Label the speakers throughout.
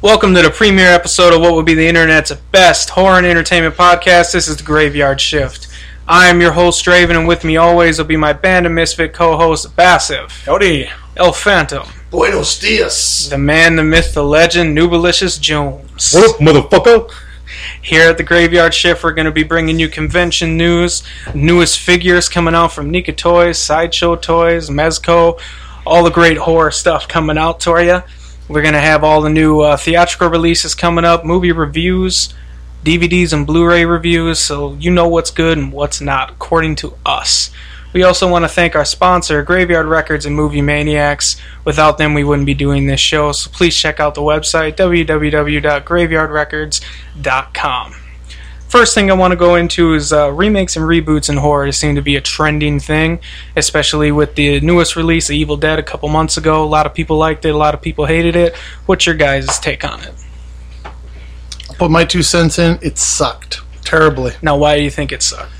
Speaker 1: Welcome to the premiere episode of what would be the internet's best horror and entertainment podcast. This is the Graveyard Shift. I am your host, Draven, and with me always will be my band of misfit co-host, Bassive,
Speaker 2: Howdy.
Speaker 1: El Phantom,
Speaker 3: Buenos dias.
Speaker 1: the man, the myth, the legend, Nubalicious Jones.
Speaker 2: What up, motherfucker?
Speaker 1: Here at the Graveyard Shift, we're going to be bringing you convention news, newest figures coming out from Nika Toys, Sideshow Toys, Mezco, all the great horror stuff coming out to you. We're going to have all the new uh, theatrical releases coming up, movie reviews, DVDs and Blu ray reviews, so you know what's good and what's not, according to us. We also want to thank our sponsor, Graveyard Records and Movie Maniacs. Without them, we wouldn't be doing this show, so please check out the website, www.graveyardrecords.com com. First thing I want to go into is uh, remakes and reboots in horror seem to be a trending thing, especially with the newest release, The Evil Dead, a couple months ago. A lot of people liked it, a lot of people hated it. What's your guys' take on it?
Speaker 3: Put my two cents in. It sucked terribly.
Speaker 1: Now, why do you think it sucked?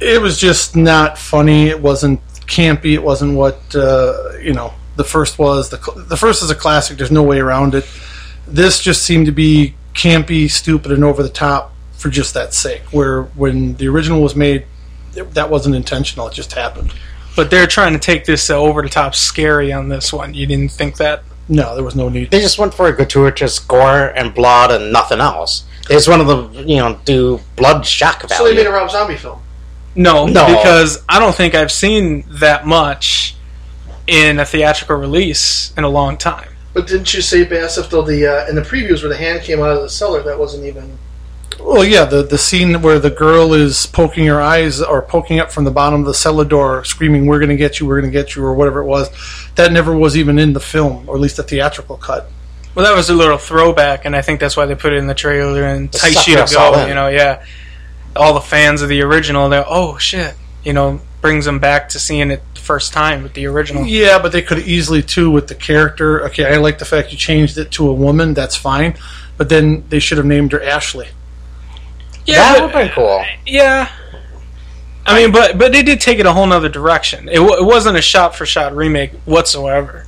Speaker 3: It was just not funny. It wasn't campy. It wasn't what uh, you know the first was. The cl- the first is a classic. There's no way around it. This just seemed to be campy, stupid, and over the top for just that sake. Where when the original was made, th- that wasn't intentional. It just happened.
Speaker 1: But they're trying to take this uh, over the top scary on this one. You didn't think that?
Speaker 3: No, there was no need.
Speaker 4: they just went for a gratuitous gore and blood and nothing else. They just wanted to, you know, do blood shock value.
Speaker 5: So they made a Rob Zombie film.
Speaker 1: No,
Speaker 4: No.
Speaker 1: because I don't think I've seen that much in a theatrical release in a long time.
Speaker 5: But didn't you say Bassif though the uh, in the previews where the hand came out of the cellar that wasn't even
Speaker 3: Well, yeah, the the scene where the girl is poking her eyes or poking up from the bottom of the cellar door, screaming, "We're going to get you! We're going to get you!" or whatever it was, that never was even in the film, or at least the theatrical cut.
Speaker 1: Well, that was a little throwback, and I think that's why they put it in the trailer and
Speaker 4: To
Speaker 1: entice
Speaker 4: suck
Speaker 1: you to
Speaker 4: us all
Speaker 1: go.
Speaker 4: in.
Speaker 1: You know, yeah. All the fans of the original, they're oh shit. You know, brings them back to seeing it the first time with the original.
Speaker 3: Yeah, but they could easily too with the character. Okay, I like the fact you changed it to a woman. That's fine, but then they should have named her Ashley.
Speaker 1: Yeah,
Speaker 4: that
Speaker 1: but-
Speaker 4: would have been cool.
Speaker 1: yeah. I mean, but but they did take it a whole nother direction. It, w- it wasn't a shot for shot remake whatsoever.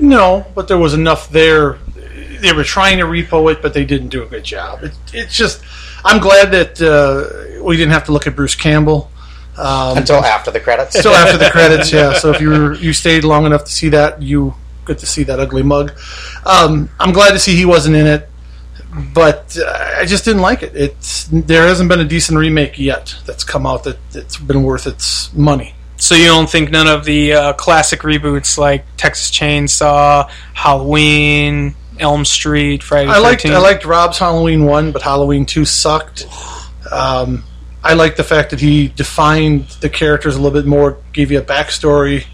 Speaker 3: No, but there was enough there. They were trying to repo it, but they didn't do a good job. It, it's just, I'm glad that uh, we didn't have to look at Bruce Campbell. Um,
Speaker 4: Until after the credits.
Speaker 3: still after the credits, yeah. So if you were, you stayed long enough to see that, you get to see that ugly mug. Um, I'm glad to see he wasn't in it, but uh, I just didn't like it. It's there hasn't been a decent remake yet that's come out that that's been worth its money.
Speaker 1: So you don't think none of the uh, classic reboots like Texas Chainsaw, Halloween, Elm Street, Friday the
Speaker 3: I liked
Speaker 1: 13th?
Speaker 3: I liked Rob's Halloween one, but Halloween two sucked. Um, I liked the fact that he defined the characters a little bit more, gave you a backstory,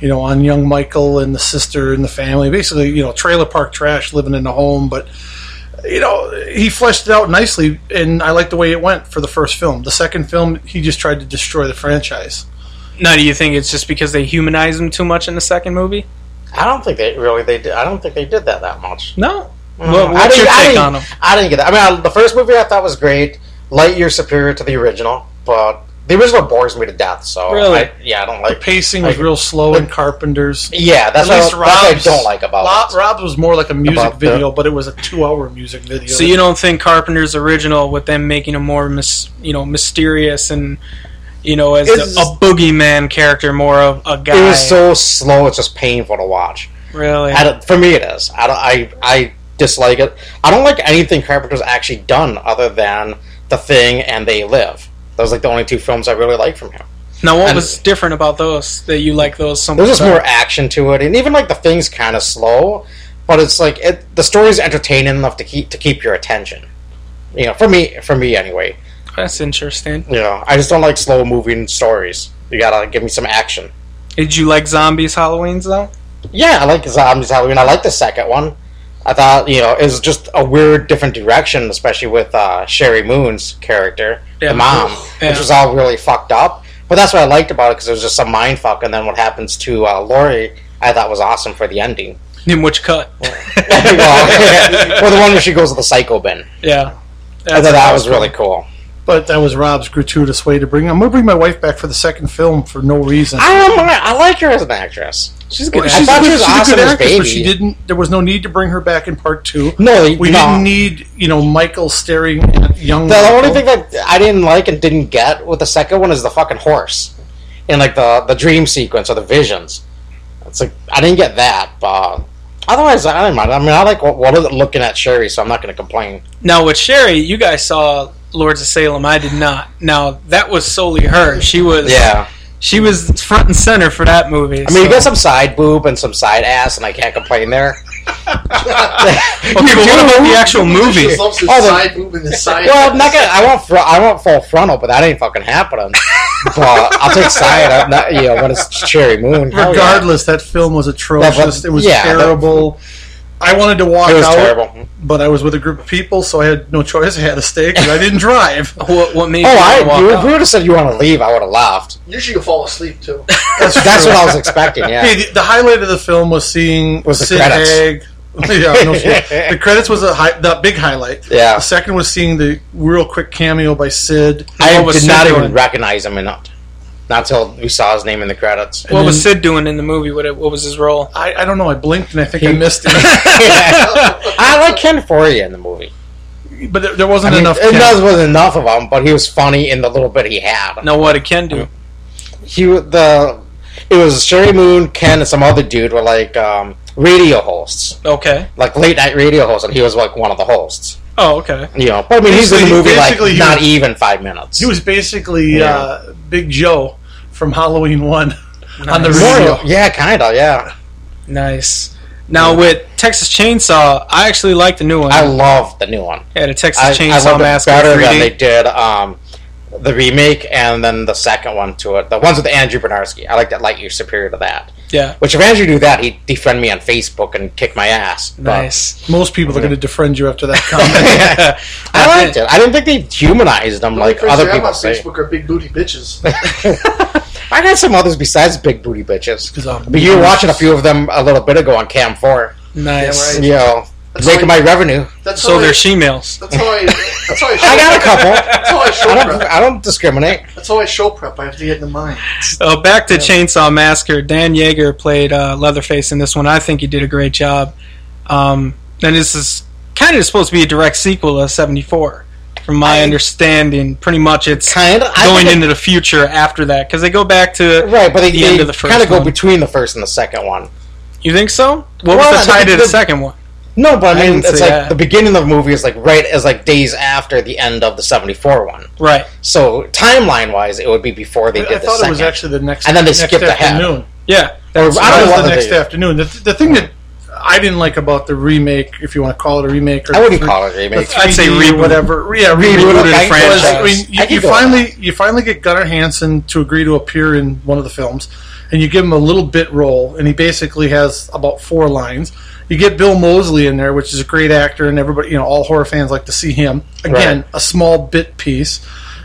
Speaker 3: you know, on young Michael and the sister and the family. Basically, you know, trailer park trash living in a home, but you know, he fleshed it out nicely, and I liked the way it went for the first film. The second film, he just tried to destroy the franchise.
Speaker 1: Now, do you think it's just because they humanize them too much in the second movie?
Speaker 4: I don't think they really they did. I don't think they did that that much.
Speaker 1: No. What,
Speaker 4: Mm, I
Speaker 1: what's your
Speaker 4: didn't- I
Speaker 1: take
Speaker 4: didn't-
Speaker 1: on them?
Speaker 4: I didn't get that. I mean, I, the first movie I thought was great. Lightyear superior to the original, but the original bores me to death. So
Speaker 1: Really?
Speaker 4: I, yeah, I don't
Speaker 3: The
Speaker 4: like.
Speaker 3: pacing was
Speaker 4: Like-
Speaker 3: real slow in Carpenter's.
Speaker 4: Yeah, that's
Speaker 3: At
Speaker 4: what, I-
Speaker 3: least
Speaker 4: that's what I
Speaker 3: Rob's-
Speaker 4: don't like about
Speaker 3: Rob,
Speaker 4: it.
Speaker 3: Rob's was more like a music
Speaker 4: Oh, About the-
Speaker 3: video, but it was a two-hour music video.
Speaker 1: So you don't think Carpenter's original, with them making him more, mis- you know, mysterious and you know, as
Speaker 4: It's-
Speaker 1: a, a boogeyman character, more of a guy.
Speaker 4: It was so slow; it's just painful to watch.
Speaker 1: really.
Speaker 4: I don't- for me, it is. I, don't- I I dislike it. I don't like anything Carpenter's actually done other than The Thing and They Live. Those are like the only two films I really like from him.
Speaker 1: now, what
Speaker 4: and-
Speaker 1: was different about those that you like those so much?
Speaker 4: There's just
Speaker 1: better?
Speaker 4: more action to it, and even like The Thing's kind of slow, but it's like it, the story's entertaining enough to keep to keep your attention. You know, for me, for me anyway.
Speaker 1: That's interesting.
Speaker 4: You know, I just don't like slow moving stories. You gotta give me some action.
Speaker 1: Did you like zombies Halloween's though?
Speaker 4: Yeah, I like Zombies Halloween. I like the second one. I thought, you know, it was just a weird different direction, especially with uh, Sherry Moon's character,
Speaker 1: Yeah.
Speaker 4: the mom,
Speaker 1: Yeah.
Speaker 4: which was all really fucked up. But that's what I liked about it because it was just a mind fuck, and then what happens to uh, Lori, I thought was awesome for the ending.
Speaker 1: In which cut?
Speaker 4: well, or the one where she goes to the psycho bin.
Speaker 1: yeah.
Speaker 4: I
Speaker 1: That's
Speaker 4: thought that was really cool.
Speaker 3: But that was Rob's gratuitous way to bring. I'm gonna bring my wife back for the second film for no reason.
Speaker 4: I don't mind. I like her as an actress.
Speaker 1: She's a
Speaker 3: Well,
Speaker 1: good.
Speaker 4: I
Speaker 1: actress.
Speaker 3: she's,
Speaker 4: thought she was
Speaker 3: she's a
Speaker 4: awesome
Speaker 3: good
Speaker 4: as
Speaker 3: actress, but
Speaker 4: Baby.
Speaker 3: she didn't. There was no need to bring her back in part two.
Speaker 4: No,
Speaker 3: We
Speaker 4: no.
Speaker 3: didn't need you know Michael staring at young.
Speaker 4: The
Speaker 3: Michael.
Speaker 4: only thing that I didn't like and didn't get with the second one is the fucking horse, and like the the dream sequence or the visions. It's like I didn't get that, but otherwise I didn't mind. I mean, I like what, what is looking at Sherry, so I'm not going to complain.
Speaker 1: Now with Sherry, you guys saw Lords of Salem. I did not. Now that was solely her. She was.
Speaker 4: Yeah,
Speaker 1: She was front and center for that movie.
Speaker 4: I mean, you got some side boob and some side ass, and I can't complain there.
Speaker 1: okay, but what about the actual movie?
Speaker 5: Just loves his
Speaker 4: Oh, the-
Speaker 5: side moving his side.
Speaker 4: Well, I'm not gonna. I want. Fr- I want full frontal, but that ain't fucking happening. but I'll take side. I'm not. You know, when it's Cherry Moon. hell yeah.
Speaker 3: Regardless, that film was atrocious.
Speaker 4: That was-
Speaker 3: it was
Speaker 4: yeah, that-
Speaker 3: terrible. I wanted to walk
Speaker 4: it was
Speaker 3: out,
Speaker 4: terrible.
Speaker 3: but I was with a group of people, so I had no choice. I had to stay because I didn't drive.
Speaker 1: What, what made
Speaker 4: Oh,
Speaker 1: you wanna
Speaker 4: I.
Speaker 1: walk
Speaker 4: You,
Speaker 1: out?
Speaker 4: if you would have said you want to leave, I would have laughed.
Speaker 5: Usually you'll fall asleep too.
Speaker 4: That's, that's what I was expecting. Yeah.
Speaker 3: Hey, the, the highlight of the film was seeing
Speaker 4: Was the
Speaker 3: Sid
Speaker 4: credits.
Speaker 3: Haig. yeah, no shit. the credits was a high, the big highlight.
Speaker 4: Yeah.
Speaker 3: The second was seeing the real quick cameo by Sid.
Speaker 4: I
Speaker 1: What was
Speaker 4: did not
Speaker 1: Sid
Speaker 4: even
Speaker 1: doing?
Speaker 4: recognize him, and not not till we saw his name in the credits.
Speaker 1: What was Sid doing in the movie? What, what was his role?
Speaker 3: I, I don't know. I blinked and I think I missed it.
Speaker 4: I like Ken Foree in the movie.
Speaker 3: but there, there
Speaker 4: I
Speaker 3: wasn't
Speaker 4: mean,
Speaker 3: enough.
Speaker 4: it
Speaker 3: cameo.
Speaker 4: does was enough of him, but he was funny in the little bit he had.
Speaker 1: Now what did Ken do?
Speaker 4: he the it was Sherry Moon, Ken, and some other dude were like um, radio hosts,
Speaker 1: Okay.
Speaker 4: like late night radio hosts, and he was like one of the hosts.
Speaker 1: Oh, okay.
Speaker 4: You know, but I mean, he's in the
Speaker 3: Basically-
Speaker 4: movie like
Speaker 3: basically he
Speaker 4: not
Speaker 3: was-
Speaker 4: even five minutes.
Speaker 3: He was basically
Speaker 4: Yeah.
Speaker 3: uh, Big Joe from Halloween One on the
Speaker 1: Nice.
Speaker 3: radio.
Speaker 4: More- yeah, kind of, yeah.
Speaker 1: Nice. Now with Texas Chainsaw, I actually like the new one.
Speaker 4: I love the new one.
Speaker 1: yeah, the Texas
Speaker 4: I, I
Speaker 1: Chainsaw
Speaker 4: love it
Speaker 1: Massacre
Speaker 4: better than
Speaker 1: 3D.
Speaker 4: they did um, the remake and then the second one to it. The ones with Andrew Bernarski. I like that light year superior to that.
Speaker 1: Yeah.
Speaker 4: Which if Andrew knew that, he'd defriend me on Facebook and kick my ass. but-
Speaker 1: Nice.
Speaker 3: Most people are going to defriend you after that comment.
Speaker 4: I liked it. I didn't think they humanized them like
Speaker 5: Friends
Speaker 4: other
Speaker 5: you have
Speaker 4: people
Speaker 5: on
Speaker 4: say.
Speaker 5: Facebook are big booty bitches.
Speaker 4: I got some others besides big booty bitches.
Speaker 3: 'Cause, um,
Speaker 4: But you were watching a few of them a little bit ago on Cam Four.
Speaker 1: Nice.
Speaker 5: right.
Speaker 4: You know,
Speaker 5: That's
Speaker 4: making my
Speaker 5: like-
Speaker 4: revenue.
Speaker 5: That's
Speaker 1: So
Speaker 5: how I-
Speaker 1: they're females.
Speaker 5: That's how I. That's how I. Show
Speaker 4: I got a couple.
Speaker 5: That's how I show
Speaker 4: I don't.
Speaker 5: prep.
Speaker 4: I don't discriminate.
Speaker 5: That's how I show prep. I have to get in the mind.
Speaker 1: Oh, back to Chainsaw Massacre. Dan Yeager played uh, Leatherface in this one. I think he did a great job. Um, and this is kind of supposed to be a direct sequel to '74, from my
Speaker 4: I-
Speaker 1: understanding. Pretty much, it's
Speaker 4: Kind of
Speaker 1: going into the future after that because they go back to
Speaker 4: right, but they,
Speaker 1: the end of the first
Speaker 4: kind of go
Speaker 1: one.
Speaker 4: between the first and the second one.
Speaker 1: You think so? What
Speaker 4: Well,
Speaker 1: was the
Speaker 4: I
Speaker 1: tie
Speaker 4: think
Speaker 1: to the
Speaker 4: the-
Speaker 1: second one?
Speaker 4: No, but
Speaker 1: I
Speaker 4: I mean,
Speaker 1: didn't
Speaker 4: it's
Speaker 1: see
Speaker 4: like
Speaker 1: that.
Speaker 4: the beginning of the movie is like right as like days after the end of the '74 one.
Speaker 1: Right.
Speaker 4: So timeline wise, it would be before they
Speaker 3: I
Speaker 4: did the
Speaker 3: thought
Speaker 4: second.
Speaker 3: it was actually the next.
Speaker 4: And then they
Speaker 3: next
Speaker 4: skipped ahead.
Speaker 3: afternoon.
Speaker 1: Yeah.
Speaker 3: I
Speaker 4: Or- I don't know
Speaker 3: was
Speaker 4: what
Speaker 3: the
Speaker 4: they
Speaker 3: next
Speaker 4: did.
Speaker 3: afternoon. The, the thing that I didn't like about the remake, if you want to call it a remake, or
Speaker 4: I wouldn't
Speaker 3: the
Speaker 4: call it a
Speaker 3: three-
Speaker 4: remake.
Speaker 3: the
Speaker 1: I'd say
Speaker 3: 3D or
Speaker 1: reboot.
Speaker 3: whatever. Yeah,
Speaker 4: Reboot
Speaker 3: reboot it
Speaker 4: of the
Speaker 3: was- I
Speaker 4: franchise.
Speaker 3: mean,
Speaker 4: I
Speaker 3: you,
Speaker 4: could
Speaker 3: you
Speaker 4: go with
Speaker 3: finally you finally get Gunnar Hansen to agree to appear in one of the films, and you give him a little bit role, and he basically has about four lines. You get Bill Mosley in there, which is a great actor, and everybody, you know, all horror fans like to see him. Again,
Speaker 4: Right.
Speaker 3: a small bit piece.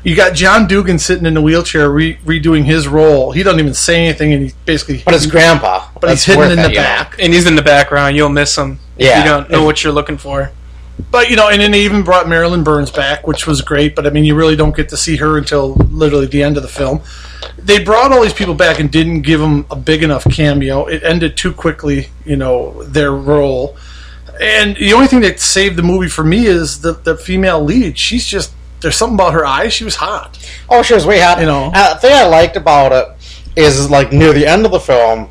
Speaker 3: You got John Dugan sitting in the wheelchair re- redoing his role. He doesn't even say anything, and he basically
Speaker 4: But it's grandpa.
Speaker 3: but he's
Speaker 4: That's
Speaker 3: hidden
Speaker 4: worth
Speaker 3: in
Speaker 4: it,
Speaker 3: the
Speaker 4: you know?
Speaker 3: back.
Speaker 1: And he's in the background. You'll miss him.
Speaker 4: Yeah.
Speaker 1: You don't know what you're looking for.
Speaker 3: But you know, and then they even brought Marilyn Burns back, which was great. But I mean, you really don't get to see her until literally the end of the film. They brought all these people back and didn't give them a big enough cameo. It ended too quickly, you know, their role. And the only thing that saved the movie for me is the the female lead. She's just there's something about her eyes. She was hot.
Speaker 4: Oh, she was way hot.
Speaker 3: You know.
Speaker 4: uh, the thing I liked about it is like near the end of the film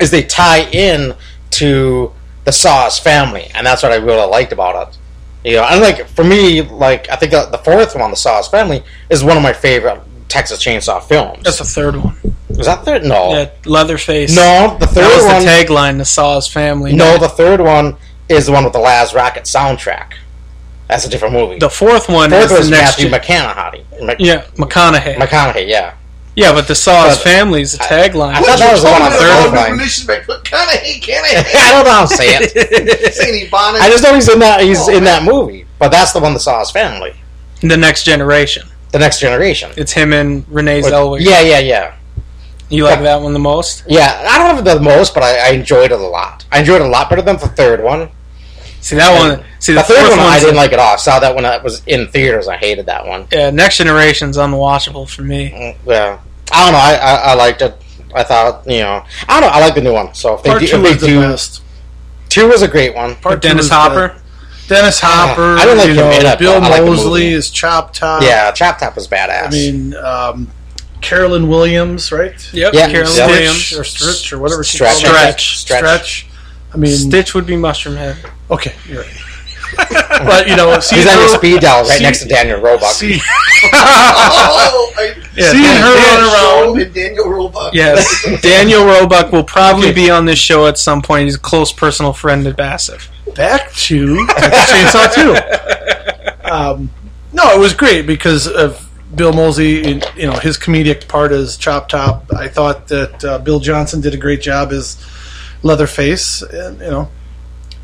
Speaker 4: is they tie in to the Saw's family, and that's what I really liked about it. You know, and like for me, like I think uh, the, the fourth one, the Saw's family, is one of my favorite Texas Chainsaw films.
Speaker 1: That's the third one.
Speaker 4: Was that third? No,
Speaker 1: Yeah, Leatherface.
Speaker 4: Oh. no, the third
Speaker 1: That was
Speaker 4: one.
Speaker 1: the tagline to Saw's family.
Speaker 4: no, the third one is the one with the Laz Rocket soundtrack. That's a different movie.
Speaker 1: The fourth one
Speaker 4: fourth
Speaker 1: is
Speaker 4: was
Speaker 1: the next.
Speaker 4: Matthew
Speaker 1: gen-
Speaker 4: McConaughey. Mc-
Speaker 1: yeah, McConaughey.
Speaker 4: McConaughey, yeah.
Speaker 1: yeah, but the Saw's
Speaker 4: But-
Speaker 1: family's a tagline.
Speaker 4: I thought that was the one on the third
Speaker 5: Oh,
Speaker 4: line.
Speaker 5: new relations back. But kind of hate, can I?
Speaker 4: I don't know how to say it.
Speaker 5: Saint Ebonics.
Speaker 4: I just know he's in that he's
Speaker 5: Oh,
Speaker 4: in that movie, but that's the one that saw his family,
Speaker 1: the next generation.
Speaker 4: the next generation.
Speaker 1: It's him and Renee
Speaker 4: Which-
Speaker 1: Zellweger.
Speaker 4: yeah, yeah, yeah,
Speaker 1: You like that one the most?
Speaker 4: yeah. I don't have it the most, but I, I enjoyed it a lot. I enjoyed it a lot better than the third one.
Speaker 1: See that one. See the,
Speaker 4: The third
Speaker 1: fourth
Speaker 4: one I
Speaker 1: one's-
Speaker 4: didn't like at all. I saw that when I was in theaters. I hated that one.
Speaker 1: Yeah, Next Generation's unwatchable for me.
Speaker 4: Mm, Yeah, I don't know. I, I, I liked it. I thought you know. I don't. know. I like the new one. So if they
Speaker 3: Part
Speaker 4: do,
Speaker 3: two
Speaker 4: if
Speaker 3: is
Speaker 4: they
Speaker 3: the
Speaker 4: do
Speaker 3: best.
Speaker 4: two was a great one.
Speaker 3: Part
Speaker 1: With Dennis
Speaker 3: two is
Speaker 1: Hopper.
Speaker 3: the- Dennis Hopper.
Speaker 4: I don't like
Speaker 3: you
Speaker 4: him
Speaker 3: know,
Speaker 4: in it,
Speaker 3: Bill
Speaker 4: but I like the
Speaker 3: Moseley
Speaker 4: movie.
Speaker 3: is Chop Top.
Speaker 4: Yeah, Chop Top was badass.
Speaker 3: Uh, I mean, um, Carolyn Williams, right?
Speaker 1: Yep.
Speaker 4: Yeah,
Speaker 1: Carolyn
Speaker 4: yeah.
Speaker 1: Williams.
Speaker 3: Stitch or Stritch or whatever. she called
Speaker 4: Stretch,
Speaker 1: Stretch.
Speaker 3: it.
Speaker 4: I think. stretch,
Speaker 3: Stretch. I mean,
Speaker 1: Stitch would be Mushroom Head.
Speaker 3: okay, you're right. but you know,
Speaker 4: He's
Speaker 3: seeing
Speaker 4: on your
Speaker 3: her,
Speaker 4: speed dial right
Speaker 3: see-
Speaker 4: next to Daniel Roebuck.
Speaker 3: see-
Speaker 5: Oh, I,
Speaker 3: seeing
Speaker 1: Dan-
Speaker 3: her
Speaker 1: Dan-
Speaker 3: run around
Speaker 5: Sean and Daniel Roebuck.
Speaker 1: Yes, Daniel Roebuck will probably be on this show at some point. He's a close personal friend of Bassif.
Speaker 3: back to Texas Chainsaw Two. Um, no, it was great because of Bill Moseley. and, You know, his comedic part is Chop Top. I thought that uh, Bill Johnson did a great job as Leatherface. And, you know,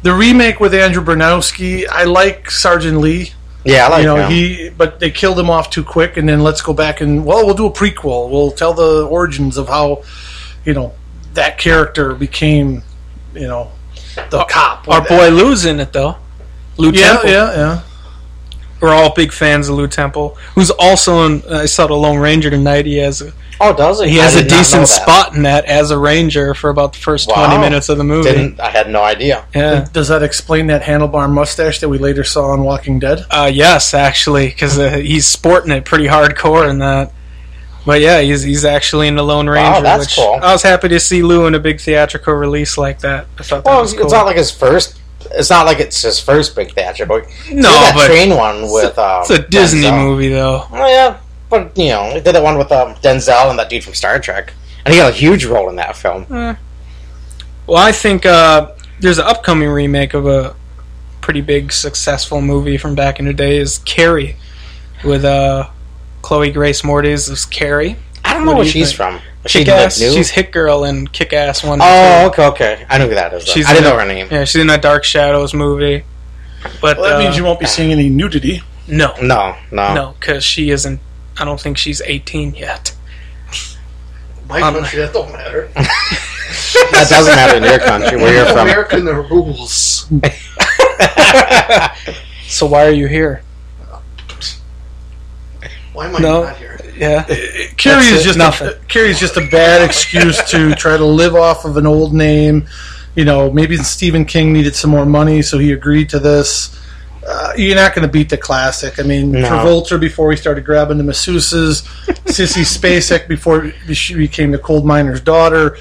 Speaker 3: the remake with Andrew Bernowski. I like Sergeant Lee.
Speaker 4: Yeah, I like
Speaker 3: you know
Speaker 4: him.
Speaker 3: he but they killed him off too quick and then let's go back and well we'll do a prequel we'll tell the origins of how you know that character became you know the cop
Speaker 1: Our boy Lou's in it though. Lou
Speaker 3: Uh, yeah
Speaker 1: Temple.
Speaker 3: yeah yeah
Speaker 1: We're all big fans of Lou Temple, who's also in. I saw the Lone Ranger tonight. He has a,
Speaker 4: oh, does he?
Speaker 1: he
Speaker 4: I
Speaker 1: has
Speaker 4: did
Speaker 1: a
Speaker 4: not know
Speaker 1: decent
Speaker 4: that.
Speaker 1: spot in that as a ranger for about the first twenty
Speaker 4: Wow.
Speaker 1: minutes of the movie.
Speaker 4: Didn't I had no idea.
Speaker 1: Yeah.
Speaker 3: does that explain that handlebar mustache that we later saw on walking dead
Speaker 1: Uh, yes, actually, because uh, he's sporting it pretty hardcore in that. But yeah, he's he's actually in the Lone Ranger.
Speaker 4: that's
Speaker 1: which
Speaker 4: cool.
Speaker 1: I was happy to see Lou in a big theatrical release like that. I thought that
Speaker 4: Well,
Speaker 1: was
Speaker 4: it's,
Speaker 1: cool.
Speaker 4: it's not like his first. It's not like it's his first big Thatcher, but
Speaker 1: No,
Speaker 4: he did that
Speaker 1: but
Speaker 4: train one with um,
Speaker 1: it's a Disney
Speaker 4: Denzel.
Speaker 1: movie though.
Speaker 4: Oh yeah, but you know, he did that one with um, Denzel and that dude from Star Trek, and he had a huge role in that film.
Speaker 1: Hmm. Well, I think uh, there's an upcoming remake of a pretty big successful movie from back in the day is Carrie with uh, Chloe Grace Moretz as Carrie.
Speaker 4: I don't
Speaker 1: What
Speaker 4: know
Speaker 1: do
Speaker 4: where
Speaker 1: you
Speaker 4: she's
Speaker 1: think?
Speaker 4: from. Is she
Speaker 1: Kick
Speaker 4: like,
Speaker 1: ass.
Speaker 4: new?
Speaker 1: She's Hit Girl in Kick Ass One. and
Speaker 4: oh, okay, okay. I know who that is. though.
Speaker 1: She's
Speaker 4: I didn't
Speaker 1: in
Speaker 4: know
Speaker 1: it.
Speaker 4: her name.
Speaker 1: two. yeah, she's in that Dark Shadows movie. But
Speaker 3: well that
Speaker 1: uh,
Speaker 3: means you won't be seeing any nudity
Speaker 1: no,
Speaker 4: No, no,
Speaker 1: no, because she isn't. I don't think she's 18 yet.
Speaker 5: My
Speaker 1: Um,
Speaker 5: country, that don't matter.
Speaker 4: That doesn't matter in your country where you're from.
Speaker 5: American the rules.
Speaker 1: So why are you here?
Speaker 5: Why am I
Speaker 1: No.
Speaker 5: not here?
Speaker 1: Yeah,
Speaker 3: Carrie
Speaker 1: That's
Speaker 3: is
Speaker 1: it,
Speaker 3: just
Speaker 1: nothing.
Speaker 3: A, Carrie is just a bad excuse to try to live off of an old name. You know, maybe Stephen King needed some more money, so he agreed to this. Uh, you're not going to beat the classic. I mean,
Speaker 4: No.
Speaker 3: Travolta before he started grabbing the masseuses, Sissy Spacek before she became the coal miner's daughter.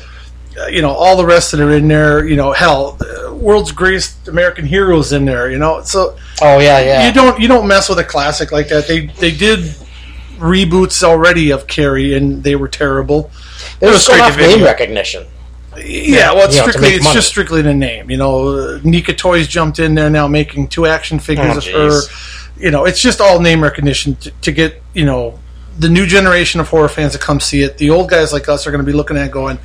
Speaker 3: Uh, you know, all the rest that are in there. You know, hell, uh, world's greatest American heroes in there. You know, so
Speaker 4: Oh yeah, yeah.
Speaker 3: you don't you don't mess with a classic like that. They they did reboots already of Carrie and they were terrible.
Speaker 4: They
Speaker 3: was
Speaker 4: just going
Speaker 3: straight
Speaker 4: off
Speaker 3: to video.
Speaker 4: name recognition.
Speaker 3: Yeah, well, it's
Speaker 4: Yeah, to
Speaker 3: strictly
Speaker 4: make
Speaker 3: it's
Speaker 4: money.
Speaker 3: just strictly the name. You know, Uh, Nika Toys jumped in there now, making two action figures
Speaker 4: Oh,
Speaker 3: of her. You know, it's just all name recognition to, to get you know the new generation of horror fans to come see it. The old guys like us are going to be looking at it going,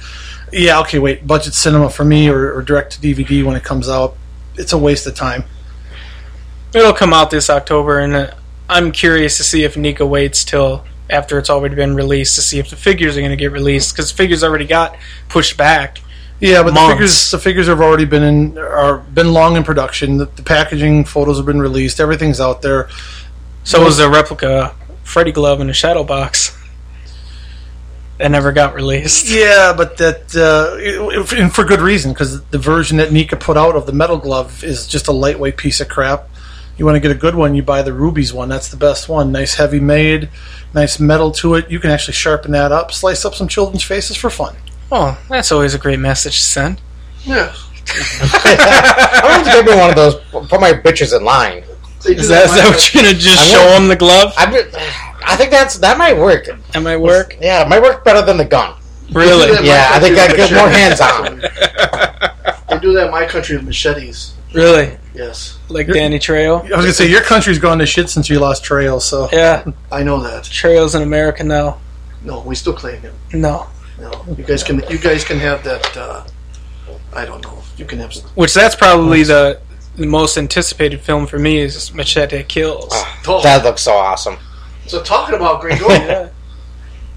Speaker 3: yeah, okay, wait, budget cinema for me or, or direct to DVD when it comes out. It's a waste of time.
Speaker 1: it'll come out this October, and uh, I'm curious to see if Nika waits till after it's already been released to see if the figures are going to get released because figures already got pushed back.
Speaker 3: Yeah, but
Speaker 1: months.
Speaker 3: the figures the figures have already been in are been long in production. The, the packaging photos have been released. Everything's out there.
Speaker 1: So was the replica Freddy glove in the shadow box that never got released.
Speaker 3: Yeah, but that uh, it- it- and for good reason because the version that Nika put out of the metal glove is just a lightweight piece of crap. You want to get a good one, you buy the Ruby's one. That's the best one. Nice heavy made, nice metal to it. You can actually sharpen that up, slice up some children's faces for fun.
Speaker 1: Oh, that's always a great message to send.
Speaker 5: Yeah.
Speaker 4: I'm going to give me one of those. Put my bitches in line.
Speaker 5: They do
Speaker 1: Is that, is that
Speaker 5: in my
Speaker 1: what you're gonna just
Speaker 4: I
Speaker 1: show
Speaker 4: will.
Speaker 1: them the glove?
Speaker 4: I be- I think that's that might work.
Speaker 1: That might work.
Speaker 4: Yeah, it might work better than the gun.
Speaker 5: country. They do that
Speaker 1: Really,
Speaker 5: in my
Speaker 4: Yeah, I think
Speaker 5: country
Speaker 4: that
Speaker 5: with
Speaker 4: gets more
Speaker 5: machetes.
Speaker 4: hands-on.
Speaker 5: They do that in my country with machetes.
Speaker 1: really,
Speaker 5: Yes,
Speaker 1: like Danny Trejo.
Speaker 3: I was gonna say your country's gone to shit since you lost Trail. So
Speaker 1: Yeah,
Speaker 5: I know that.
Speaker 1: Trejo's in America now.
Speaker 5: No, we still claim him.
Speaker 1: No,
Speaker 5: No, you guys can. You guys can have that. Uh, I don't know. You can have.
Speaker 1: which that's probably the, the most anticipated film for me is Machete Kills.
Speaker 5: Oh,
Speaker 4: That looks so awesome.
Speaker 5: so talking about Gregorio,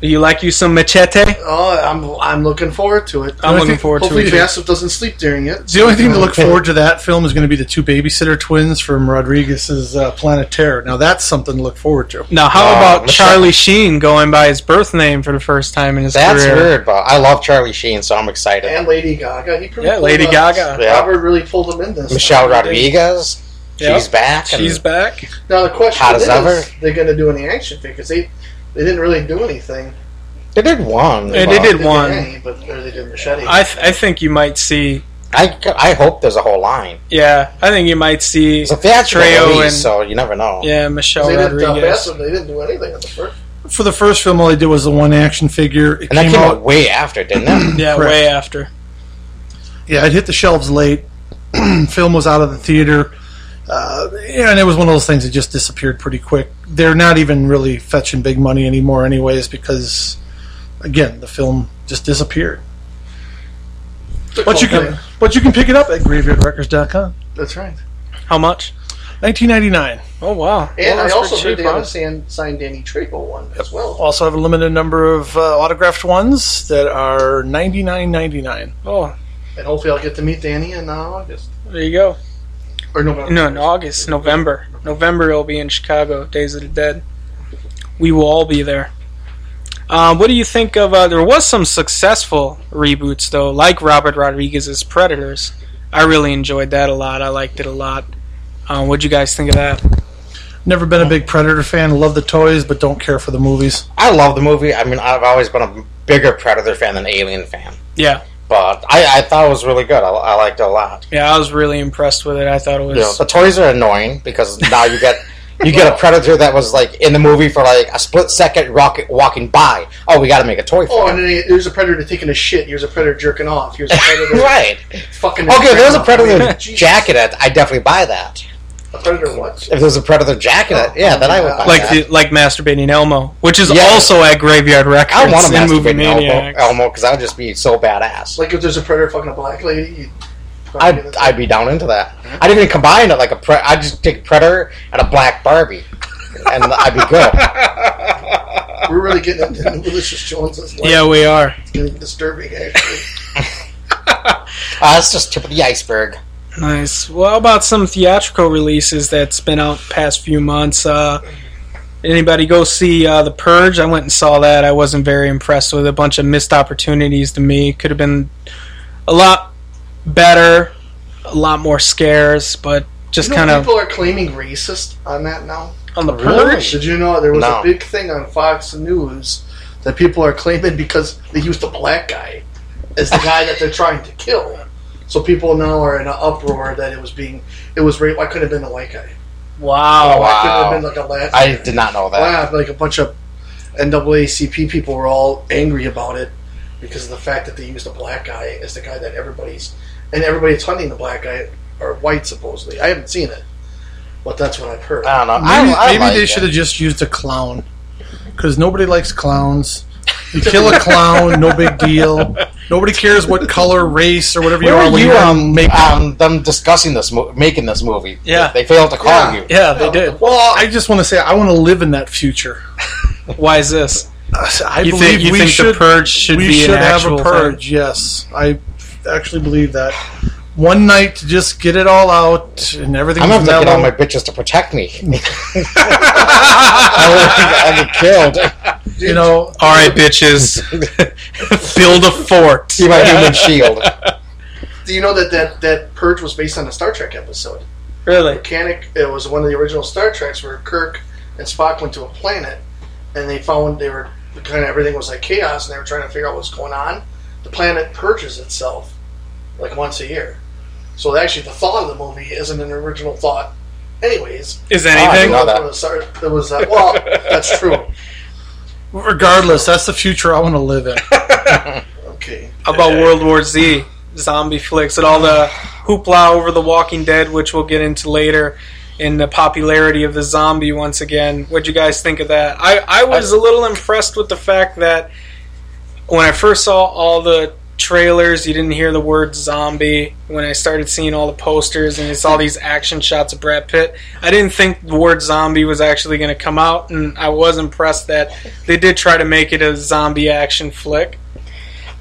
Speaker 1: You like you some machete?
Speaker 5: Oh, I'm I'm looking forward to it.
Speaker 1: I'm
Speaker 3: I
Speaker 1: looking
Speaker 3: think-
Speaker 1: forward to
Speaker 5: Hopefully,
Speaker 1: it. too.
Speaker 5: Vassif doesn't sleep during it.
Speaker 3: The only thing to look
Speaker 4: Okay.
Speaker 3: forward to that film is going to be the two babysitter twins from Rodriguez's uh, Planet Terror. Now that's something to look forward to.
Speaker 1: Now, how
Speaker 4: Oh,
Speaker 5: Uh,
Speaker 1: about
Speaker 4: what's
Speaker 1: Charlie Sheen going by his birth name for the first time in his
Speaker 4: That's
Speaker 1: career?
Speaker 4: weird, but I love Charlie Sheen, so I'm excited.
Speaker 5: And Lady Gaga. He pretty
Speaker 1: Yeah, Lady Gaga.
Speaker 4: Yeah.
Speaker 5: Robert really pulled him in this.
Speaker 4: Michelle
Speaker 5: time.
Speaker 4: Rodriguez,
Speaker 1: Yeah.
Speaker 4: she's back. and-
Speaker 1: She's back.
Speaker 5: Now the question
Speaker 4: Hot as
Speaker 5: is,
Speaker 4: ever.
Speaker 5: they're going to do any action figures. They they didn't really do anything.
Speaker 4: They did one.
Speaker 1: Yeah, they
Speaker 4: but
Speaker 1: did.
Speaker 5: did
Speaker 1: one.
Speaker 5: any, but or they did machete.
Speaker 1: I th- I think you might see.
Speaker 4: I, I hope there's a whole line.
Speaker 1: Yeah, I think you might see.
Speaker 4: It's a theatrical
Speaker 1: Trejo
Speaker 4: release,
Speaker 1: and-
Speaker 4: so you never know.
Speaker 1: Yeah,
Speaker 5: they
Speaker 1: Michelle
Speaker 5: didn't, uh,
Speaker 1: Rodriguez.
Speaker 5: Bassett, they didn't do anything in the first.
Speaker 3: For the first film, all I did was the one action figure. It
Speaker 4: And that
Speaker 3: came, out,
Speaker 4: way after, didn't it?
Speaker 1: Yeah,
Speaker 3: Correct.
Speaker 1: way after.
Speaker 3: yeah, it hit the shelves late. film was out of the theater, uh, yeah, and it was one of those things that just disappeared pretty quick. They're not even really fetching big money anymore, anyways, because again, the film just disappeared. But you can, but you can pick it up at graveyardrecords.com.
Speaker 5: That's right.
Speaker 1: How much?
Speaker 3: 1999.
Speaker 1: Oh wow!
Speaker 5: And
Speaker 1: Well,
Speaker 5: I
Speaker 1: that's
Speaker 5: also
Speaker 1: pretty
Speaker 5: heard
Speaker 1: cheap,
Speaker 5: they have
Speaker 1: huh?
Speaker 5: a signed, signed Danny Trejo one as well.
Speaker 3: Also have a limited number of uh, autographed ones that are 99.99.
Speaker 1: Oh,
Speaker 5: And hopefully, I'll get to meet Danny in uh, August
Speaker 1: there you go.
Speaker 5: or November.
Speaker 1: No, in August, November. November it'll be in Chicago, Days of the Dead. We will all be there. Uh, what do you think of? Uh, there was some successful reboots though, like Robert Rodriguez's Predators. I really enjoyed that a lot. I liked it a lot. Uh, what'd you guys think of that?
Speaker 3: Never been a big Predator fan. Love the toys, but don't care for the movies.
Speaker 4: I love the movie. I mean, I've always been a bigger Predator fan than Alien fan.
Speaker 1: Yeah,
Speaker 4: But I, I thought it was really good. I, I liked it a lot.
Speaker 1: yeah, I was really impressed with it. I thought it was.
Speaker 4: You know, the toys are annoying because now you get you get a Predator that was like in the movie for like a split second rocket walking by. Oh, we got to make a toy
Speaker 5: Oh,
Speaker 4: for
Speaker 5: and
Speaker 4: it.
Speaker 5: then here's a predator taking a shit. Here's a predator jerking off. Here's a predator
Speaker 4: Right.
Speaker 5: fucking. his
Speaker 4: Okay, if there's a
Speaker 5: grandma. I mean,
Speaker 4: Predator
Speaker 5: Jesus.
Speaker 4: jacket, I'd- I'd definitely buy that.
Speaker 5: A predator what?
Speaker 4: If there's a Predator jacket,
Speaker 5: Oh,
Speaker 4: yeah, then I would buy
Speaker 1: like
Speaker 4: that.
Speaker 1: the, like masturbating Elmo, which is
Speaker 4: Yeah.
Speaker 1: also at Graveyard Records
Speaker 4: I want to
Speaker 1: in Movie
Speaker 4: masturbate in
Speaker 1: Maniacs.
Speaker 4: Elmo because that would just be so badass.
Speaker 5: Like if there's a predator fucking a black lady. You
Speaker 4: I'd, I'd be down into that.
Speaker 5: Hmm?
Speaker 4: I'd even combine it like a pre- I'd just take Predator and a black Barbie, and I'd be good. Ah,
Speaker 5: We're really getting into malicious Joneses. Like,
Speaker 1: Yeah, we are.
Speaker 5: it's getting disturbing. Actually,
Speaker 4: Uh, that's just tip of the iceberg.
Speaker 1: Nice. Well, how about some theatrical releases that's been out the past few months? Uh, anybody go see uh, The Purge? I went and saw that. I wasn't very impressed with it. a bunch of missed opportunities to me. Could have been a lot better, a lot more scares, but just
Speaker 5: you know,
Speaker 1: kind of
Speaker 5: people are claiming racist on that now.
Speaker 1: on The
Speaker 4: Really?
Speaker 1: Purge.
Speaker 5: Did you know there was
Speaker 4: No.
Speaker 5: a big thing on Fox News that people are claiming because they used a black guy as the guy that they're trying to kill. So people now are in an uproar that it was being it was rape. Why couldn't it have been a white guy?
Speaker 1: Wow.
Speaker 5: Why couldn't it
Speaker 4: Oh, Wow.
Speaker 5: have been like a Latin?
Speaker 4: I did not know that.
Speaker 5: Wow, like a bunch of NAACP people were all angry about it because of the fact that they used a black guy as the guy that everybody's and everybody's hunting the black guy or white supposedly. I haven't seen it, but that's what I've heard.
Speaker 4: I don't know.
Speaker 3: Maybe,
Speaker 4: I, I
Speaker 3: maybe
Speaker 4: like
Speaker 3: they
Speaker 4: it.
Speaker 3: should have just used a clown because nobody likes clowns. You kill a clown, no big deal. Nobody cares what color, race, or whatever you
Speaker 4: Where
Speaker 3: are.
Speaker 4: were
Speaker 3: when
Speaker 4: you
Speaker 3: you're
Speaker 4: um,
Speaker 3: making-
Speaker 4: um, them discussing this, mo- making this movie?
Speaker 1: Yeah.
Speaker 4: they, they failed to call
Speaker 5: Yeah.
Speaker 4: you.
Speaker 1: Yeah, they did.
Speaker 3: Well, I just want to say I want to live in that future.
Speaker 1: Why is this?
Speaker 3: I
Speaker 1: You
Speaker 3: believe
Speaker 1: think, you
Speaker 3: we
Speaker 1: think
Speaker 3: should
Speaker 1: The Purge should
Speaker 3: we
Speaker 1: be
Speaker 3: should
Speaker 1: an
Speaker 3: have
Speaker 1: actual
Speaker 3: a purge. Yes, I actually believe that. One night to just get it all out and everything.
Speaker 4: I'm gonna have to
Speaker 3: mellow.
Speaker 4: get all my bitches to protect me. I would get killed.
Speaker 3: you know.
Speaker 1: All right, bitches, build a fort.
Speaker 4: See my human shield.
Speaker 5: Do you know that, that that purge was based on a Star Trek episode?
Speaker 1: Really?
Speaker 5: Mechanic. It was one of the original Star Treks where Kirk and Spock went to a planet, and they found they were kind of everything was like chaos, and they were trying to figure out what's going on. The planet purges itself like once a year, so actually the thought of the movie isn't an original thought, anyways. Ah,
Speaker 1: Is
Speaker 4: I
Speaker 1: anything?
Speaker 4: know that.
Speaker 5: It was, Star- it was uh, well, that's true.
Speaker 3: Regardless, that's the future I want to live in.
Speaker 5: Okay,
Speaker 1: How about World War Z zombie flicks and all the hoopla over The Walking Dead, which we'll get into later, and the popularity of the zombie once again. What'd you guys think of that? I, I was a little impressed with the fact that when I first saw all the trailers, you didn't hear the word zombie. When I started seeing all the posters and it's all these action shots of Brad Pitt, I didn't think the word zombie was actually going to come out, and I was impressed that they did try to make it a zombie action flick.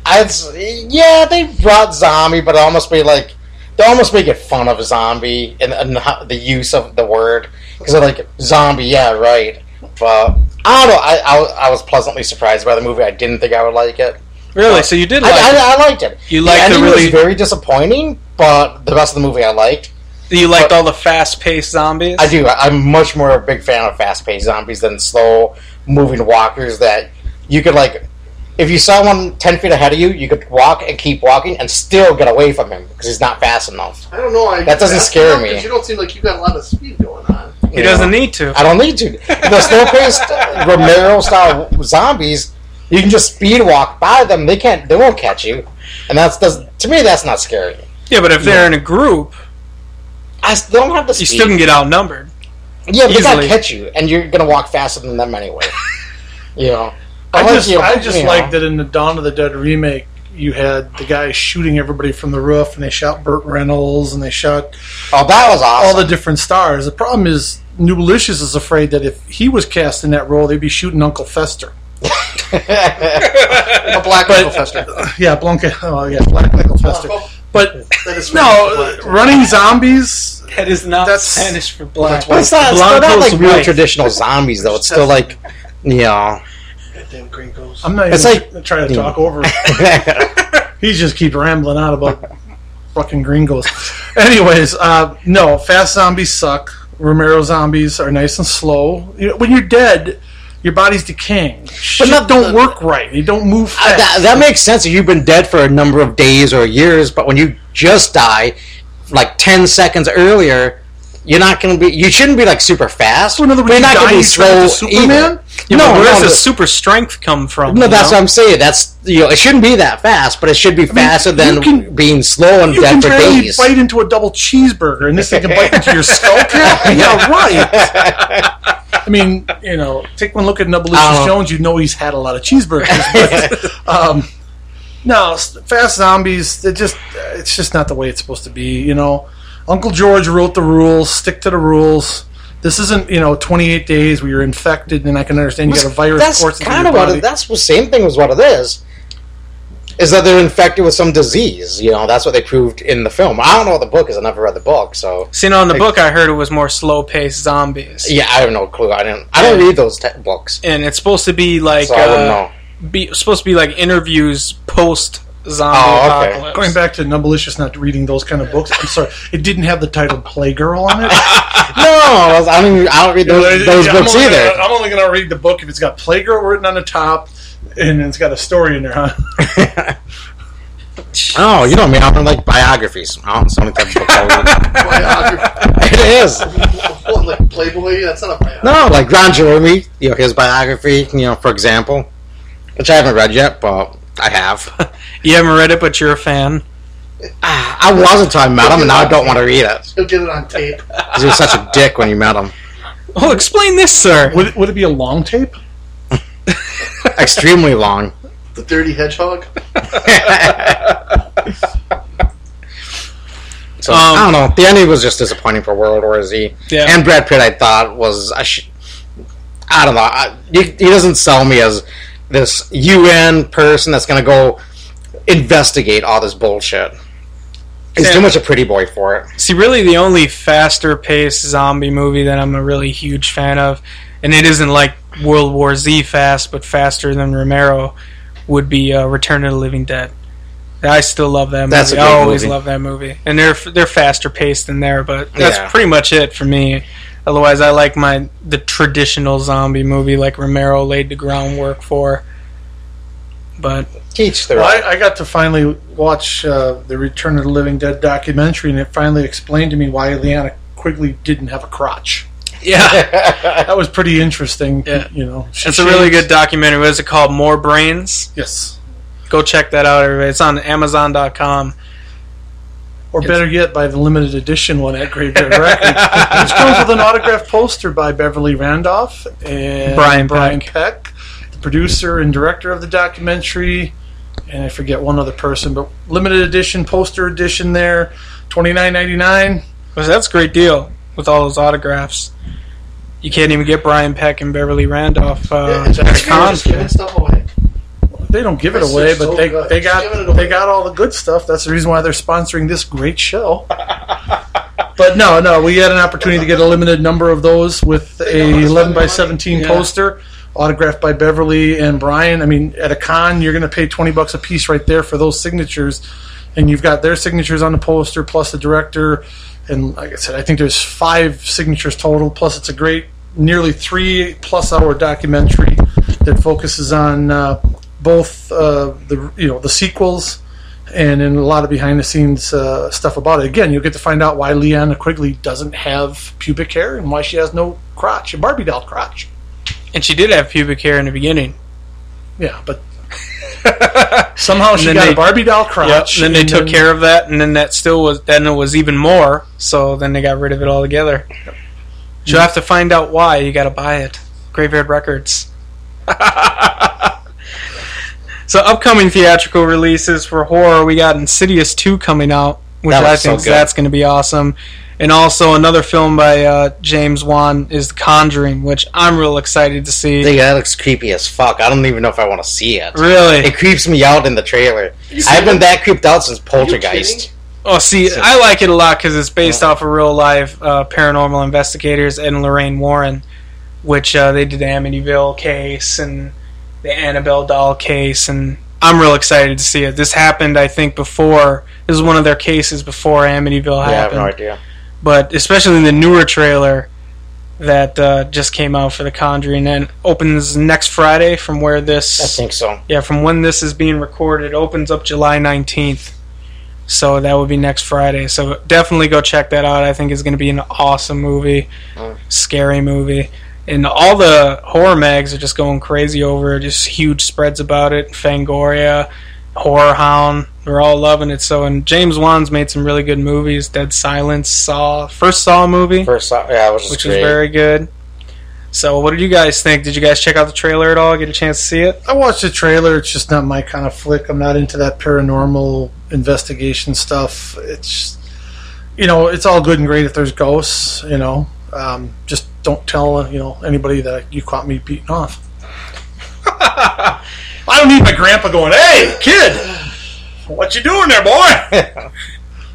Speaker 4: I'd, s- yeah, they brought zombie, but it almost be like they almost make it fun of zombie and, and how- the use of the word because they're like zombie, yeah, right. But I don't know. I, I was- I was pleasantly surprised by the movie. I didn't think I would like it.
Speaker 1: Really? so you did
Speaker 4: I,
Speaker 1: like it.
Speaker 4: I, I liked it.
Speaker 1: You liked the
Speaker 4: ending
Speaker 1: really-
Speaker 4: was very disappointing, but the rest of the movie I liked.
Speaker 1: You liked
Speaker 4: But-
Speaker 1: all the fast-paced zombies.
Speaker 4: I do. I- I'm much more a big fan of fast paced zombies than slow moving walkers that you could like. If you saw one 10 feet ahead of you, you could walk and keep walking and still get away from him because he's not fast enough.
Speaker 5: I don't know. I,
Speaker 4: That doesn't
Speaker 5: that's
Speaker 4: scare
Speaker 5: not- 'cause
Speaker 4: me.
Speaker 5: You don't seem like you've got a lot of speed going on.
Speaker 1: he doesn't need to.
Speaker 4: I don't need to. The slow paced Romero style zombies, you can just speed walk by them. They can't. They won't catch you. And that's, that's to me that's not scary.
Speaker 1: yeah, but if they're in a group,
Speaker 4: I s- they don't have the
Speaker 1: you
Speaker 4: speed.
Speaker 1: still can get outnumbered.
Speaker 4: yeah, but they gotta
Speaker 1: easily.
Speaker 4: catch you, and you're gonna walk faster than them anyway. you know.
Speaker 3: I
Speaker 4: Unless
Speaker 3: just,
Speaker 4: you-
Speaker 3: I just
Speaker 4: you know.
Speaker 3: like that in the Dawn of the Dead remake, you had the guy shooting everybody from the roof, and they shot Burt Reynolds, and they shot
Speaker 4: Oh, that was
Speaker 3: all
Speaker 4: awesome.
Speaker 3: the different stars. The problem is, New Malicious is afraid that if he was cast in that role, they'd be shooting Uncle Fester.
Speaker 4: a black
Speaker 3: But-
Speaker 4: Uncle Fester.
Speaker 3: Yeah, Blanca. Oh, yeah, Black Michael Fester.
Speaker 4: Oh.
Speaker 5: Well,
Speaker 3: But
Speaker 5: that is
Speaker 3: no, uh, running zombies.
Speaker 1: That is not
Speaker 3: That's-
Speaker 1: Spanish for black.
Speaker 5: that's
Speaker 4: But it's not, it's still not
Speaker 3: Blanco's
Speaker 4: like real
Speaker 3: wife.
Speaker 4: traditional zombies though. It's still like, you know.
Speaker 5: Goddamn Gringos.
Speaker 3: I'm not even
Speaker 4: It's
Speaker 3: trying to talk over. he just keeps rambling on about fucking gringos. Anyways, uh, no, fast zombies suck. Romero zombies are nice and slow. You know, when you're dead, your body's decaying. Shit
Speaker 4: not-
Speaker 3: don't work right. They don't move fast.
Speaker 4: that, that makes sense. If you've been dead for a number of days or years, but when you just die, like ten seconds earlier, you're not gonna be. You shouldn't be like super fast.
Speaker 3: So in other words,
Speaker 4: but you're
Speaker 3: you
Speaker 4: not
Speaker 3: die
Speaker 4: gonna be
Speaker 3: and you turn
Speaker 4: slow
Speaker 3: into
Speaker 4: either.
Speaker 3: Superman?
Speaker 1: Yeah,
Speaker 4: no,
Speaker 1: but where
Speaker 4: no,
Speaker 1: does the
Speaker 4: the-
Speaker 1: super strength come from?
Speaker 4: no,
Speaker 1: you
Speaker 4: that's
Speaker 1: know?
Speaker 4: what I'm saying. That's you know, it shouldn't be that fast, but it should be faster
Speaker 3: you
Speaker 4: than
Speaker 3: can-
Speaker 4: being slow and
Speaker 3: You
Speaker 4: dead
Speaker 3: can
Speaker 4: for
Speaker 3: barely
Speaker 4: days.
Speaker 3: bite into a double cheeseburger, and this thing can bite into your skull cap. Yeah, right. I mean, you know, take one look at
Speaker 4: I
Speaker 3: Nubalicious
Speaker 4: don't-
Speaker 3: Jones. You know he's had a lot of cheeseburgers. But, um, no, s- fast zombies. It just uh, it's just not the way it's supposed to be. You know, Uncle George wrote the rules. Stick to the rules. This isn't you know 28 days where you're infected, and I can understand you got a virus.
Speaker 4: That's
Speaker 3: coursing through
Speaker 4: kind
Speaker 3: your
Speaker 4: of what
Speaker 3: body.
Speaker 4: it, that's the same thing as what it is. Is that they're infected with some disease? You know, that's what they proved in the film. I don't know what the book is. I never read the book, so
Speaker 1: See, now in the book, I heard it was more slow-paced zombies.
Speaker 4: yeah, I have no clue. I didn't. I don't read those te- books,
Speaker 1: and it's supposed to be like
Speaker 4: so I
Speaker 1: uh,
Speaker 4: wouldn't know.
Speaker 1: be supposed to be like interviews post zombie
Speaker 4: Oh, okay.
Speaker 1: apocalypse.
Speaker 3: Going back to Nubalicious not reading those kind of books, I'm sorry. It didn't have the title Playgirl on it.
Speaker 4: No, I was- I don't. Even, I don't read those, those
Speaker 3: Yeah,
Speaker 4: books
Speaker 3: I'm only
Speaker 4: either.
Speaker 3: Gonna, I'm only going to read the book if it's got Playgirl written on the top and it's got a story in there, huh?
Speaker 4: oh, you know me. I don't like biographies. I don't. It's the only type of book I read.
Speaker 5: Biography.
Speaker 4: it is.
Speaker 5: What, like Playboy? That's not a biography.
Speaker 4: No, like Ron Jeremy. You know his biography. You know, for example, which I haven't read yet, but I have. Ah,
Speaker 1: You haven't read it, but you're a fan.
Speaker 4: I wasn't talking about him, and now I don't want to read it.
Speaker 5: He'll get it on tape.
Speaker 4: 'Cause he was such a dick when you met him.
Speaker 1: Oh, explain this, sir.
Speaker 3: Would it, would it be a long tape?
Speaker 4: Extremely long.
Speaker 5: The Dirty Hedgehog.
Speaker 4: So
Speaker 1: Um,
Speaker 4: I don't know. The ending was just disappointing for World War Z.
Speaker 1: Yeah.
Speaker 4: And Brad Pitt, I thought was I, sh- I don't know. I, he, he doesn't sell me as this UN person that's going to go investigate all this bullshit. He's
Speaker 1: Yeah.
Speaker 4: too much a pretty boy for it.
Speaker 1: See, really, the only faster-paced zombie movie that I'm a really huge fan of, and it isn't like World War Z fast, but faster than Romero, would be uh, Return of the Living Dead. I still love that movie.
Speaker 4: That's a
Speaker 1: I
Speaker 4: great
Speaker 1: always
Speaker 4: movie.
Speaker 1: love that movie, and they're they're faster paced than there, but that's
Speaker 4: Yeah.
Speaker 1: pretty much it for me. Otherwise, I like my the traditional zombie movie like Romero laid the groundwork for. But
Speaker 4: Teach the
Speaker 3: Well, I, I got to finally watch uh, the Return of the Living Dead documentary, and it finally explained to me why Leanna Quigley didn't have a crotch.
Speaker 1: yeah,
Speaker 3: That was pretty interesting.
Speaker 1: Yeah.
Speaker 3: You know, She
Speaker 1: it's a really
Speaker 3: shaves-
Speaker 1: good documentary. What is it called? More Brains.
Speaker 3: Yes.
Speaker 1: Go check that out, everybody. It's on Amazon.com.
Speaker 3: Or better yet, by the limited edition one at Graveyard Records, which comes with an autographed poster by Beverly Randolph and
Speaker 1: Brian
Speaker 3: Brian Peck. the producer and director of the documentary. and I forget one other person, but limited edition poster edition there, twenty nine ninety nine.
Speaker 1: Because that's a great deal with all those autographs. You can't even get Brian Peck and Beverly Randolph.
Speaker 5: Yeah,
Speaker 1: Uh,
Speaker 5: it's
Speaker 1: at
Speaker 5: actually just
Speaker 1: cons.
Speaker 5: giving stuff away.
Speaker 3: They don't give it
Speaker 5: This is
Speaker 3: away, but
Speaker 5: so
Speaker 3: they,
Speaker 5: good.
Speaker 3: they
Speaker 5: Just give
Speaker 3: got
Speaker 5: it away.
Speaker 3: they got all the good stuff. That's the reason why they're sponsoring this great show. but no, no, we had an opportunity to get a limited number of those with
Speaker 5: don't
Speaker 3: a
Speaker 5: wanna
Speaker 3: eleven
Speaker 5: spend
Speaker 3: by
Speaker 5: money.
Speaker 3: seventeen
Speaker 1: Yeah.
Speaker 3: poster. Autographed by Beverly and Brian. I mean, at a con, you're going to pay twenty bucks a piece right there for those signatures, and you've got their signatures on the poster plus the director, and like I said, I think there's five signatures total. Plus, it's a great, nearly three plus hour documentary that focuses on uh, both uh, the you know the sequels and then a lot of behind the scenes uh, stuff about it. Again, you'll get to find out why Leanna Quigley doesn't have pubic hair and why she has no crotch, a Barbie doll crotch.
Speaker 1: And she did have pubic hair in the beginning.
Speaker 3: Yeah, but somehow she
Speaker 1: then
Speaker 3: got
Speaker 1: they-
Speaker 3: a Barbie doll
Speaker 1: Yep.
Speaker 3: crotch.
Speaker 1: Then they
Speaker 3: and
Speaker 1: took
Speaker 4: Mm-hmm.
Speaker 1: care of that, and then that still was. Then it was even more. So then they got rid of it altogether. You'll have to find out why. You got to buy it. Graveyard Records. so upcoming theatrical releases for horror, we got Insidious two coming out, which
Speaker 4: That
Speaker 1: I
Speaker 4: looks so
Speaker 1: think
Speaker 4: good.
Speaker 1: that's going to be awesome. And also another film by uh, James Wan is The Conjuring, which I'm real excited to see.
Speaker 4: Dude, that looks creepy as fuck. I don't even know if I want to see it.
Speaker 1: really,
Speaker 4: It creeps me out in the trailer. I've been that creeped out since Poltergeist.
Speaker 1: Oh, see,
Speaker 4: So-
Speaker 1: I like it a lot because it's based off of real life uh, paranormal investigators Ed and Lorraine Warren, which uh, they did the Amityville case and the Annabelle doll case, and I'm real excited to see it. This happened, I think, before. This is one of their cases before Amityville
Speaker 4: Yeah, I have
Speaker 1: happened,
Speaker 4: no idea.
Speaker 1: but especially in the newer trailer that uh, just came out for The Conjuring and opens next Friday from where this
Speaker 4: I think so.
Speaker 1: yeah, from when this is being recorded, it opens up July 19th. So that would be next Friday. So definitely go check that out. I think it's going to be an awesome movie,
Speaker 4: Mm.
Speaker 1: scary movie. And all the horror mags are just going crazy over it, just huge spreads about it. Fangoria, Horror Hound, they're all loving it. So, and James Wan's made some really good movies Dead Silence, Saw, first Saw movie,
Speaker 4: First, off- yeah, it was just
Speaker 1: which was
Speaker 4: great.
Speaker 1: very good. So, what did you guys think? Did you guys check out the trailer at all? Get a chance to see it?
Speaker 3: I watched the trailer. It's just not my kind of flick. I'm not into that paranormal investigation stuff. It's, you know, it's all good and great if there's ghosts. You know, um, just don't tell you know anybody that you caught me beating off. I don't need my grandpa going, "Hey, kid, what you doing there, boy?"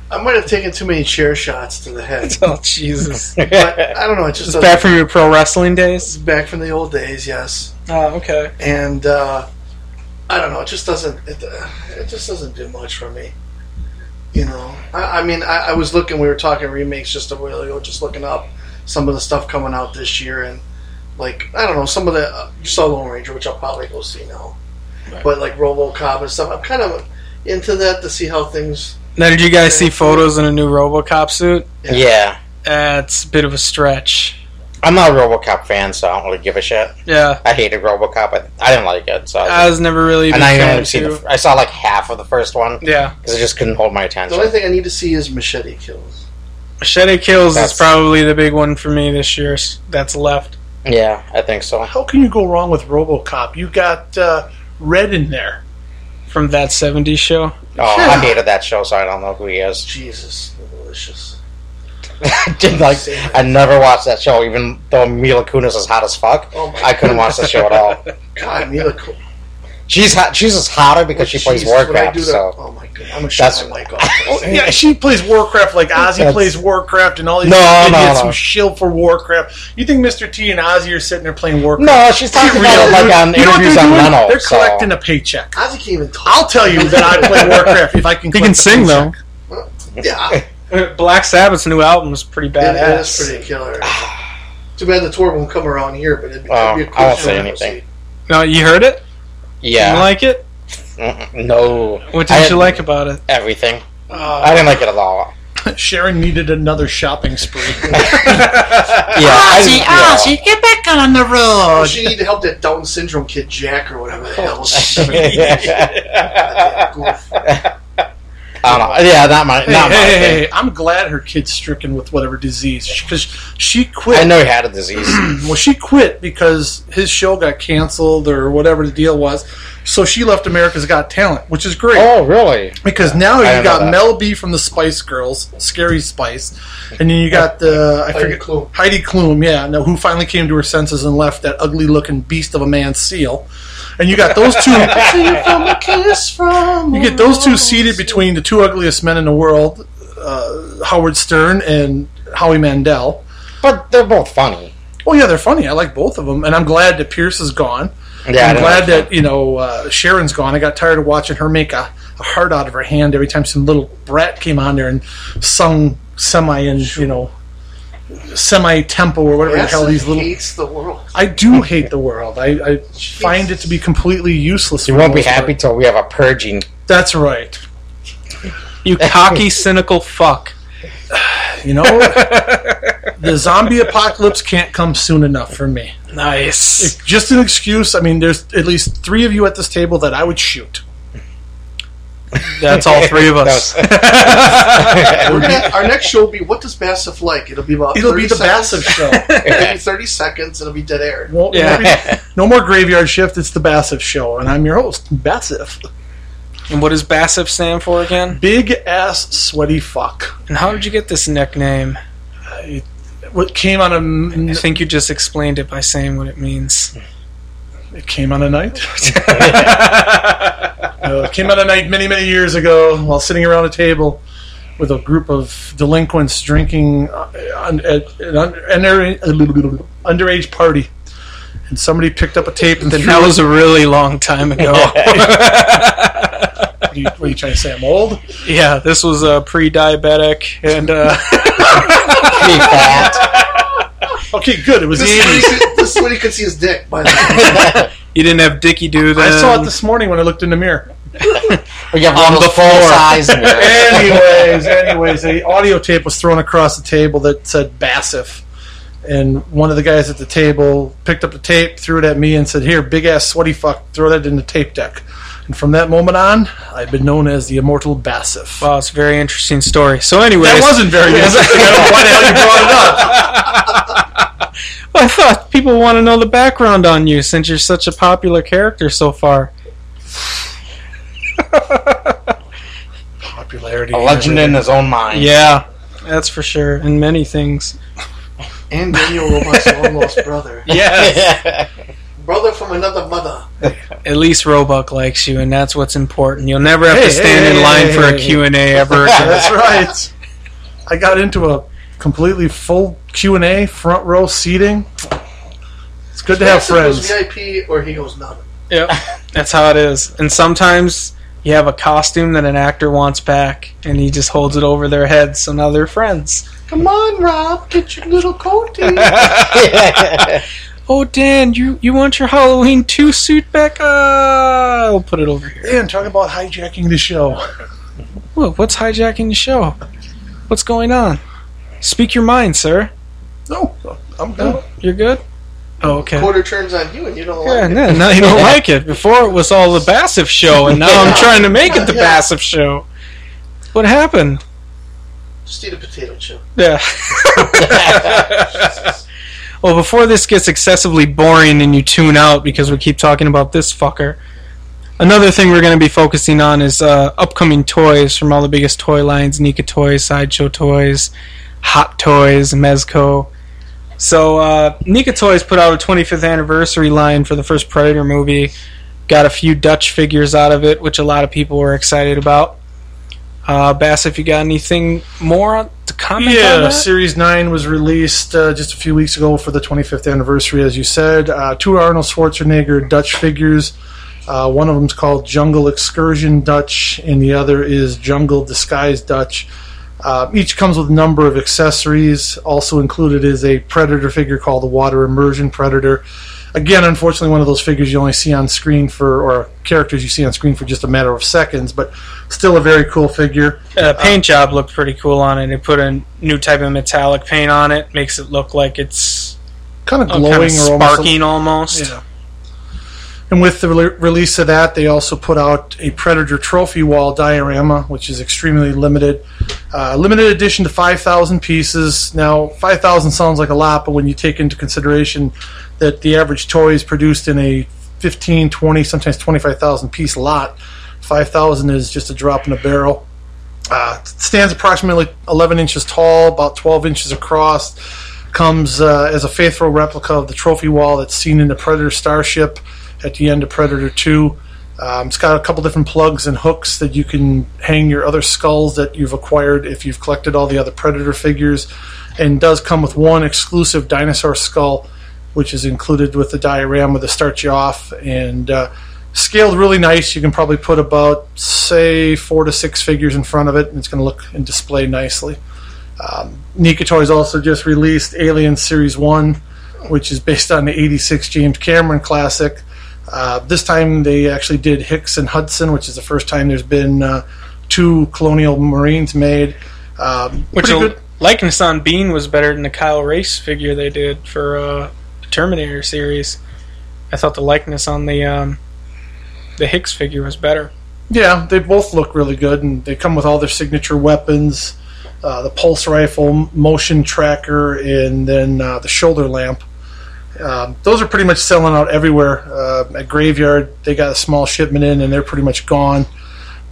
Speaker 5: I might have taken too many chair shots to the head.
Speaker 1: Oh Jesus!
Speaker 5: But I don't know. It just
Speaker 1: It's
Speaker 5: doesn't-
Speaker 1: back from your pro wrestling days.
Speaker 5: it's back from the old days, yes.
Speaker 1: Oh, okay.
Speaker 5: And uh, I don't know. It just doesn't. It, uh, it just doesn't do much for me. You know. I, I mean, I, I was looking. We were talking remakes just a while ago. Just looking up some of the stuff coming out this year, and like I don't know, some of the uh, you saw Lone Ranger, which I'll probably go see now. But like RoboCop and stuff, I'm kind of into that to see how things.
Speaker 1: Now, did you guys see photos in a new RoboCop suit?
Speaker 5: Yeah.
Speaker 4: yeah.
Speaker 1: That's a bit of a stretch.
Speaker 4: I'm not a RoboCop fan, so I don't really give a shit.
Speaker 1: Yeah,
Speaker 4: I hated RoBocop. I, I didn't like it, so I
Speaker 1: I
Speaker 4: was,
Speaker 1: was never really. a big
Speaker 4: and I
Speaker 1: fan
Speaker 4: only
Speaker 1: of
Speaker 4: seen.
Speaker 1: two.
Speaker 4: The, I saw like half of the first one
Speaker 1: Yeah,
Speaker 4: because I just couldn't hold my
Speaker 5: The
Speaker 4: attention.
Speaker 5: only thing I need to see is Machete Kills.
Speaker 1: Machete Kills
Speaker 4: That's-
Speaker 1: is probably the big one for me this year. s- That's left.
Speaker 4: yeah, I think so.
Speaker 3: How can you go wrong with RoboCop? You got uh, Red in there.
Speaker 1: From that 70s show?
Speaker 4: Oh, I hated that show, so I don't know who he is.
Speaker 5: Jesus, delicious.
Speaker 4: I did like. I never watched that show, even though Mila Kunis is hot as fuck.
Speaker 5: Oh my
Speaker 4: I couldn't watch the show at all.
Speaker 5: God, Mila. Kunis.
Speaker 4: She's hot. She's just hotter because she plays
Speaker 5: Jesus, when I
Speaker 4: Warcraft.
Speaker 5: do that-
Speaker 4: So
Speaker 5: Oh my god, I'm gonna shut
Speaker 4: That's-
Speaker 5: my mic off.
Speaker 3: Oh, yeah, she plays Warcraft like Ozzy
Speaker 4: That's-
Speaker 3: plays Warcraft and all these
Speaker 4: No,
Speaker 3: idiots
Speaker 4: no, no.
Speaker 3: who shill for Warcraft. You think Mr. T and Ozzy are sitting there playing Warcraft?
Speaker 4: no, she's talking about it like on
Speaker 3: You know what
Speaker 4: interviews
Speaker 3: they're
Speaker 4: on
Speaker 3: doing?
Speaker 4: Leno.
Speaker 3: They're
Speaker 4: so-
Speaker 3: collecting a paycheck.
Speaker 5: Ozzy can't even talk.
Speaker 3: I'll tell you that I play Warcraft if I can.
Speaker 1: He
Speaker 3: collect
Speaker 1: can
Speaker 3: the
Speaker 1: sing, though.
Speaker 3: paycheck.
Speaker 5: yeah, it-
Speaker 1: Black Sabbath's new album is pretty
Speaker 5: it
Speaker 1: badass.
Speaker 5: is pretty killer. Too bad the tour won't come around here, but it'd be,
Speaker 4: Oh,
Speaker 5: it'd
Speaker 4: I
Speaker 5: be a cool
Speaker 4: won't
Speaker 5: show
Speaker 4: say
Speaker 5: to go
Speaker 4: anything.
Speaker 5: see.
Speaker 1: No, you heard it? You
Speaker 4: yeah.
Speaker 1: like it?
Speaker 4: Mm-mm, no.
Speaker 1: What
Speaker 4: I
Speaker 1: did
Speaker 4: had
Speaker 1: you like about it?
Speaker 4: Everything. I
Speaker 5: Uh,
Speaker 4: didn't like it at all.
Speaker 3: Sharon needed another shopping spree. Ah,
Speaker 4: Yeah. I didn't- yeah.
Speaker 3: get back on the road.
Speaker 5: Oh, she need to help that Down syndrome
Speaker 4: Oh,
Speaker 5: kid Jack or whatever the hell.
Speaker 4: yeah.
Speaker 5: Goof.
Speaker 4: I don't know. Yeah, not my,
Speaker 3: Hey,
Speaker 4: not my
Speaker 3: hey, hey,
Speaker 4: thing.
Speaker 3: hey, I'm glad her kid's stricken with whatever disease because she quit.
Speaker 4: I know he had a disease.
Speaker 3: Well, she quit because his show got canceled or whatever the deal was. So she left America's Got Talent, which is great
Speaker 4: oh, really?
Speaker 3: because now
Speaker 4: I
Speaker 3: you
Speaker 4: didn't know
Speaker 3: got
Speaker 4: that.
Speaker 3: Mel B from the Spice Girls, Scary Spice, and then you got the I
Speaker 5: Heidi
Speaker 3: forget
Speaker 5: Klum.
Speaker 3: Heidi Klum, yeah, no, who finally came to her senses and left that ugly-looking beast of a man Seal, and you got those two.
Speaker 5: from a kiss from
Speaker 3: You get those two seated between the two ugliest men in the world, uh, Howard Stern and Howie Mandel.
Speaker 4: But they're both funny.
Speaker 3: Oh yeah, they're funny. I like both of them, and I'm glad that Pierce is gone.
Speaker 4: Yeah, I
Speaker 3: I'm
Speaker 4: don't
Speaker 3: glad
Speaker 4: know.
Speaker 3: that you know uh, Sharon's gone. I got tired of watching her make a, a heart out of her hand every time some little brat came on there and sung semi and you know semi tempo or whatever the hell
Speaker 5: Yes,
Speaker 3: these
Speaker 5: he
Speaker 3: little.
Speaker 5: hates the world.
Speaker 3: I do hate the world. I, I find it to be completely useless.
Speaker 4: You
Speaker 3: for
Speaker 4: won't
Speaker 3: the
Speaker 4: be
Speaker 3: most
Speaker 4: happy
Speaker 3: part.
Speaker 4: till we have a purging.
Speaker 3: That's right.
Speaker 1: You cocky, cynical fuck.
Speaker 3: You know, the zombie apocalypse can't come soon enough for me.
Speaker 1: Nice.
Speaker 3: It's just an excuse. I mean, there's at least three of you at this table that I would shoot.
Speaker 1: That's all three of us.
Speaker 5: We're gonna, our next show will be what does Massive like? It'll be about
Speaker 3: It'll be
Speaker 5: 30
Speaker 3: the
Speaker 5: seconds.
Speaker 3: Bassif show.
Speaker 5: Maybe thirty seconds. It'll be dead air.
Speaker 3: Won't-
Speaker 1: Yeah.
Speaker 3: maybe- no more graveyard shift. It's the Bassif show, and I'm your host, Bassif.
Speaker 1: And what does BASF stand for again?
Speaker 3: Big ass sweaty fuck.
Speaker 1: And how did you get this nickname?
Speaker 3: What came on
Speaker 1: I
Speaker 3: a m-
Speaker 1: think you just explained it by saying what it means.
Speaker 3: it came on a night. No, it came on a night many many years ago while sitting around a table with a group of delinquents drinking uh, un- at an under- under- underage party, and somebody picked up a tape and
Speaker 1: Then
Speaker 3: threw
Speaker 1: that
Speaker 3: it-
Speaker 1: was a really long time ago.
Speaker 3: What are you- what are you trying to say? I'm old.
Speaker 1: yeah, this was uh, pre-diabetic, and uh,
Speaker 4: Pretty fat.
Speaker 3: Okay, good. It was the
Speaker 5: This is, when
Speaker 3: 80s.
Speaker 5: he could, this is when he could see his dick. By the way.
Speaker 1: you didn't have Dicky do that.
Speaker 3: I saw it this morning when I looked in the mirror.
Speaker 4: We have
Speaker 1: On
Speaker 4: one of
Speaker 1: the
Speaker 4: those
Speaker 1: floor.
Speaker 4: full size mirrors.
Speaker 3: anyways, anyways, the audio tape was thrown across the table that said Bassif. And one of the guys at the table picked up the tape, threw it at me, and said, Here, big ass sweaty fuck, throw that in the tape deck. And from that moment on, I've been known as the immortal Bassif.
Speaker 1: Wow, it's a very interesting story. So, anyways,
Speaker 3: that wasn't very interesting. I don't know why the hell you brought it up.
Speaker 1: Well, I thought people want to know the background on you since you're such a popular character so far.
Speaker 3: Popularity.
Speaker 4: A legend in his own mind.
Speaker 1: Yeah, that's for sure, and many things.
Speaker 5: and Daniel Robot's long-lost brother,
Speaker 1: Yeah,
Speaker 5: brother from another mother.
Speaker 1: at least Roebuck likes you, and that's what's important. You'll never have
Speaker 3: Hey,
Speaker 1: to stand
Speaker 3: hey,
Speaker 1: in line
Speaker 3: hey,
Speaker 1: for a
Speaker 3: hey.
Speaker 1: Q and A ever again.
Speaker 3: That's right. I got into a completely full Q&A, front row seating. It's good to have
Speaker 5: Massive goes
Speaker 3: friends.
Speaker 5: VIP or he goes none.
Speaker 1: yep, that's how it is. And sometimes you have a costume that an actor wants back, and he just holds it over their head, so now they're friends.
Speaker 5: Come on, Rob, get your little coatie.
Speaker 1: Oh, Dan, you you want your Halloween two suit back? Uh, I'll put it over here.
Speaker 3: And talking about hijacking the show.
Speaker 1: Whoa, what's hijacking the show? What's going on? Speak your mind, sir.
Speaker 3: No, I'm
Speaker 1: No, you're good. Oh, okay.
Speaker 5: Quarter turns on you, and you don't
Speaker 1: Yeah,
Speaker 5: like it.
Speaker 1: no, now you don't like it. Before it was all the Bassif show, and now I'm trying to make it the
Speaker 5: Yeah.
Speaker 1: Bassif show. What happened?
Speaker 5: Just eat a potato chip.
Speaker 1: Yeah. well, before this gets excessively boring and you tune out because we keep talking about this fucker, another thing we're going to be focusing on is uh, upcoming toys from all the biggest toy lines Nika Toys, Sideshow Toys, Hot Toys, Mezco. So, uh, Nika Toys put out a 25th anniversary line for the first Predator movie. Got a few Dutch figures out of it, which a lot of people were excited about. Uh, Bass, if you got anything more on- to comment on
Speaker 3: Yeah,
Speaker 1: that?
Speaker 3: Series 9 was released uh, just a few weeks ago for the 25th anniversary, as you said. Uh, two Arnold Schwarzenegger Dutch figures. Uh, one of them's called Jungle Excursion Dutch, and the other is Jungle Disguise Dutch. Uh, each comes with a number of accessories. Also included is a Predator figure called the Water Immersion Predator. Again, unfortunately, one of those figures you only see on screen for, or characters you see on screen for just a matter of seconds, but still a very cool figure.
Speaker 1: uh,
Speaker 3: Oh.
Speaker 1: paint job looked pretty cool on it. They put a new type of metallic paint on it, makes it look like it's
Speaker 3: Kind of
Speaker 1: uh, kind
Speaker 3: glowing
Speaker 1: of
Speaker 3: or almost a-
Speaker 1: sparking almost.
Speaker 3: Yeah. And with the rele- release of that, they also put out a Predator trophy wall diorama, which is extremely limited. Uh, limited edition to 5,000 pieces. Now, 5,000 sounds like a lot, but when you take into consideration that the average toy is produced in a 15, 20, sometimes 25,000 piece lot, 5,000 is just a drop in the barrel. Uh, stands approximately 11 inches tall, about 12 inches across. Comes uh, as a faithful replica of the trophy wall that's seen in the Predator starship at the end of Predator 2. Um, it's got a couple different plugs and hooks that you can hang your other skulls that you've acquired if you've collected all the other Predator figures, and does come with one exclusive dinosaur skull, which is included with the diorama that starts you off and uh, scaled really nice. You can probably put about say four to six figures in front of it, and it's going to look and display nicely. Um, Nika Toys also just released Alien Series One, which is based on the '86 James Cameron classic. Uh, this time they actually did Hicks and Hudson, which is the first time there's been uh, two Colonial Marines made. Um,
Speaker 1: Which
Speaker 3: pretty
Speaker 1: a,
Speaker 3: good.
Speaker 1: likeness on Bean was better than the Kyle Race figure they did for uh, the Terminator series. I thought the likeness on the um, the Hicks figure was better.
Speaker 3: Yeah, they both look really good, and they come with all their signature weapons: uh, the pulse rifle, m- motion tracker, and then uh, the shoulder lamp. Um, those are pretty much selling out everywhere. Uh, at Graveyard, they got a small shipment in, and they're pretty much gone.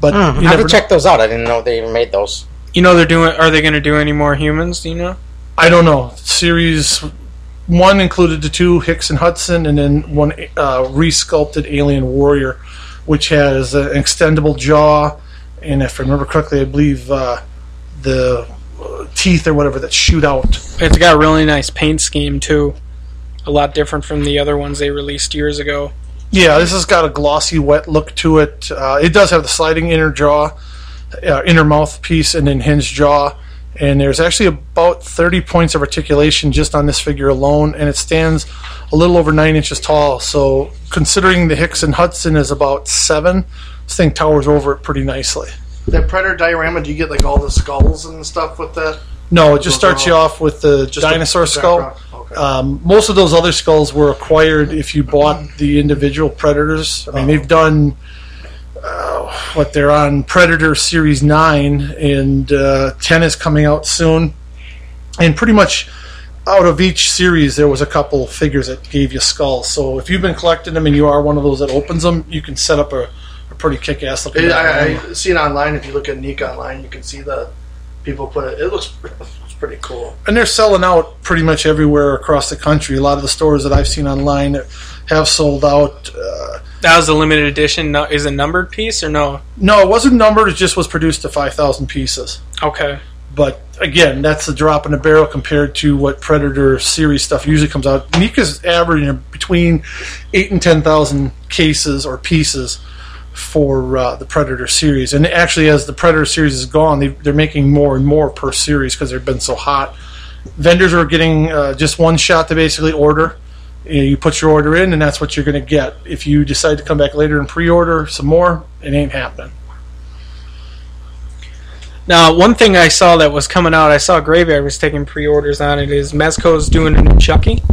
Speaker 3: But
Speaker 4: Hmm,
Speaker 3: you
Speaker 4: I have
Speaker 3: never,
Speaker 4: to check those out. I didn't know they even made those.
Speaker 1: You know they're doing. Are they going to do any more humans? Do you know?
Speaker 3: I don't know. Series one included the two Hicks and Hudson, and then one uh, resculpted Alien Warrior, which has an extendable jaw, and if I remember correctly, I believe uh, the uh, teeth or whatever that shoot out.
Speaker 1: It's got a really nice paint scheme too. A lot different from the other ones they released years ago.
Speaker 3: Yeah, this has got a glossy, wet look to it. Uh, it does have the sliding inner jaw, uh, inner mouthpiece, and then hinge jaw. And there's actually about 30 points of articulation just on this figure alone, and it stands a little over nine inches tall. So, considering the Hicks and Hudson is about seven, this thing towers over it pretty nicely.
Speaker 5: That Predator diorama, do you get like all the skulls and stuff with that?
Speaker 3: No, it just starts you off with the dinosaur
Speaker 5: the
Speaker 3: skull.
Speaker 5: background. Okay.
Speaker 3: Um, most of those other skulls were acquired if you bought the individual predators. I mean, they've done uh, what they're on Predator Series Nine, and uh, ten is coming out soon. And pretty much out of each series, there was a couple figures that gave you skulls. So if you've been collecting them and you are one of those that opens them, you can set up a, a pretty kick-ass looking.
Speaker 5: It- I,
Speaker 3: diorama.
Speaker 5: I see it online. If you look at Nick online, you can see the people put it. It looks it's pretty cool.
Speaker 3: and they're selling out pretty much everywhere across the country. A lot of the stores that I've seen online have sold out. Uh,
Speaker 1: That was a limited edition. No, is it numbered piece or no?
Speaker 3: no, it wasn't numbered; it just was produced to five thousand pieces.
Speaker 1: Okay.
Speaker 3: But again, that's a drop in the barrel compared to what Predator series stuff usually comes out. Nika's averaging between eight and ten thousand cases or pieces for uh, the Predator series. And actually, as the Predator series is gone, they, they're making more and more per series because they've been so hot. Vendors are getting uh, just one shot to basically order. You you put your order in, and that's what you're going to get. If you decide to come back later and pre-order some more, it ain't happening.
Speaker 1: Now, one thing I saw that was coming out, I saw Graveyard was taking pre-orders on it. Is Mezco's doing a new Chucky?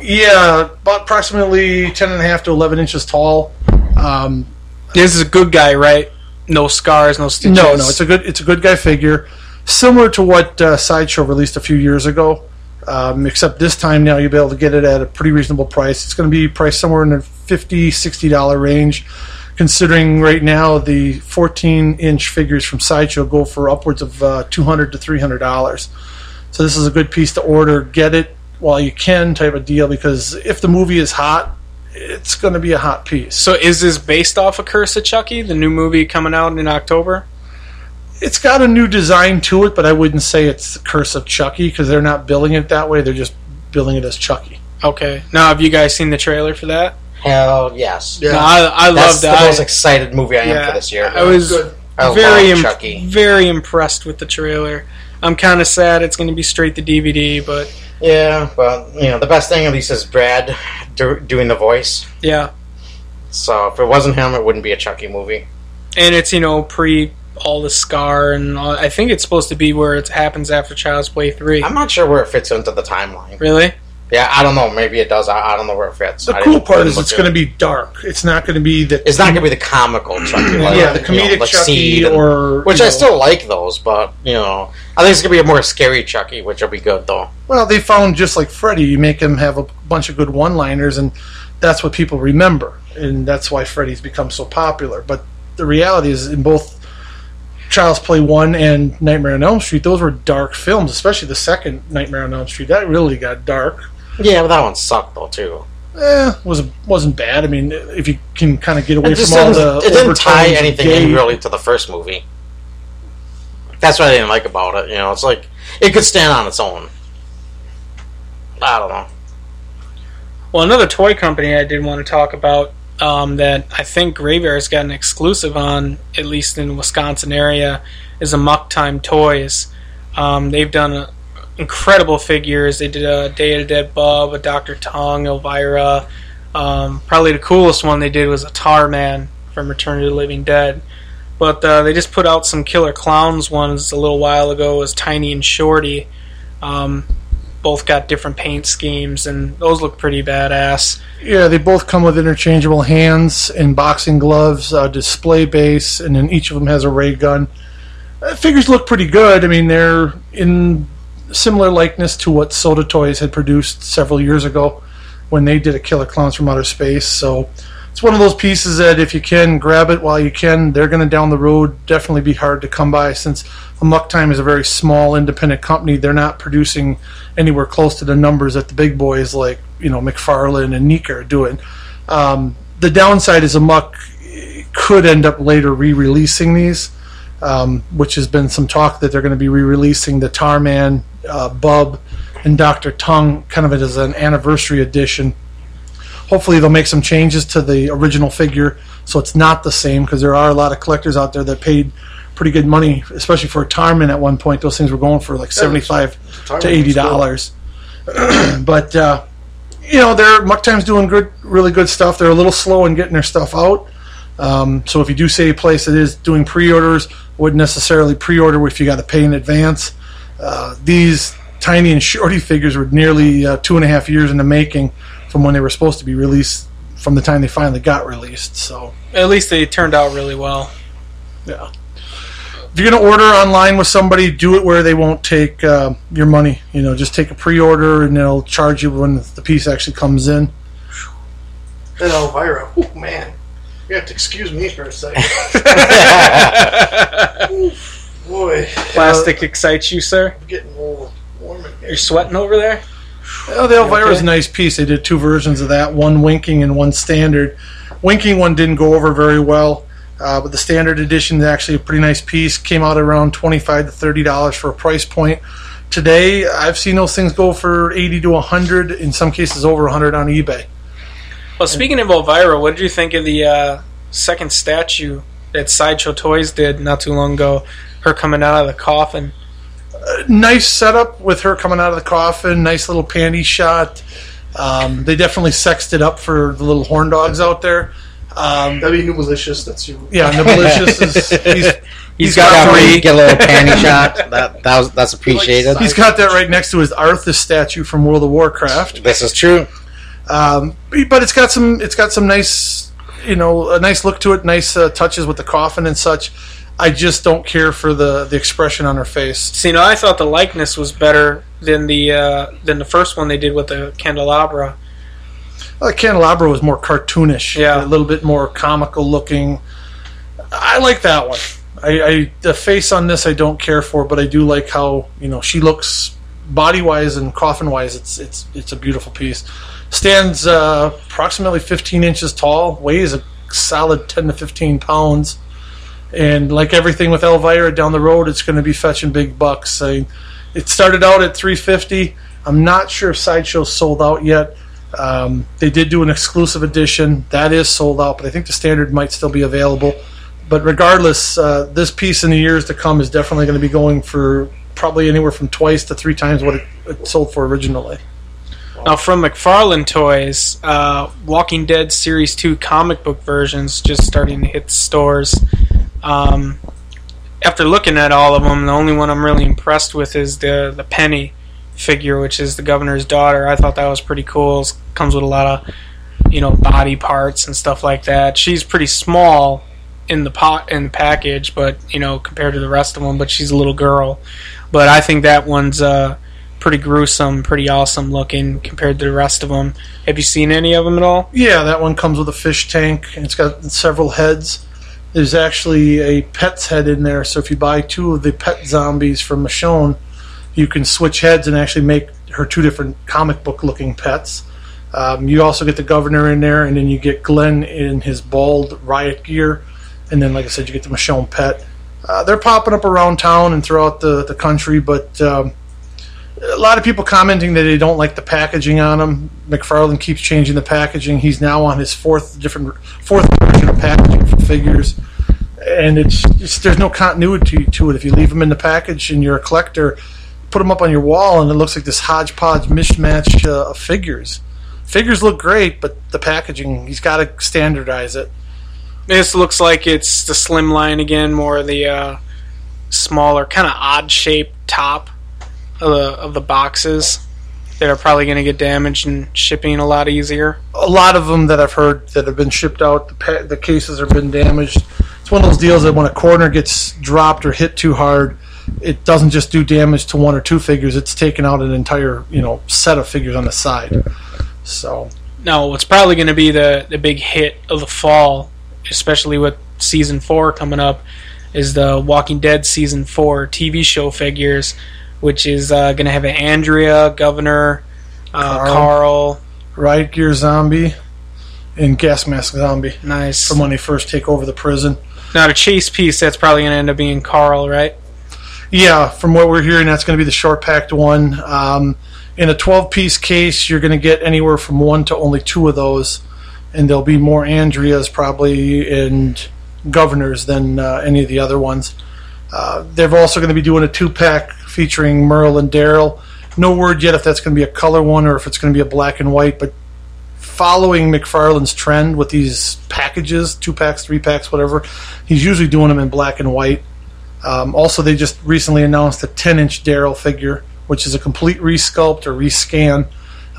Speaker 3: Yeah, about approximately 10 and a half to 11 inches tall. Um,
Speaker 1: This is a good guy, right? No scars, no stitches.
Speaker 3: no, no, it's a good it's a good guy figure, similar to what uh, Sideshow released a few years ago. Um, except this time now you'll be able to get it at a pretty reasonable price. It's going to be priced somewhere in the 50 60 dollar range, considering right now the 14 inch figures from Sideshow go for upwards of uh, 200 to 300 dollars. So this is a good piece to order. Get it while you can, type of deal. Because if the movie is hot, it's going to be a hot piece.
Speaker 1: So is this based off of Curse of Chucky, the new movie coming out in October?
Speaker 3: it's got a new design to it, but I wouldn't say it's the Curse of Chucky because they're not billing it that way. They're just billing it as Chucky.
Speaker 1: Okay. Now, have you guys seen the trailer for that?
Speaker 4: Hell yes.
Speaker 5: Yeah,
Speaker 1: No, I, I
Speaker 4: That's
Speaker 1: loved
Speaker 4: the
Speaker 1: that.
Speaker 4: most excited movie I am for this year.
Speaker 1: I was
Speaker 5: Good.
Speaker 4: I
Speaker 1: very
Speaker 4: love
Speaker 1: im-
Speaker 4: Chucky.
Speaker 1: very impressed with the trailer. I'm kind of sad it's going to be straight to DVD, but
Speaker 4: Yeah, but you know the best thing at least is Brad do- doing the voice.
Speaker 1: yeah.
Speaker 4: So if it wasn't him, it wouldn't be a Chucky movie.
Speaker 1: And it's you know pre all the scar and all, I think it's supposed to be where it happens after Child's Play three.
Speaker 4: I'm not sure where it fits into the timeline.
Speaker 1: really?
Speaker 4: Yeah, I don't know. Maybe it does. I, I don't know where it fits.
Speaker 3: The
Speaker 4: I
Speaker 3: cool
Speaker 4: didn't-
Speaker 3: part
Speaker 4: didn't
Speaker 3: is
Speaker 4: look
Speaker 3: it's
Speaker 4: at
Speaker 3: going to
Speaker 4: it.
Speaker 3: be dark. It's not going to be the
Speaker 4: It's not going to be the comical Chucky. Like,
Speaker 3: yeah the
Speaker 4: you know,
Speaker 3: comedic
Speaker 4: like
Speaker 3: Chucky
Speaker 4: Seed and-
Speaker 3: or
Speaker 4: Which
Speaker 3: you
Speaker 4: I
Speaker 3: know-
Speaker 4: still like those, but you know, I think it's gonna be a more scary Chucky, which will be good though.
Speaker 3: Well, they found just like Freddy, you make him have a bunch of good one-liners, and that's what people remember, and that's why Freddy's become so popular. But the reality is, in both Child's Play One and Nightmare on Elm Street, those were dark films, especially the second Nightmare on Elm Street. That really got dark.
Speaker 4: Yeah, but that one sucked though too.
Speaker 3: Eh, was wasn't bad. I mean, if you can kind of get away
Speaker 4: It
Speaker 3: from
Speaker 4: just
Speaker 3: all
Speaker 4: didn't,
Speaker 3: the
Speaker 4: it didn't tie
Speaker 3: overtones of
Speaker 4: anything
Speaker 3: gay-
Speaker 4: in really to the first movie. That's what I didn't like about it. You know, it's like it could stand on its own. I don't know.
Speaker 1: Well, another toy company I did want to talk about um, that I think Graveyard's got an exclusive on, at least in the Wisconsin area, is a Muck Time Toys. Um, they've done uh incredible figures. They did a Day of the Dead Bub, a Dr. Tongue, Elvira. Um, probably the coolest one they did was a Tar Man from Return to the Living Dead. But uh, they just put out some Killer Clowns ones a little while ago as Tiny and Shorty. Um, both got different paint schemes, and those look pretty badass.
Speaker 3: Yeah, they both come with interchangeable hands and boxing gloves, uh, display base, and then each of them has a ray gun. Uh, figures look pretty good. I mean, they're in similar likeness to what Soda Toys had produced several years ago when they did a Killer Clowns from Outer Space. So it's one of those pieces that if you can grab it while you can, they're going to down the road definitely be hard to come by since Amuck Time is a very small independent company. They're not producing anywhere close to the numbers that the big boys like you know McFarlane and Nika are doing. Um, the downside is Amuck could end up later re-releasing these, um, which has been some talk that they're going to be re-releasing the Tarman, uh, Bub, and Doctor Tongue, kind of as an anniversary edition. Hopefully, they'll make some changes to the original figure so it's not the same because there are a lot of collectors out there that paid pretty good money, especially for a Tarman at one point. Those things were going for like seventy-five to eighty dollars. but uh, you know, they're Muck Time's doing good, really good stuff. They're a little slow in getting their stuff out. Um, so if you do see a place that is doing pre-orders, wouldn't necessarily pre-order if you got to pay in advance. Uh, these tiny and shorty figures were nearly uh, two and a half years in the making from when they were supposed to be released, from the time they finally got released. So.
Speaker 1: At least they turned out really well.
Speaker 3: Yeah. If you're going to order online with somebody, do it where they won't take uh, your money. You know, just take a pre-order and they'll charge you when the piece actually comes in.
Speaker 5: Then Elvira. Oh man, you have to excuse me for a second. Boy,
Speaker 1: Plastic excites you, sir.
Speaker 5: I'm getting a little warm in here.
Speaker 1: You're sweating over there.
Speaker 3: Oh, the Elvira was
Speaker 1: Okay.
Speaker 3: a nice piece. They did two versions of that, one winking and one standard. Winking one didn't go over very well, uh, but the standard edition is actually a pretty nice piece. Came out around twenty-five to thirty dollars for a price point. Today, I've seen those things go for eighty to hundred, in some cases over hundred on eBay.
Speaker 1: Well, speaking of Elvira, what did you think of the uh, second statue that Sideshow Toys did not too long ago? Her coming out of the coffin.
Speaker 3: nice setup with her coming out of the coffin. Nice little panty shot. Um, they definitely sexed it up for the little horn dogs out there. Um,
Speaker 5: That'd be new malicious. That's you.
Speaker 3: yeah, Niblicious is he's,
Speaker 1: He's got
Speaker 3: that
Speaker 1: three.
Speaker 3: right-
Speaker 4: Get a little panty shot. That, that was, that's appreciated.
Speaker 3: He's got that right next to his Arthas statue from World of Warcraft.
Speaker 4: This is true.
Speaker 3: Um, but it's got some it's got some nice you know a nice look to it. Nice uh, touches with the coffin and such. I just don't care for the the expression on her face.
Speaker 1: See, you know, I thought the likeness was better than the uh, than the first one they did with the candelabra.
Speaker 3: Uh, candelabra was more cartoonish,
Speaker 1: Yeah.
Speaker 3: a little bit more comical looking. I like that one. I, I the face on this I don't care for, but I do like how you know she looks body wise and coffin wise. It's it's it's a beautiful piece. Stands uh, approximately 15 inches tall, weighs a solid 10 to 15 pounds, and like everything with Elvira down the road, it's going to be fetching big bucks. I, it started out at 350. I'm not sure if Sideshow's sold out yet. Um, they did do an exclusive edition that is sold out, but I think the standard might still be available. But regardless, uh, this piece in the years to come is definitely going to be going for probably anywhere from twice to three times what it, it sold for originally.
Speaker 1: Now, from McFarlane Toys, uh, Walking Dead Series 2 comic book versions just starting to hit stores. Um, after looking at all of them, the only one I'm really impressed with is the, the Penny figure, which is the governor's daughter. I thought that was pretty cool. It comes with a lot of, you know, body parts and stuff like that. She's pretty small in the pot in the package, but you know, compared to the rest of them, but she's a little girl. But I think that one's uh, pretty gruesome, pretty awesome looking compared to the rest of them. Have you seen any of them at all?
Speaker 3: Yeah, that one comes with a fish tank, and it's got several heads. There's actually a pet's head in there, so if you buy two of the pet zombies from Michonne, you can switch heads and actually make her two different comic book looking pets. Um, you also get the governor in there, and then you get Glenn in his bald riot gear, and then, like I said, you get the Michonne pet. Uh, they're popping up around town and throughout the, the country, but um, a lot of people commenting that they don't like the packaging on them. McFarlane keeps changing the packaging. He's now on his fourth different fourth version of packaging for figures, and it's, it's there's no continuity to it. If you leave them in the package and you're a collector, put them up on your wall, and it looks like this hodgepodge mismatch uh, of figures. Figures look great, but the packaging he's got to standardize it.
Speaker 1: This looks like it's the slim line again, more of the uh, smaller, kind of odd shaped top of the, of the boxes that are probably going to get damaged and shipping a lot easier.
Speaker 3: a lot of them that I've heard that have been shipped out, the, pa- the cases have been damaged. It's one of those deals that when a corner gets dropped or hit too hard, it doesn't just do damage to one or two figures. It's taken out an entire you know set of figures on the side. So
Speaker 1: No, it's probably going to be the, the big hit of the fall, especially with season four coming up, is the Walking Dead season four TV show figures, which is uh, going to have an Andrea, Governor, uh,
Speaker 3: Carl.
Speaker 1: Carl.
Speaker 3: riot gear zombie and gas mask zombie
Speaker 1: Nice.
Speaker 3: from when they first take over the prison.
Speaker 1: Now, the chase piece, that's probably going to end up being Carl, right?
Speaker 3: Yeah, from what we're hearing, that's going to be the short packed one. Um, in a 12 piece case, you're going to get anywhere from one to only two of those, and there'll be more Andreas probably and Governors than uh, any of the other ones. Uh, they're also going to be doing a two pack featuring Merle and Daryl. No word yet if that's going to be a color one or if it's going to be a black and white, but following McFarlane's trend with these packages, two packs, three packs, whatever, he's usually doing them in black and white. Um, also, they just recently announced a 10 inch Daryl figure, which is a complete resculpt or rescan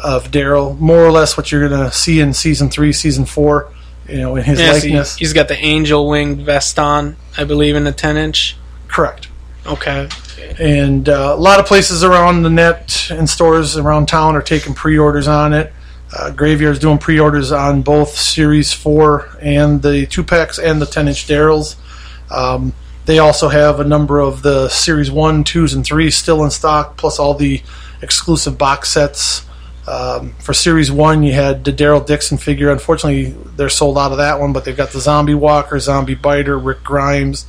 Speaker 3: of Daryl, more or less what you're going to see in season three, season four, you know, in his
Speaker 1: Yes, he,
Speaker 3: likeness.
Speaker 1: he's got the angel winged vest on, I believe, in the 10 inch.
Speaker 3: Correct.
Speaker 1: Okay.
Speaker 3: And uh, a lot of places around the net and stores around town are taking pre orders on it. Uh, Graveyard's doing pre orders on both Series 4 and the 2 packs and the 10 inch Daryls. Um, they also have a number of the Series 1, 2s, and 3s still in stock, plus all the exclusive box sets. Um, for Series 1, you had the Daryl Dixon figure. Unfortunately, they're sold out of that one, but they've got the Zombie Walker, Zombie Biter, Rick Grimes.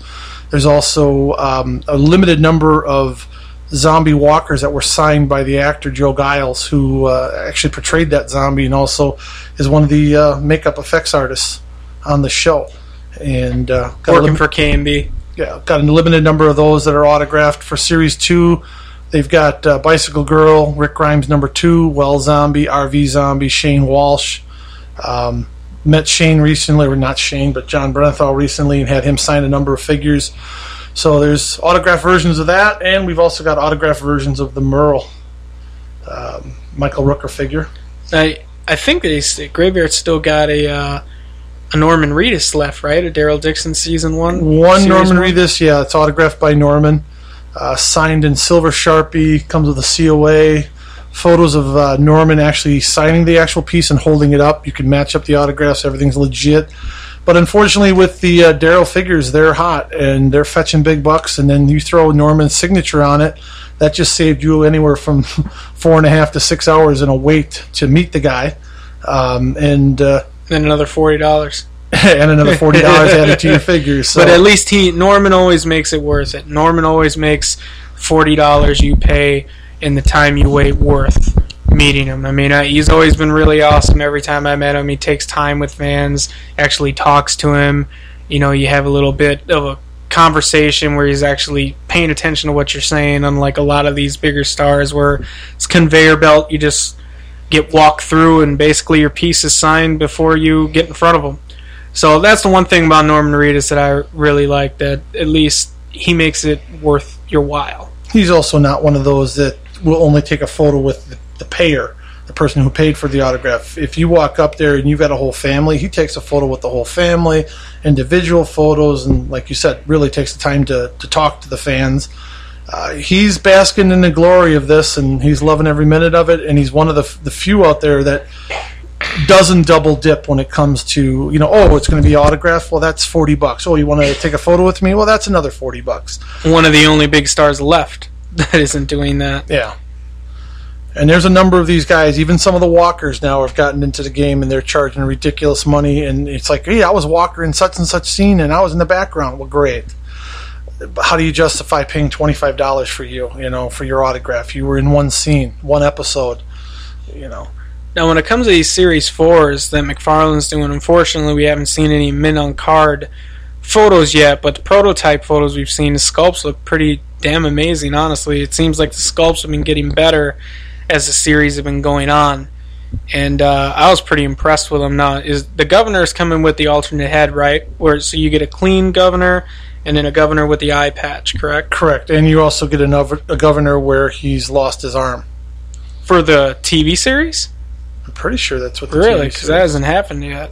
Speaker 3: There's also um, a limited number of zombie walkers that were signed by the actor Joe Giles, who uh, actually portrayed that zombie and also is one of the uh, makeup effects artists on the show. And uh, got a
Speaker 1: Working
Speaker 3: lim-
Speaker 1: for K&B.
Speaker 3: yeah, got a limited number of those that are autographed for Series 2. They've got uh, Bicycle Girl, Rick Grimes number 2, Well Zombie, RV Zombie, Shane Walsh. Um, met Shane recently, or not Shane, but John Brenthal recently, and had him sign a number of figures. So there's autographed versions of that, and we've also got autographed versions of the Merle um, Michael Rooker figure.
Speaker 1: I I think they s- Graveyard still got a uh, a Norman Reedus left, right? A Daryl Dixon season one.
Speaker 3: One
Speaker 1: Series
Speaker 3: Norman
Speaker 1: one?
Speaker 3: Reedus, yeah, it's autographed by Norman, uh, signed in silver sharpie, comes with a COA. Photos of uh, Norman actually signing the actual piece and holding it up. You can match up the autographs. Everything's legit. But unfortunately, with the uh, Daryl figures, they're hot and they're fetching big bucks. And then you throw Norman's signature on it, that just saved you anywhere from four and a half to six hours in a wait to meet the guy. Um, and uh,
Speaker 1: Then another forty dollars.
Speaker 3: and another forty dollars added to your figures. So.
Speaker 1: But at least he Norman always makes it worth it. Norman always makes forty dollars you pay in the time you wait worth meeting him. I mean, I, he's always been really awesome. Every time I met him, he takes time with fans, actually talks to him. You know, you have a little bit of a conversation where he's actually paying attention to what you're saying. Unlike a lot of these bigger stars, where it's conveyor belt, you just get walked through and basically your piece is signed before you get in front of them. So that's the one thing about Norman Reedus that I really like that at least he makes it worth your while.
Speaker 3: he's also not one of those that will only take a photo with the, the payer, the person who paid for the autograph. If you walk up there and you've got a whole family, he takes a photo with the whole family, individual photos, and like you said, really takes the time to, to talk to the fans. Uh, he's basking in the glory of this, and he's loving every minute of it. And he's one of the, f- the few out there that doesn't double dip when it comes to you know oh it's going to be autograph well that's 40 bucks oh you want to take a photo with me well that's another 40 bucks
Speaker 1: One of the only big stars left that isn't doing that.
Speaker 3: yeah and there's a number of these guys even some of the walkers now have gotten into the game and they're charging ridiculous money and it's like hey i was a walker in such and such scene and i was in the background well great But how do you justify paying $25 for you you know for your autograph you were in one scene one episode you know
Speaker 1: Now, when it comes to these series fours that McFarlane's doing, unfortunately, we haven't seen any men on card photos yet. But the prototype photos we've seen, the sculpts look pretty damn amazing. Honestly, it seems like the sculpts have been getting better as the series have been going on, and uh, I was pretty impressed with them. Now, is the governor's coming with the alternate head, right? Where so you get a clean governor and then a governor with the eye patch, correct?
Speaker 3: correct and you also get another, a governor where he's lost his arm
Speaker 1: For the TV series,
Speaker 3: I'm pretty sure that's what the
Speaker 1: really?
Speaker 3: TV
Speaker 1: Because
Speaker 3: series-
Speaker 1: that hasn't happened yet.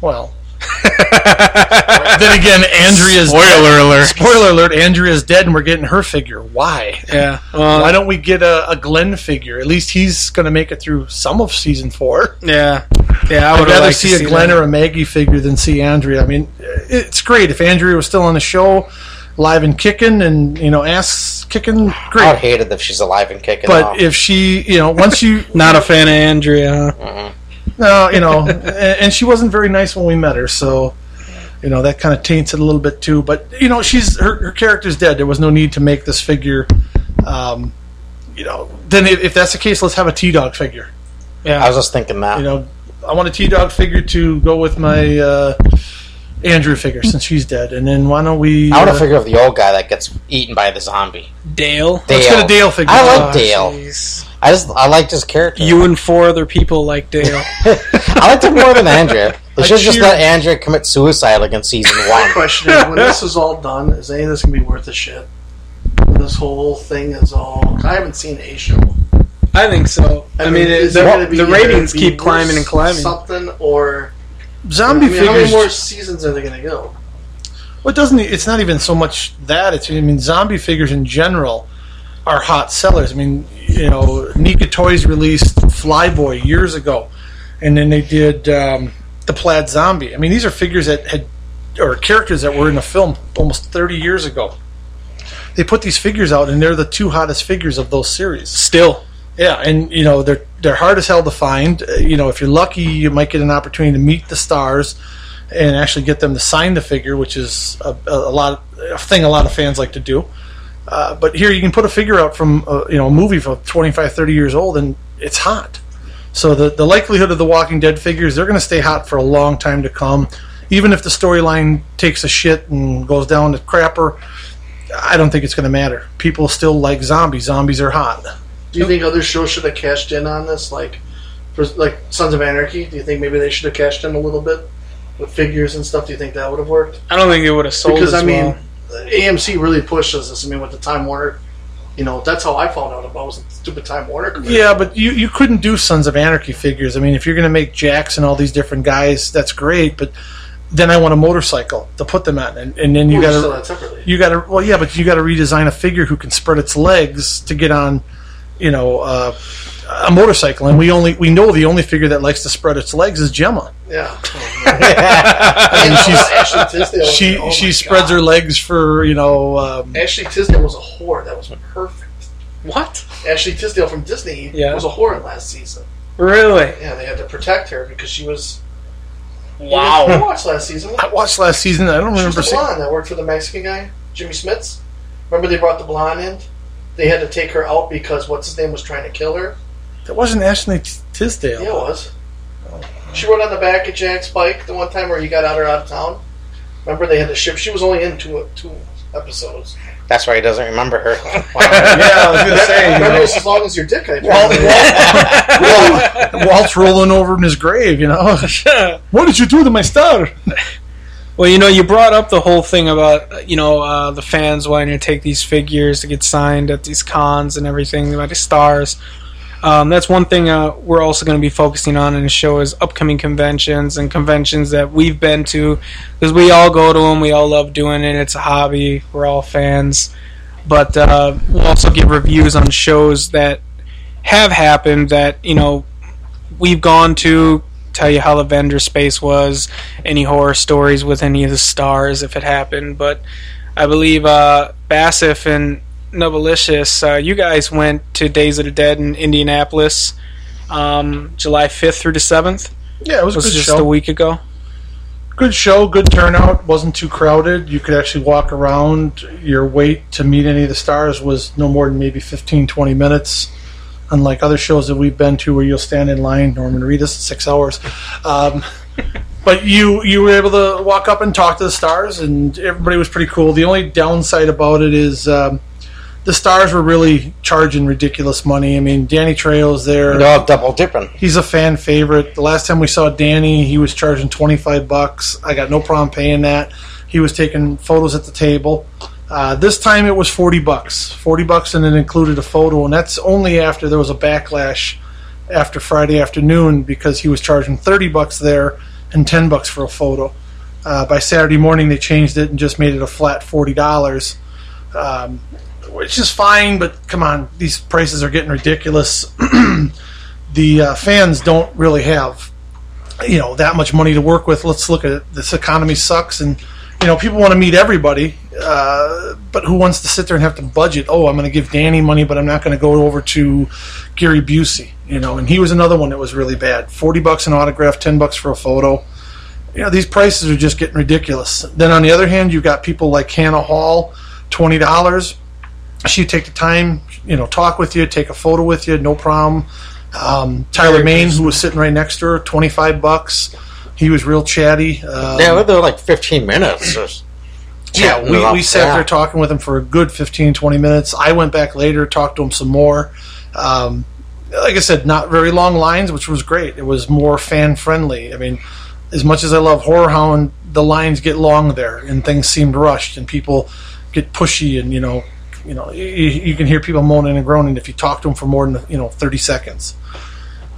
Speaker 3: well. then again, Andrea's
Speaker 4: Spoiler alert.
Speaker 3: spoiler alert: Andrea's dead, and we're getting her figure. Why?
Speaker 1: yeah. Well,
Speaker 3: Why don't we get a, a Glenn figure? At least he's going to make it through some of season four.
Speaker 1: Yeah, yeah. I
Speaker 3: I'd
Speaker 1: would
Speaker 3: rather
Speaker 1: like
Speaker 3: see
Speaker 1: to
Speaker 3: a Glenn
Speaker 1: that.
Speaker 3: or a Maggie figure than see Andrea. I mean, it's great if Andrea was still on the show, live and kicking, and you know, ass kicking,
Speaker 4: I would
Speaker 3: great.
Speaker 4: hate it if she's alive and kicking.
Speaker 3: But
Speaker 4: off.
Speaker 3: if she, you know, once you,
Speaker 1: Not a fan of Andrea. huh?
Speaker 3: no, you know, and, and she wasn't very nice when we met her, so you know that kind of taints it a little bit too. But you know, she's her, her character's dead. There was no need to make this figure. Um, you know, then if, if that's the case, let's have a T Dog figure.
Speaker 4: I was just thinking that.
Speaker 3: You know, I want a T Dog figure to go with my uh, Andrew figure since she's dead, and then why don't we?
Speaker 4: I want
Speaker 3: uh,
Speaker 4: to figure of the old guy that gets eaten by the zombie.
Speaker 1: Dale.
Speaker 4: Dale.
Speaker 3: Let's get a Dale figure.
Speaker 4: I
Speaker 1: Oh,
Speaker 4: like Dale.
Speaker 1: jeez.
Speaker 4: I just I like his character.
Speaker 1: You and four other people like Dale.
Speaker 4: I liked him more than Andrea. They
Speaker 3: I
Speaker 4: should just
Speaker 3: cheer-
Speaker 4: let Andrea commit suicide like in season one.
Speaker 5: question is, when this is all done, is any of this gonna be worth a shit? When this whole thing is all, I haven't seen a show.
Speaker 1: I think so. I, mean, it,
Speaker 5: is
Speaker 1: the,
Speaker 5: there gonna be-
Speaker 1: the
Speaker 5: gonna
Speaker 1: ratings
Speaker 5: be
Speaker 1: keep
Speaker 5: worse
Speaker 1: climbing and climbing.
Speaker 5: Something or
Speaker 3: Zombie
Speaker 5: I mean, how
Speaker 3: figures.
Speaker 5: many more seasons are they gonna go?
Speaker 3: Well, it doesn't it's not even so much that. It's I mean, zombie figures in general are hot sellers. I mean, you know, Nika Toys released Flyboy years ago, and then they did um, the Plaid Zombie. I mean, these are figures that had or characters that were in a film almost 30 years ago. They put these figures out, and they're the two hottest figures of those series.
Speaker 1: Still,
Speaker 3: Yeah, and you know they're they're hard as hell to find. Uh, You know, if you're lucky, you might get an opportunity to meet the stars and actually get them to sign the figure, which is a, a a lot a thing a lot of fans like to do. Uh, but here you can put a figure out from uh, you know a movie from 25, 30 years old, and it's hot. So the the likelihood of the Walking Dead figures they're going to stay hot for a long time to come, even if the storyline takes a shit and goes down the crapper. I don't think it's going to matter. People still like zombies. Zombies are hot.
Speaker 5: Do you think other shows should have cashed in on this? Like, for, like Sons of Anarchy. Do you think maybe they should have cashed in a little bit with figures and stuff? Do you think that would have worked?
Speaker 1: I don't think it would have sold
Speaker 5: Because
Speaker 1: as
Speaker 5: I mean,
Speaker 1: well.
Speaker 5: AMC really pushes this. I mean, with the Time Warner, you know, that's how I found out about was the stupid Time Warner. commercial.
Speaker 3: Yeah, but you, you couldn't do Sons of Anarchy figures. I mean, if you're going to make Jacks and all these different guys, that's great. But then I want a motorcycle to put them on, and, and then you
Speaker 5: Ooh,
Speaker 3: got
Speaker 5: sell that
Speaker 3: to
Speaker 5: separately.
Speaker 3: you got to well, yeah, but you got to redesign a figure who can spread its legs to get on, you know, uh, a motorcycle. And we only we know the only figure that likes to spread its legs is Gemma.
Speaker 5: Yeah.
Speaker 3: I mean, she's
Speaker 5: Oh, Ashley Tisdale.
Speaker 3: she
Speaker 5: oh my
Speaker 3: she spreads
Speaker 5: God.
Speaker 3: her legs for you know. Um,
Speaker 5: Ashley Tisdale was a whore. That was perfect.
Speaker 1: What?
Speaker 5: Ashley Tisdale from Disney
Speaker 1: Yeah.
Speaker 5: was a whore in last season.
Speaker 1: Really?
Speaker 5: Yeah, they had to protect her because she was. You
Speaker 1: Wow.
Speaker 5: watched last season.
Speaker 3: I watched last season. I don't
Speaker 5: She was
Speaker 3: remember
Speaker 5: the
Speaker 3: seeing.
Speaker 5: blonde that worked for the Mexican guy, Jimmy Smits. Remember they brought the blonde in? They had to take her out because what's his name was trying to kill her.
Speaker 3: That wasn't Ashley Tisdale.
Speaker 5: Yeah, it was. She rode on the back of Jack's bike the one time where he got out her out of town. Remember they had to ship. She was only in two two episodes.
Speaker 4: That's why he doesn't remember her.
Speaker 3: Yeah, I was gonna say. you
Speaker 5: Remember
Speaker 3: know.
Speaker 5: it's as long as your dick. I
Speaker 3: Walt, Walt, Walt's rolling over in his grave, you know. What did you do to my star?
Speaker 1: Well, you know, you brought up the whole thing about you know uh, the fans wanting to take these figures to get signed at these cons and everything by the stars. Um, that's one thing uh, we're also going to be focusing on in the show is upcoming conventions and conventions that we've been to because we all go to them, we all love doing it. It's a hobby, we're all fans. But uh, we'll also give reviews on shows that have happened that you know we've gone to. Tell you how the vendor space was, any horror stories with any of the stars if it happened. But I believe uh, Bassif and Novelicious, uh, you guys went to Days of the Dead in Indianapolis, um, July 5th through the 7th.
Speaker 3: Yeah, it was,
Speaker 1: It was
Speaker 3: a good
Speaker 1: just
Speaker 3: show.
Speaker 1: a week ago.
Speaker 3: good show, good turnout. wasn't too crowded. You could actually walk around. Your wait to meet any of the stars was no more than maybe 15, 20 minutes. Unlike other shows that we've been to, where you'll stand in line, Norman Reedus, six hours. Um, but you you were able to walk up and talk to the stars, and everybody was pretty cool. The only downside about it is um, the stars were really charging ridiculous money. I mean, Danny Trejo's there
Speaker 4: They're all double dipping.
Speaker 3: he's a fan favorite. The last time we saw Danny, he was charging twenty five bucks. I got no problem paying that. He was taking photos at the table. Uh, this time it was forty bucks, forty bucks, and it included a photo. And that's only after there was a backlash after Friday afternoon because he was charging thirty bucks there and ten bucks for a photo. Uh, by Saturday morning, they changed it and just made it a flat forty dollars. Um, which is fine, but come on, these prices are getting ridiculous the uh, fans don't really have you know that much money to work with let's look at it. this economy sucks and you know people want to meet everybody uh, but who wants to sit there and have to budget oh i'm going to give danny money but i'm not going to go over to gary busey you know and he was another one that was really bad 40 bucks an autograph 10 bucks for a photo you know these prices are just getting ridiculous then on the other hand you've got people like hannah hall $20 she'd take the time you know talk with you take a photo with you no problem um, Tyler Maine, who was sitting right next to her, twenty five bucks. He was real chatty. Um,
Speaker 4: yeah, they're like 15 minutes. Just
Speaker 3: yeah,
Speaker 4: chatting
Speaker 3: we,
Speaker 4: about
Speaker 3: we sat
Speaker 4: that.
Speaker 3: there talking with him for a good 15, 20 minutes. I went back later, talked to him some more. Um, like I said, not very long lines, which was great. It was more fan friendly. I mean, as much as I love Horror Hound, the lines get long there, and things seemed rushed, and people get pushy, and you know, you know, you, you can hear people moaning and groaning if you talk to them for more than you know thirty seconds.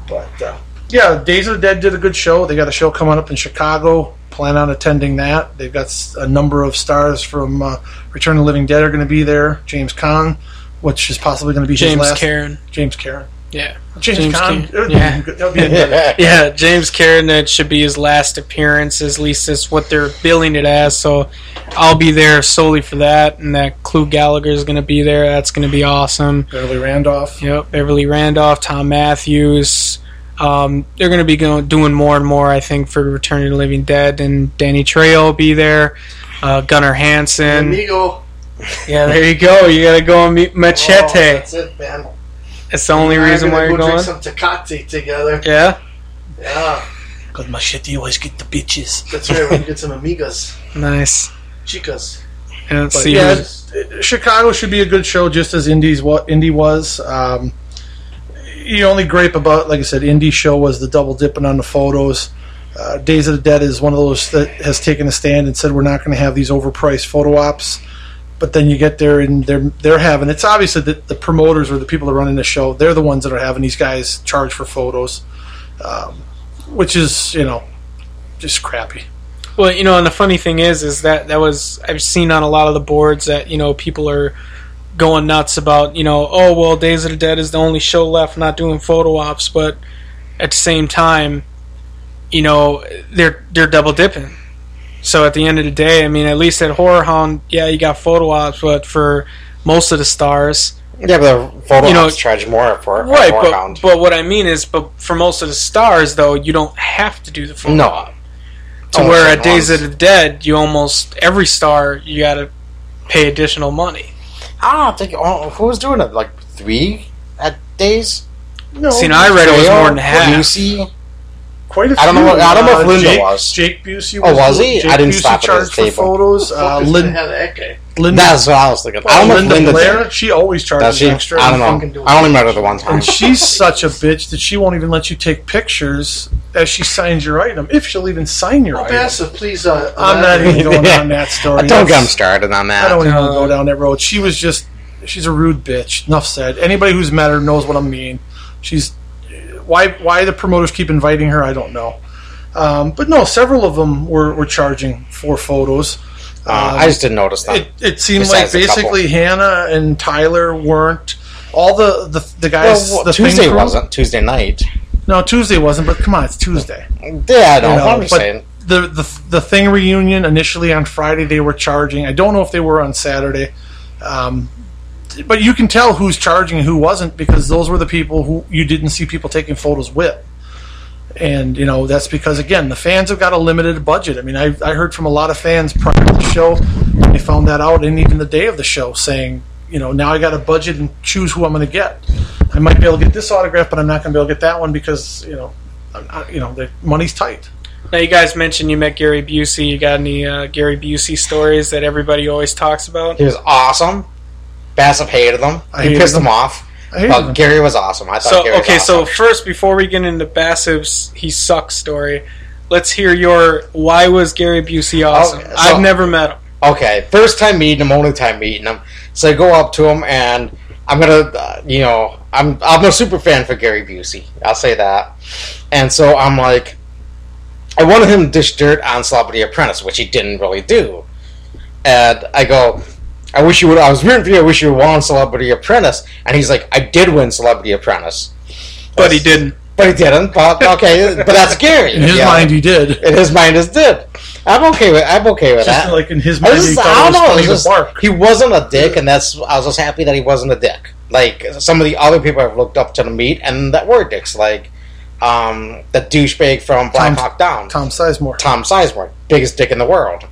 Speaker 3: But uh, yeah, Days of the Dead did a good show. They got a show coming up in Chicago. Plan on attending that. They've got s- a number of stars from uh, Return of the Living Dead are going to be there. James Caan, which is possibly going to be his
Speaker 1: James
Speaker 3: last.
Speaker 1: Karen.
Speaker 3: James Karen.
Speaker 1: Yeah.
Speaker 3: James,
Speaker 1: James
Speaker 3: Caan.
Speaker 1: Caan.
Speaker 3: It would be
Speaker 1: Yeah.
Speaker 3: good- that would be a good-
Speaker 4: yeah.
Speaker 1: Yeah, James Karen, that should be his last appearance, at least that's what they're billing it as. So I'll be there solely for that, and that Clue Gallagher is going to be there. That's going to be awesome.
Speaker 3: Beverly Randolph.
Speaker 1: Yep, Beverly Randolph, Tom Matthews. Um, they're going to be going, doing more and more, I think, for Return of the Living Dead. And Danny Trejo will be there. Uh, Gunnar Hansen.
Speaker 5: Amigo.
Speaker 1: Yeah, there you go. You got to go and meet
Speaker 5: Oh,
Speaker 1: Machete.
Speaker 5: that's it, man.
Speaker 1: That's the only
Speaker 5: I'm
Speaker 1: reason
Speaker 5: gonna
Speaker 1: why
Speaker 5: go
Speaker 1: you're going.
Speaker 5: drink some Tecate together.
Speaker 1: Yeah,
Speaker 5: Yeah,
Speaker 3: Because machete always get the bitches.
Speaker 5: that's right. We can get some amigas,
Speaker 1: nice.
Speaker 5: chicas.
Speaker 1: Yeah, let's
Speaker 3: But
Speaker 1: see
Speaker 3: yeah,
Speaker 1: who's-
Speaker 3: it's- it- Chicago should be a good show, just as Indy's what Indy was. Um, the only gripe about, like I said, Indy show was the double dipping on the photos. Uh, Days of the Dead is one of those that has taken a stand and said we're not going to have these overpriced photo ops. But then you get there and they're they're having. It's obvious that the, the promoters or the people that are running the show, they're the ones that are having these guys charge for photos, um, which is you know just crappy.
Speaker 1: Well, you know, and the funny thing is, is that that was I've seen on a lot of the boards that you know people are going nuts about you know oh well Days of the Dead is the only show left not doing photo ops, but at the same time, you know they're they're double dipping. So at the end of the day, I mean, at least at Horror Hound, yeah, you got photo ops, but for most of the stars,
Speaker 4: Yeah, but the photo
Speaker 1: You know-
Speaker 4: ops charge more for a
Speaker 1: right?
Speaker 4: more
Speaker 1: But,
Speaker 4: count.
Speaker 1: but what I mean is, but for most of the stars, though, you don't have to do the photo
Speaker 4: no.
Speaker 1: to
Speaker 4: Oh,
Speaker 1: where at Days of the Dead, you almost every star you got to pay additional money.
Speaker 4: I don't think oh, who was doing it like three at days.
Speaker 3: No,
Speaker 1: See, now I read it was
Speaker 4: Leo,
Speaker 1: more than half.
Speaker 4: Lucy.
Speaker 3: quite a
Speaker 4: I don't know
Speaker 3: few. Uh,
Speaker 4: what- I don't know if Linda
Speaker 3: Jake,
Speaker 4: was.
Speaker 3: Jake Busey.
Speaker 4: Oh, was he?
Speaker 3: Jake
Speaker 4: I didn't
Speaker 3: Busey
Speaker 4: stop at his
Speaker 3: charged for
Speaker 4: table.
Speaker 3: photos. Uh,
Speaker 5: Fuck is the
Speaker 3: Lin-
Speaker 5: hell that guy?
Speaker 3: Linda,
Speaker 4: That's what I was thinking. I
Speaker 3: oh,
Speaker 4: don't know if
Speaker 3: Linda,
Speaker 4: Linda did.
Speaker 3: Blair, she always
Speaker 4: Does
Speaker 3: charges
Speaker 4: she?
Speaker 3: extra.
Speaker 4: I
Speaker 5: fucking
Speaker 4: don't
Speaker 5: do
Speaker 4: know.
Speaker 5: it.
Speaker 4: I only met her the one time.
Speaker 3: And she's such a bitch that she won't even let you take pictures as she signs your item, if she'll even sign your item.
Speaker 5: Passive, please. Uh,
Speaker 3: I'm not
Speaker 5: elaborate.
Speaker 3: even going down that story.
Speaker 4: Don't get him
Speaker 3: That's-
Speaker 4: started on
Speaker 3: I don't
Speaker 4: that.
Speaker 3: even want to go down that road. She was just, she's a rude bitch. Enough said. Anybody who's met her knows what I mean. She's, why why the promoters keep inviting her, I don't know. Um, but no, several of them were, were charging for photos.
Speaker 4: Uh, I just didn't notice that.
Speaker 3: It, it seemed like
Speaker 4: Besides a couple.
Speaker 3: basically Hannah and Tyler weren't. All the the, the
Speaker 4: well,
Speaker 3: guys.
Speaker 4: well,
Speaker 3: the thing
Speaker 4: Tuesday
Speaker 3: crew-
Speaker 4: wasn't. Tuesday night.
Speaker 3: No, Tuesday wasn't. But come on, it's Tuesday.
Speaker 4: Yeah, I know.
Speaker 3: You know,
Speaker 4: I'm just
Speaker 3: but
Speaker 4: saying.
Speaker 3: the, the the thing reunion initially on Friday they were charging. I don't know if they were on Saturday, um, but you can tell who's charging and who wasn't because those were the people who you didn't see people taking photos with. And you know that's because again the fans have got a limited budget. I mean, I, I heard from a lot of fans prior to the show when they found that out, and even the day of the show, saying, you know, now I got a budget and choose who I'm going to get. I might be able to get this autograph, but I'm not going to be able to get that one because you know, I'm not, you know, the money's tight.
Speaker 1: Now, you guys mentioned you met Gary Busey. You got any uh, Gary Busey stories that everybody always talks about?
Speaker 4: He was awesome. Bassett hated him.
Speaker 3: I
Speaker 4: he
Speaker 3: hated
Speaker 4: pissed
Speaker 3: him.
Speaker 4: him, off.
Speaker 3: I hated
Speaker 4: But
Speaker 3: him.
Speaker 4: Gary was awesome. I thought
Speaker 1: So,
Speaker 4: Gary was
Speaker 1: okay, so
Speaker 4: awesome.
Speaker 1: first, before we get into Bassiv's he sucks story, let's hear your why was Gary Busey awesome?
Speaker 4: Oh, so-
Speaker 1: I've never met him.
Speaker 4: Okay, first time meeting him, only time meeting him. So I go up to him and I'm gonna, uh, you know, I'm I'm a super fan for Gary Busey. I'll say that. And so I'm like, I wanted him to dish dirt on Celebrity Apprentice, which he didn't really do. And I go, I wish you would. I was rooting for you. I wish you won Celebrity Apprentice. And he's like, I did win Celebrity Apprentice,
Speaker 1: But he didn't.
Speaker 4: but he didn't. But okay, but that's Gary.
Speaker 3: In his
Speaker 4: Yeah.
Speaker 3: mind, he did.
Speaker 4: in his mind is did. I'm okay with. I'm okay with that.
Speaker 3: Just like in his
Speaker 4: I,
Speaker 3: mind,
Speaker 4: was
Speaker 3: he
Speaker 4: just,
Speaker 3: thought
Speaker 4: I
Speaker 3: it
Speaker 4: don't
Speaker 3: was
Speaker 4: know. it
Speaker 3: funny
Speaker 4: was just-
Speaker 3: to bark.
Speaker 4: he wasn't a dick, and that's I was just happy that he wasn't a dick. Like some of the other people I've looked up to the meet and that were dicks, like um, the douchebag from
Speaker 3: Tom-
Speaker 4: Black Hawk Down,
Speaker 3: Tom
Speaker 4: Tom,
Speaker 3: Sizemore.
Speaker 4: Sizemore, biggest dick in the world.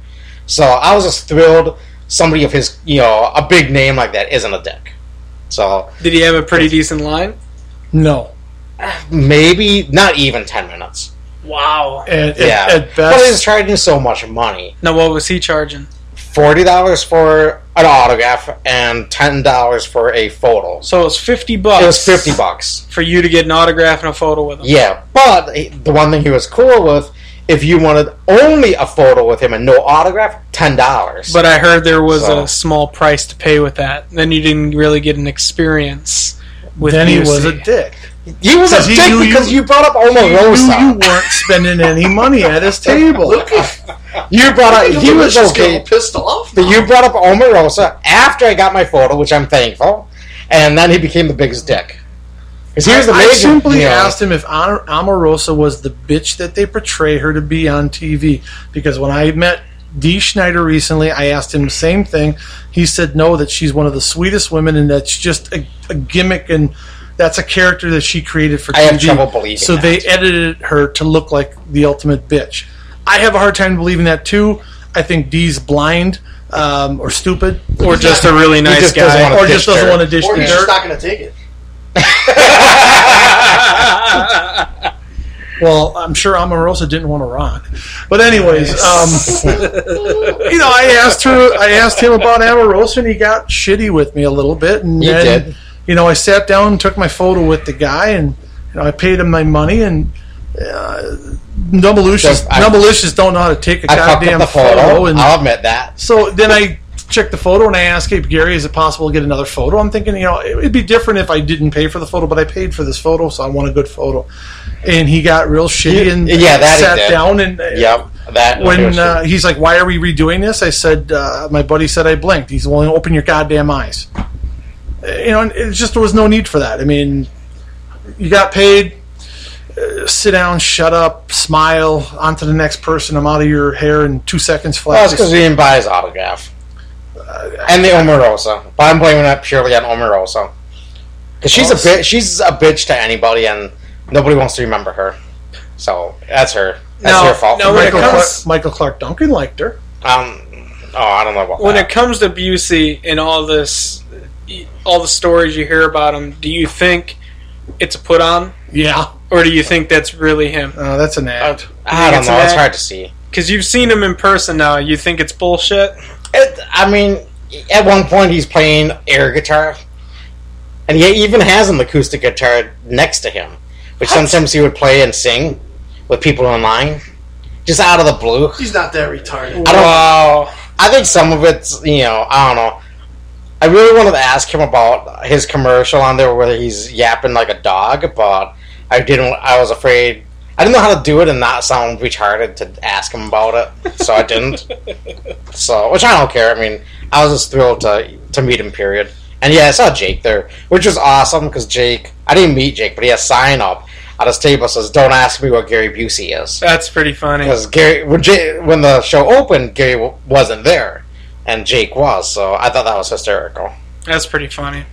Speaker 4: So I was just thrilled. Somebody of his, you know, a big name like that isn't a dick. So
Speaker 1: Did he have a pretty decent line?
Speaker 3: No.
Speaker 4: maybe not even ten minutes.
Speaker 1: Wow.
Speaker 3: At, at,
Speaker 4: Yeah,
Speaker 3: at
Speaker 4: but he's
Speaker 3: best,
Speaker 4: charging so much money.
Speaker 1: Now, what was he charging?
Speaker 4: forty dollars for an autograph and ten dollars for a photo. So
Speaker 1: So it was 50 bucks.
Speaker 4: it was fifty bucks.
Speaker 1: For you to get an autograph and a photo with him.
Speaker 4: Yeah, but he- the one thing he was cool with, if you wanted only a photo with him and no autograph, ten dollars.
Speaker 1: But I heard there was
Speaker 4: So-
Speaker 1: a small price to pay with that. Then you didn't really get an experience with
Speaker 3: then he
Speaker 1: Busey.
Speaker 3: was a dick.
Speaker 4: he was a
Speaker 3: 'Cause he
Speaker 4: dick
Speaker 3: knew you-
Speaker 4: because you, brought up Oma
Speaker 3: You, you
Speaker 4: Rosa.
Speaker 3: weren't spending any money at his table.
Speaker 4: You, brought up he was
Speaker 5: just getting
Speaker 4: okay,
Speaker 5: pissed off.
Speaker 4: but you brought up Oma Rosa after I got my photo, which I'm thankful. And then he became the biggest dick because he was the
Speaker 3: I
Speaker 4: major-
Speaker 3: simply
Speaker 4: you know,
Speaker 3: asked him if Honor- Omarosa was the bitch that they portray her to be on TV. Because when I met Dee Schneider recently, I asked him the same thing. He said no, that she's one of the sweetest women and that's just a, a gimmick and that's a character that she created for
Speaker 4: I
Speaker 3: TV.
Speaker 4: have trouble believing
Speaker 3: so they edited her to look like the ultimate bitch. I have a hard time believing that too. I think Dee's blind um, or stupid
Speaker 1: Or just a really nice
Speaker 4: just doesn't
Speaker 1: guy.
Speaker 4: wanna-
Speaker 3: or
Speaker 4: dish
Speaker 3: just doesn't
Speaker 4: dirt.
Speaker 3: want to dish
Speaker 5: or
Speaker 3: the
Speaker 5: he's
Speaker 3: dirt.
Speaker 5: just not going to take it.
Speaker 3: Well, I'm sure Omarosa didn't want to rock. But anyways, um, you know, I asked her, I asked him about Omarosa, and he got shitty with me a little bit. And
Speaker 4: He
Speaker 3: then,
Speaker 4: did.
Speaker 3: you know, I sat down and took my photo with the guy, and you know, I paid him my money. And uh, Nubalicious,
Speaker 4: So I-
Speaker 3: Nubalicious don't know how to take a
Speaker 4: I fucked up
Speaker 3: goddamn
Speaker 4: the photo.
Speaker 3: photo. And
Speaker 4: I'll admit that.
Speaker 3: so then I checked the photo and I asked Gabe Gary, is it possible to get another photo? I'm thinking, you know, it, would be different if I didn't pay for the photo, but I paid for this photo, so I want a good photo. And he got real shitty and
Speaker 4: Yeah, that he
Speaker 3: sat
Speaker 4: did.
Speaker 3: down and uh,
Speaker 4: Yep, that
Speaker 3: when uh, he's like, "Why are we redoing this?" I said, uh, "My buddy said I blinked." He's well, open your goddamn eyes. Uh, You know, and it just there was no need for that. I mean, you got paid. Uh, sit down, shut up, smile. On to the next person. I'm out of your hair in two seconds flat.
Speaker 4: Well, it's because he didn't buy his autograph. and the Omarosa. But I'm blaming that purely on Omarosa. Because she's a bitch. She's a bitch to anybody, and nobody wants to remember her. So that's her. That's
Speaker 1: No,
Speaker 4: her fault.
Speaker 1: no, when it
Speaker 3: Michael,
Speaker 1: comes-
Speaker 3: Clark, Michael Clark Duncan liked her.
Speaker 4: um, oh, I don't know about
Speaker 1: when
Speaker 4: that.
Speaker 1: it comes to Busey and all this, all the stories you hear about him, do you think it's a put on,
Speaker 3: Yeah,
Speaker 1: or do you think that's really him?
Speaker 3: uh, that's an act.
Speaker 4: I don't
Speaker 1: it's a
Speaker 4: know. It's
Speaker 1: man-
Speaker 4: hard to see.
Speaker 1: Because you've seen him in person now, you think it's bullshit.
Speaker 4: It, I mean, at one point he's playing air guitar, and he even has an acoustic guitar next to him, which sometimes he would play and sing with people in line, just out of the blue.
Speaker 5: He's not that retarded.
Speaker 4: I don't. I think some of it's you know I don't know. I really wanted to ask him about his commercial on there, whether he's yapping like a dog, but I didn't. I was afraid. I didn't know how to do it and not sound retarded to ask him about it, so I didn't. so, which I don't care. I mean, I was just thrilled to to meet him. Period. And yeah, I saw Jake there, which was awesome because Jake. I didn't meet Jake, but he had a sign up at his table that says, "Don't ask me what Gary Busey is."
Speaker 1: That's pretty funny.
Speaker 4: because Gary when, Jay, when the show opened, Gary w- wasn't there, and Jake was. So I thought that was hysterical.
Speaker 1: That's pretty funny.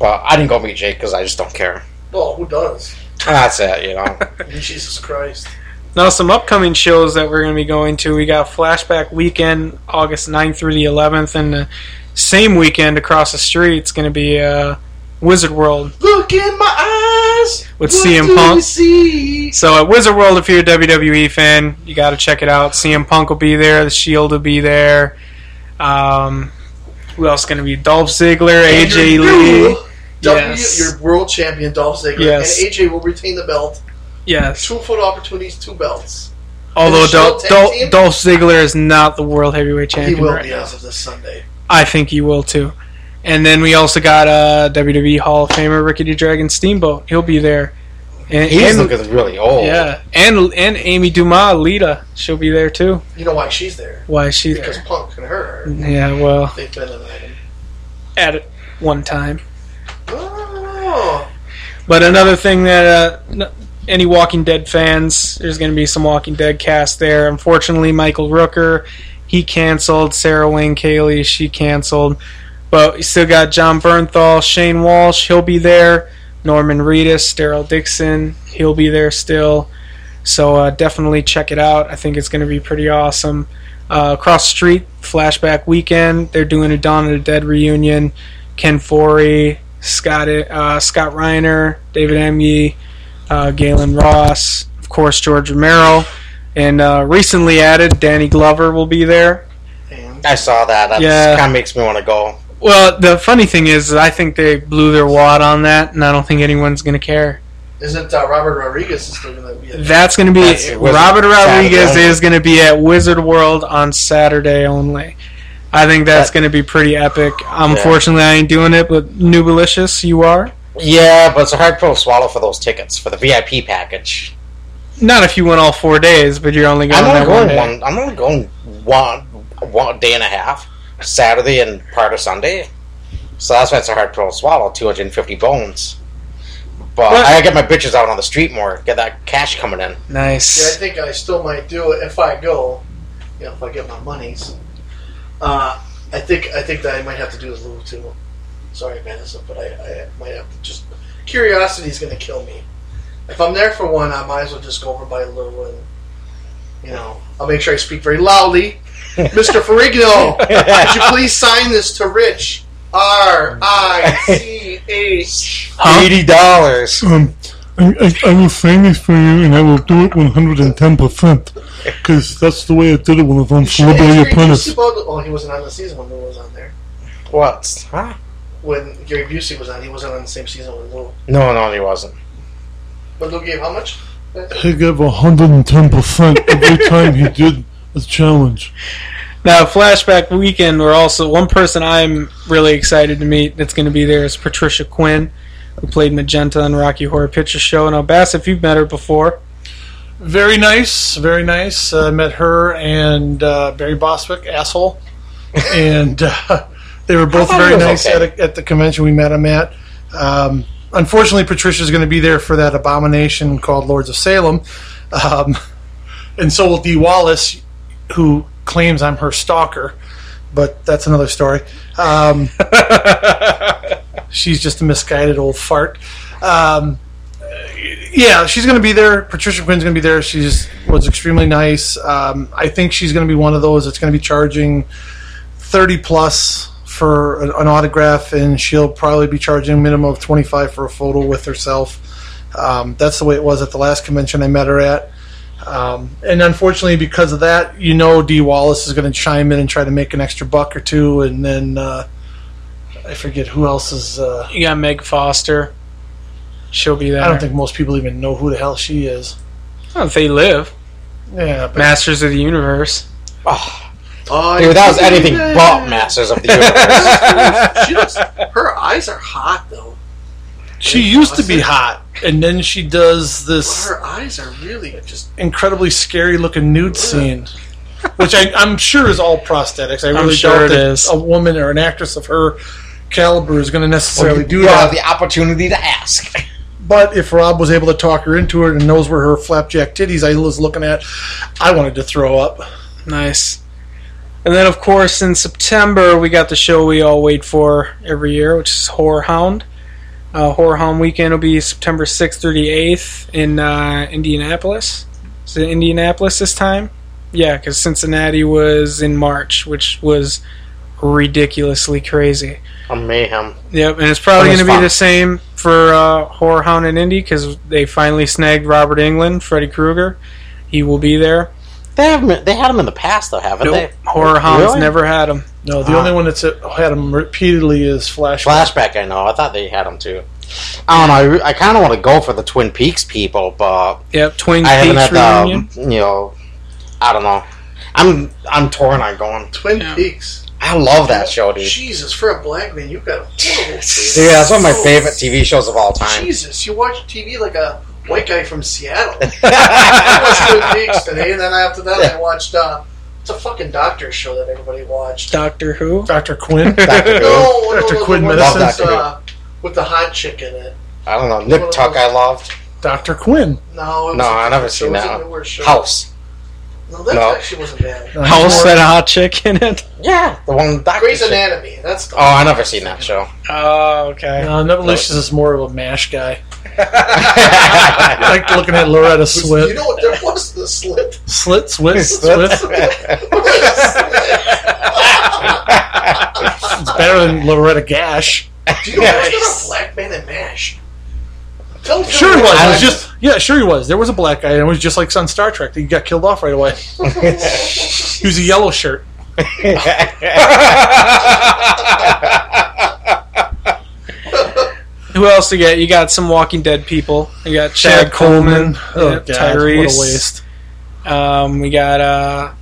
Speaker 4: Well, I didn't go meet Jake because I just don't care.
Speaker 5: Well, Oh, who does?
Speaker 4: That's it, you know.
Speaker 5: Jesus Christ.
Speaker 1: Now, some upcoming shows that we're going to be going to. We got Flashback Weekend, August 9th through the 11th, and the same weekend across the street, it's going to be uh, Wizard World.
Speaker 5: Look in my eyes.
Speaker 1: With
Speaker 5: What
Speaker 1: CM
Speaker 5: do
Speaker 1: Punk.
Speaker 5: you see?
Speaker 1: So at Wizard World, if you're a WWE fan, you got to check it out. CM Punk will be there. The Shield will be there. Um, who else going to be? Dolph Ziggler, AJ
Speaker 5: Andrew
Speaker 1: Lee.
Speaker 5: Yule, W,
Speaker 1: Yes.
Speaker 5: your world champion Dolph Ziggler,
Speaker 1: Yes.
Speaker 5: and AJ will retain the belt.
Speaker 1: Yes.
Speaker 5: Two foot opportunities, two belts.
Speaker 1: Although
Speaker 5: the Shield
Speaker 1: Dol-
Speaker 5: tag
Speaker 1: Dol-
Speaker 5: team?
Speaker 1: Dolph Ziggler is not the world heavyweight champion
Speaker 5: he will
Speaker 1: right
Speaker 5: be
Speaker 1: now.
Speaker 5: as of this Sunday.
Speaker 1: I think he will too. And then we also got uh, WWE Hall of Famer Ricky the Dragon Steamboat. He'll be there. And,
Speaker 4: He's
Speaker 1: and-
Speaker 4: looking really old.
Speaker 1: yeah, and and Amy Dumas, Lita, she'll be there too.
Speaker 5: You know why she's there?
Speaker 1: Why is she
Speaker 5: Because
Speaker 1: there?
Speaker 5: Punk and her,
Speaker 1: Yeah, well,
Speaker 5: they've been an item.
Speaker 1: at it one time.
Speaker 5: Oh,
Speaker 1: But another thing that uh, n- any Walking Dead fans, there's going to be some Walking Dead cast there. Unfortunately, Michael Rooker, he canceled. Sarah Wayne Cayley, she canceled. But you still got John Bernthal, Shane Walsh, he'll be there. Norman Reedus, Daryl Dixon, he'll be there still. So uh, definitely check it out. I think it's going to be pretty awesome. Uh, across the street, Flashback Weekend, they're doing a Dawn of the Dead reunion. Ken Forey, Scott uh, Scott Reiner, David Emge, uh, Galen Ross, of course George Romero, and uh, recently added Danny Glover will be there.
Speaker 5: and
Speaker 4: I saw that. That
Speaker 1: Yeah.
Speaker 4: kind of makes me want to go.
Speaker 1: Well, the funny thing is, I think they blew their wad on that, and I don't think anyone's going to care.
Speaker 5: isn't uh, Robert Rodriguez is still going to be a
Speaker 1: That's going to be
Speaker 4: That's it, Wizard-
Speaker 1: Robert Rodriguez
Speaker 4: Saturday.
Speaker 1: is going to be at Wizard World on Saturday only. I think that's
Speaker 4: That-
Speaker 1: going to be pretty epic. Unfortunately, I ain't doing it, but Nubalicious, you are.
Speaker 4: Yeah, but it's a hard pill to swallow for those tickets for the VIP package.
Speaker 1: Not if you went all four days, but you're only going
Speaker 4: I'm only
Speaker 1: that one
Speaker 4: going
Speaker 1: day.
Speaker 4: one. I'm only going one one day and a half, Saturday and part of Sunday. So that's why it's a hard pill to swallow. Two hundred and fifty bones. But
Speaker 1: Well-
Speaker 4: I gotta get my bitches out on the street more. Get that cash coming in.
Speaker 1: Nice.
Speaker 5: Yeah, I think I still might do it if I go. You know, if I get my monies. Uh, I think I think that I might have to do a little too. Sorry, Madison, but I, I might have to just. Curiosity is going to kill me. If I'm there for one, I might as well just go over by Lou and, you know, I'll make sure I speak very loudly. Mr. Ferrigno, would you please sign this to Rich? R I C H.
Speaker 4: Eighty dollars.
Speaker 2: Um, I, I, I will sign this for you, and I will do it 110%. Because that's the way I did it when I was on Celebrity Apprentice.
Speaker 5: Oh, he wasn't on the season when Lou was on there.
Speaker 4: What? Huh?
Speaker 5: when Gary Busey was on, he wasn't on the same season with Lou.
Speaker 4: No, no, he wasn't.
Speaker 5: But Lou gave how much?
Speaker 2: He gave 110% every time he did a challenge.
Speaker 1: Now, flashback weekend, we're also one person I'm really excited to meet that's going to be there is Patricia Quinn, who played Magenta on Rocky Horror Picture Show. Now, Bass, if you've met her before,
Speaker 3: Very nice, very nice. Uh, met her and uh, Barry Boswick, asshole, and uh, they were both
Speaker 4: thought
Speaker 3: very
Speaker 4: he was
Speaker 3: nice
Speaker 4: okay.
Speaker 3: at, a, at the convention we met him at. Um, unfortunately, Patricia's going to be there for that abomination called Lords of Salem, um, and so will Dee Wallace, who claims I'm her stalker, but that's another story. Um, she's just a misguided old fart. Um, yeah, she's going to be there. Patricia Quinn's going to be there. She's was extremely nice. Um, I think she's going to be one of those that's going to be charging thirty plus for an, an autograph, and she'll probably be charging a minimum of twenty five for a photo with herself. Um, that's the way it was at the last convention I met her at. Um, and unfortunately, because of that, you know, D. Wallace is going to chime in and try to make an extra buck or two, and then uh, I forget who else is. Uh,
Speaker 1: You got Meg Foster. She'll be there.
Speaker 3: I don't think most people even know who the hell she is.
Speaker 1: I don't know if they live.
Speaker 3: Yeah, but
Speaker 1: Masters of the Universe.
Speaker 4: Oh,
Speaker 5: Oh,
Speaker 4: dude, that was
Speaker 5: yeah.
Speaker 4: anything but Masters of the Universe.
Speaker 5: She looks, her eyes are hot though.
Speaker 3: she used to be hot, and then she does this
Speaker 5: Her eyes are really just.
Speaker 3: incredibly scary-looking nude scene, which I, I'm sure is all prosthetics. I
Speaker 1: I'm
Speaker 3: really
Speaker 1: sure
Speaker 3: doubt
Speaker 1: it
Speaker 3: that
Speaker 1: is.
Speaker 3: a woman or an actress of her caliber is going to necessarily do
Speaker 4: you
Speaker 1: uh,
Speaker 3: that.
Speaker 4: have the opportunity to ask.
Speaker 3: But if Rob was able to talk her into it and knows where her flapjack titties I was looking at, I wanted to throw up.
Speaker 1: Nice. And then, of course, in September, we got the show we all wait for every year, which is Horror Hound. Uh, Horror Hound weekend will be September 6th through the 8th in uh, Indianapolis. Is it Indianapolis this time? Yeah, because Cincinnati was in March, which was ridiculously crazy.
Speaker 4: A mayhem.
Speaker 1: Yep, and it's probably
Speaker 4: That
Speaker 1: going
Speaker 4: was
Speaker 1: to be
Speaker 4: fun.
Speaker 1: the same for uh, Horror Hound and Indy because they finally snagged Robert England, Freddy Krueger. He will be there.
Speaker 4: They have they had them in the past though, haven't
Speaker 1: Nope.
Speaker 4: they?
Speaker 1: Horror Hound's
Speaker 4: Really?
Speaker 1: never had him.
Speaker 3: No, the
Speaker 1: Ah.
Speaker 3: only one that's uh, had them repeatedly is Flash.
Speaker 4: Flashback, I know. I thought they had them too. I don't know. I, I kind of want to go for the Twin Peaks people, but
Speaker 1: Yep, Twin
Speaker 4: I haven't
Speaker 1: Peaks
Speaker 4: had the
Speaker 1: reunion.
Speaker 4: you know. I don't know. I'm I'm torn on going.
Speaker 5: Twin
Speaker 1: Yeah.
Speaker 5: Peaks.
Speaker 4: I love that show, dude.
Speaker 5: Jesus, for a black man, you've got a horrible taste.
Speaker 4: Yeah, that's one of my favorite TV shows of all time.
Speaker 5: Jesus, you watch TV like a white guy from Seattle. I watched Twin Peaks today, and then after that, I watched. Uh, it's a fucking doctor show that everybody watched.
Speaker 1: Doctor Who.
Speaker 3: Dr. Quinn.
Speaker 4: Doctor Who.
Speaker 5: No, no,
Speaker 3: Dr.
Speaker 5: no,
Speaker 3: Quinn
Speaker 5: the one
Speaker 3: Medicine.
Speaker 5: that's,
Speaker 4: Love
Speaker 5: uh, with the hot chick in it.
Speaker 4: I don't know. Nip Tuck, I loved.
Speaker 3: Dr. Quinn.
Speaker 5: No, it was
Speaker 4: No,
Speaker 5: a
Speaker 4: I never
Speaker 5: different
Speaker 4: seen
Speaker 5: show. It was
Speaker 4: that
Speaker 5: a newer show.
Speaker 4: House.
Speaker 5: No, that
Speaker 4: No.
Speaker 5: actually wasn't bad.
Speaker 1: House that hot chick in it.
Speaker 4: Yeah, the one with Doctor.
Speaker 5: Grey's
Speaker 4: shit.
Speaker 5: Anatomy. That's the
Speaker 4: Oh, I never seen that show.
Speaker 1: Oh, okay.
Speaker 3: No, Nevelicious is Uh, more of a MASH guy. I
Speaker 4: I
Speaker 3: like looking at Loretta
Speaker 5: You
Speaker 3: Swit.
Speaker 5: know what? There was the slit.
Speaker 3: Slit, Swit,
Speaker 4: Slit.
Speaker 3: Swit.
Speaker 5: Do
Speaker 3: It's better than Loretta Gash.
Speaker 5: you know there was not a black man in MASH? Tell me
Speaker 3: Sure he was. It
Speaker 5: there
Speaker 3: was just, yeah, sure he was. There was a black guy, and it was just like on Star Trek. He got killed off right away. He was a yellow shirt.
Speaker 1: Who else you got? You got some Walking Dead people. You got Chad, Coleman,
Speaker 3: Oh,
Speaker 1: yep,
Speaker 3: God,
Speaker 1: Tyrese.
Speaker 3: What a waste.
Speaker 1: Um, we got uh,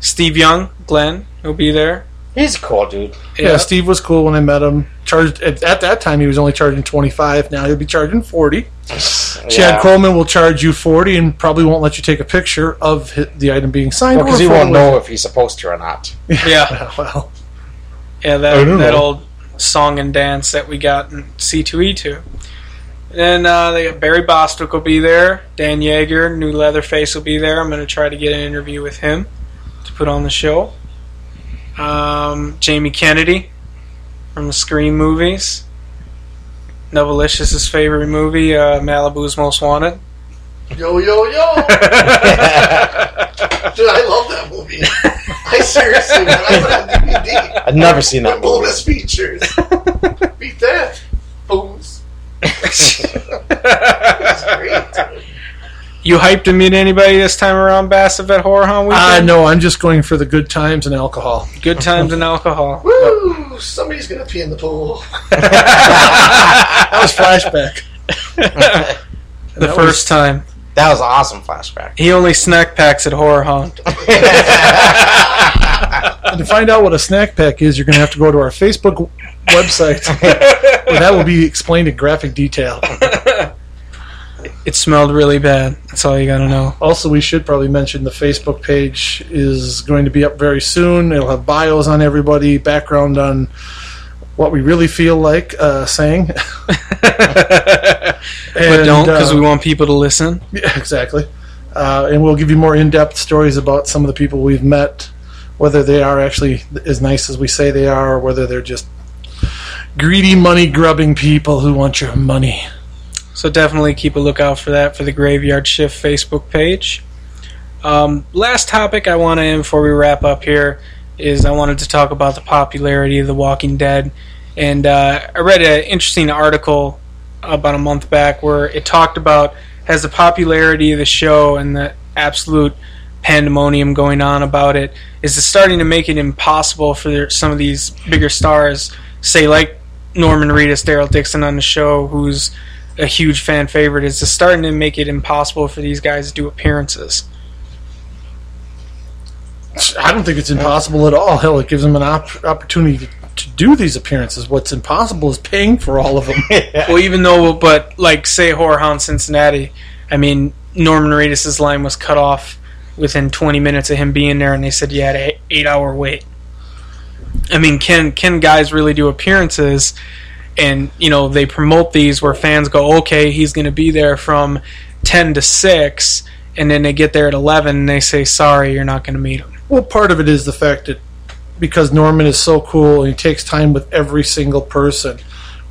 Speaker 1: Steve Young, Glenn. He'll be there.
Speaker 4: He's cool, dude.
Speaker 3: Yeah, Steve was cool when I met him. Charged at, at that time, he was only charging twenty five. Now he'll be charging forty. Chad
Speaker 4: Yeah.
Speaker 3: Coleman will charge you forty and probably won't let you take a picture of hi the item being signed.
Speaker 4: Because
Speaker 3: or
Speaker 4: he
Speaker 3: photo
Speaker 4: won't
Speaker 3: with-
Speaker 4: know if he's supposed to or not.
Speaker 1: yeah.
Speaker 3: Well,
Speaker 1: Yeah,
Speaker 2: I
Speaker 1: that
Speaker 2: don't
Speaker 1: that
Speaker 2: know.
Speaker 1: old song and dance that we got in C two E two. Then uh, they got Barry Bostwick will be there. Dan Yeager, new Leatherface will be there. I'm going to try to get an interview with him to put on the show. Um, Jamie Kennedy from the Scream movies. Novelicious' favorite movie, uh, Malibu's Most Wanted.
Speaker 5: Yo, yo, yo! Dude, I love that movie. I seriously, when I put on DVD,
Speaker 4: I've never seen
Speaker 5: the
Speaker 4: that movie.
Speaker 5: bonus features. Beat that. Booms. That's great. dude.
Speaker 1: You hyped to meet anybody this time around, Bassett at Horror Hunt
Speaker 3: I
Speaker 1: Weekend?
Speaker 3: know. I'm just going for the good times and alcohol.
Speaker 1: Good times and alcohol.
Speaker 5: Woo! Somebody's gonna pee in the pool.
Speaker 3: That was flashback.
Speaker 1: The
Speaker 3: That was-
Speaker 1: first time.
Speaker 4: That was an awesome flashback.
Speaker 1: He only snack packs at Horror Hunt.
Speaker 3: And to find out what a snack pack is, you're going to have to go to our Facebook website. Where that will be explained in graphic detail.
Speaker 1: It smelled really bad. That's all you gotta know.
Speaker 3: Also, we should probably mention the Facebook page is going to be up very soon. It'll have bios on everybody, background on what we really feel like uh, saying.
Speaker 1: But
Speaker 3: And,
Speaker 1: don't, because
Speaker 3: uh,
Speaker 1: we want people to listen.
Speaker 3: yeah, exactly. Uh, and we'll give you more in-depth stories about some of the people we've met, whether they are actually as nice as we say they are, or whether they're just greedy, money-grubbing people who want your money.
Speaker 1: So definitely keep a lookout for that for the Graveyard Shift Facebook page. Um, last topic I want to end before we wrap up here is I wanted to talk about the popularity of The Walking Dead, and uh, I read an interesting article about a month back where it talked about has the popularity of the show and the absolute pandemonium going on about it is it's starting to make it impossible for some of these bigger stars, say like Norman Reedus, Daryl Dixon on the show, who's a huge fan favorite, is it's starting to make it impossible for these guys to do appearances.
Speaker 3: I don't think it's impossible at all. Hell, it gives them an op- opportunity to, to do these appearances. What's impossible is paying for all of them.
Speaker 1: Well, even though, but like say Horrorhound Cincinnati, I mean Norman Reedus's line was cut off within 20 minutes of him being there, and they said you had an eight-hour wait. I mean, can can guys really do appearances? And you know they promote these where fans go, okay, he's going to be there from 10 to 6, and then they get there at 11 and they say, sorry, you're not going to meet him.
Speaker 3: Well, part of it is the fact that because Norman is so cool and he takes time with every single person,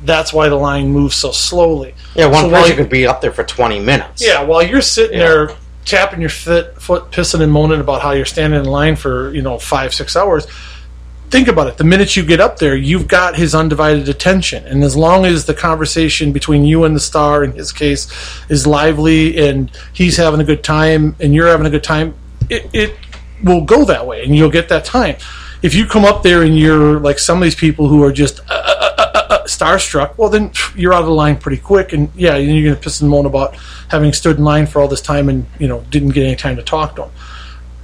Speaker 3: that's why the line moves so slowly.
Speaker 4: Yeah, one
Speaker 3: So while
Speaker 4: person
Speaker 3: you-
Speaker 4: could be up there for 20 minutes.
Speaker 3: Yeah, while you're sitting
Speaker 4: Yeah.
Speaker 3: there tapping your foot, foot, pissing and moaning about how you're standing in line for you know five, six hours, think about it. The minute you get up there, you've got his undivided attention, and as long as the conversation between you and the star, in his case, is lively and he's having a good time and you're having a good time, it, it will go that way, and you'll get that time. If you come up there and you're like some of these people who are just uh, uh, uh, uh, starstruck, well then pff, you're out of the line pretty quick, and yeah, you're going to piss and moan about having stood in line for all this time and you know didn't get any time to talk to them.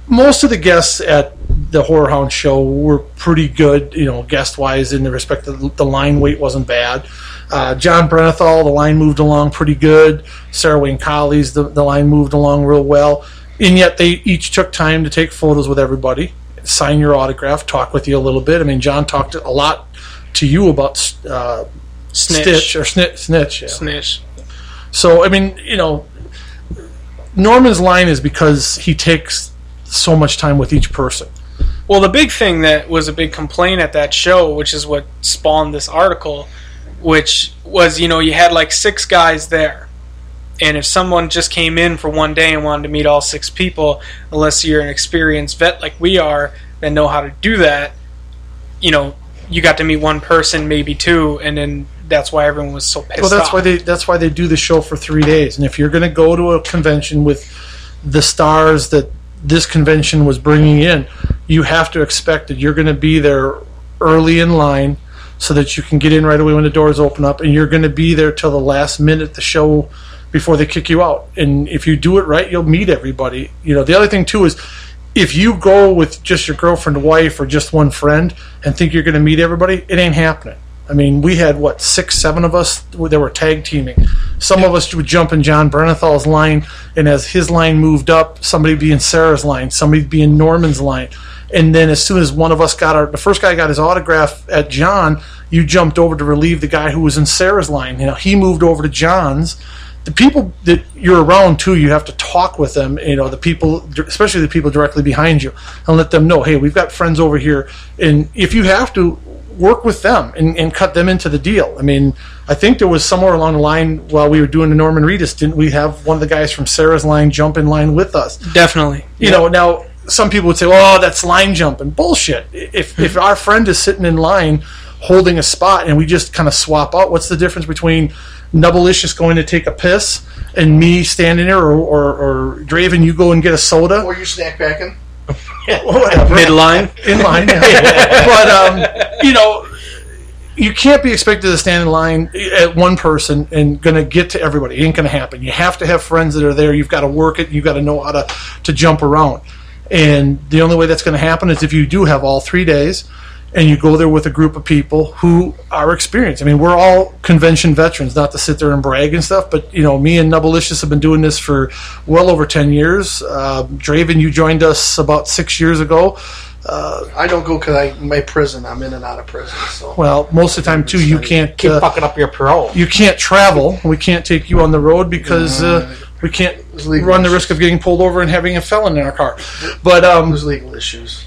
Speaker 3: Most of the guests at the Horror Hound show were pretty good, you know, guest wise in the respect that the line weight wasn't bad. Uh, John Brenethal, the line moved along pretty good. Sarah Wayne Collies, the, the line moved along real well. And yet they each took time to take photos with everybody, sign your autograph, talk with you a little bit. I mean, John talked a lot to you about uh,
Speaker 1: Snitch,
Speaker 3: Stitch or Snitch. Snitch, yeah.
Speaker 1: snitch.
Speaker 3: So I mean, you know, Norman's line is because he takes so much time with each person.
Speaker 1: Well, the big thing that was a big complaint at that show, which is what spawned this article, which was you know you had like six guys there, and if someone just came in for one day and wanted to meet all six people, unless you're an experienced vet like we are that know how to do that, you know you got to meet one person, maybe two, and then that's why everyone was so pissed
Speaker 3: Well, that's
Speaker 1: off.
Speaker 3: why they that's why they do the show for three days. And if you're going to go to a convention with the stars that this convention was bringing in, you have to expect that you're going to be there early in line so that you can get in right away when the doors open up, and you're going to be there till the last minute the show before they kick you out. And if you do it right, you'll meet everybody. You know, the other thing too is if you go with just your girlfriend, wife, or just one friend and think you're going to meet everybody, it ain't happening. I mean, we had what six, seven of us that were tag teaming. Some of us would jump in John Brenethal's line, and as his line moved up, somebody would be in Sarah's line, somebody would be in Norman's line, and then as soon as one of us got our, the first guy got his autograph at John, you jumped over to relieve the guy who was in Sarah's line. You know, he moved over to John's, the people that you're around too, you have to talk with them. You know, the people, especially the people directly behind you, and let them know, hey, we've got friends over here, and if you have to, work with them and, and cut them into the deal. I mean, I think there was somewhere along the line while we were doing the Norman Reedus, didn't we have one of the guys from Sarah's line jump in line with us?
Speaker 1: Definitely,
Speaker 3: you know now some people would say oh that's line jumping bullshit if if our friend is sitting in line holding a spot and we just kind of swap out what's the difference between Nubblicious going to take a piss and me standing there or, or, or Draven you go and get a soda
Speaker 5: Or you snack packing.
Speaker 3: or whatever
Speaker 1: midline.
Speaker 3: in line. yeah. but um, you know, you can't be expected to stand in line at one person and going to get to everybody. It ain't going to happen. You have to have friends that are there. You've got to work it. You've got to know how to to jump around. And the only way that's going to happen is if you do have all three days. And you go there with a group of people who are experienced. I mean, we're all convention veterans, not to sit there and brag and stuff, but you know, me and Nubblicious have been doing this for well over ten years. Uh, Draven, you joined us about six years ago.
Speaker 5: I don't go because I my prison. I'm in and out of prison. So
Speaker 3: Well, most of the time too, you can't
Speaker 4: Keep
Speaker 3: uh,
Speaker 4: fucking up your parole.
Speaker 3: you can't travel. We can't take you on the road because uh, we can't
Speaker 5: It's legal
Speaker 3: run the
Speaker 5: issues.
Speaker 3: risk of getting pulled over and having a felon in our car. But um,
Speaker 5: there's legal issues.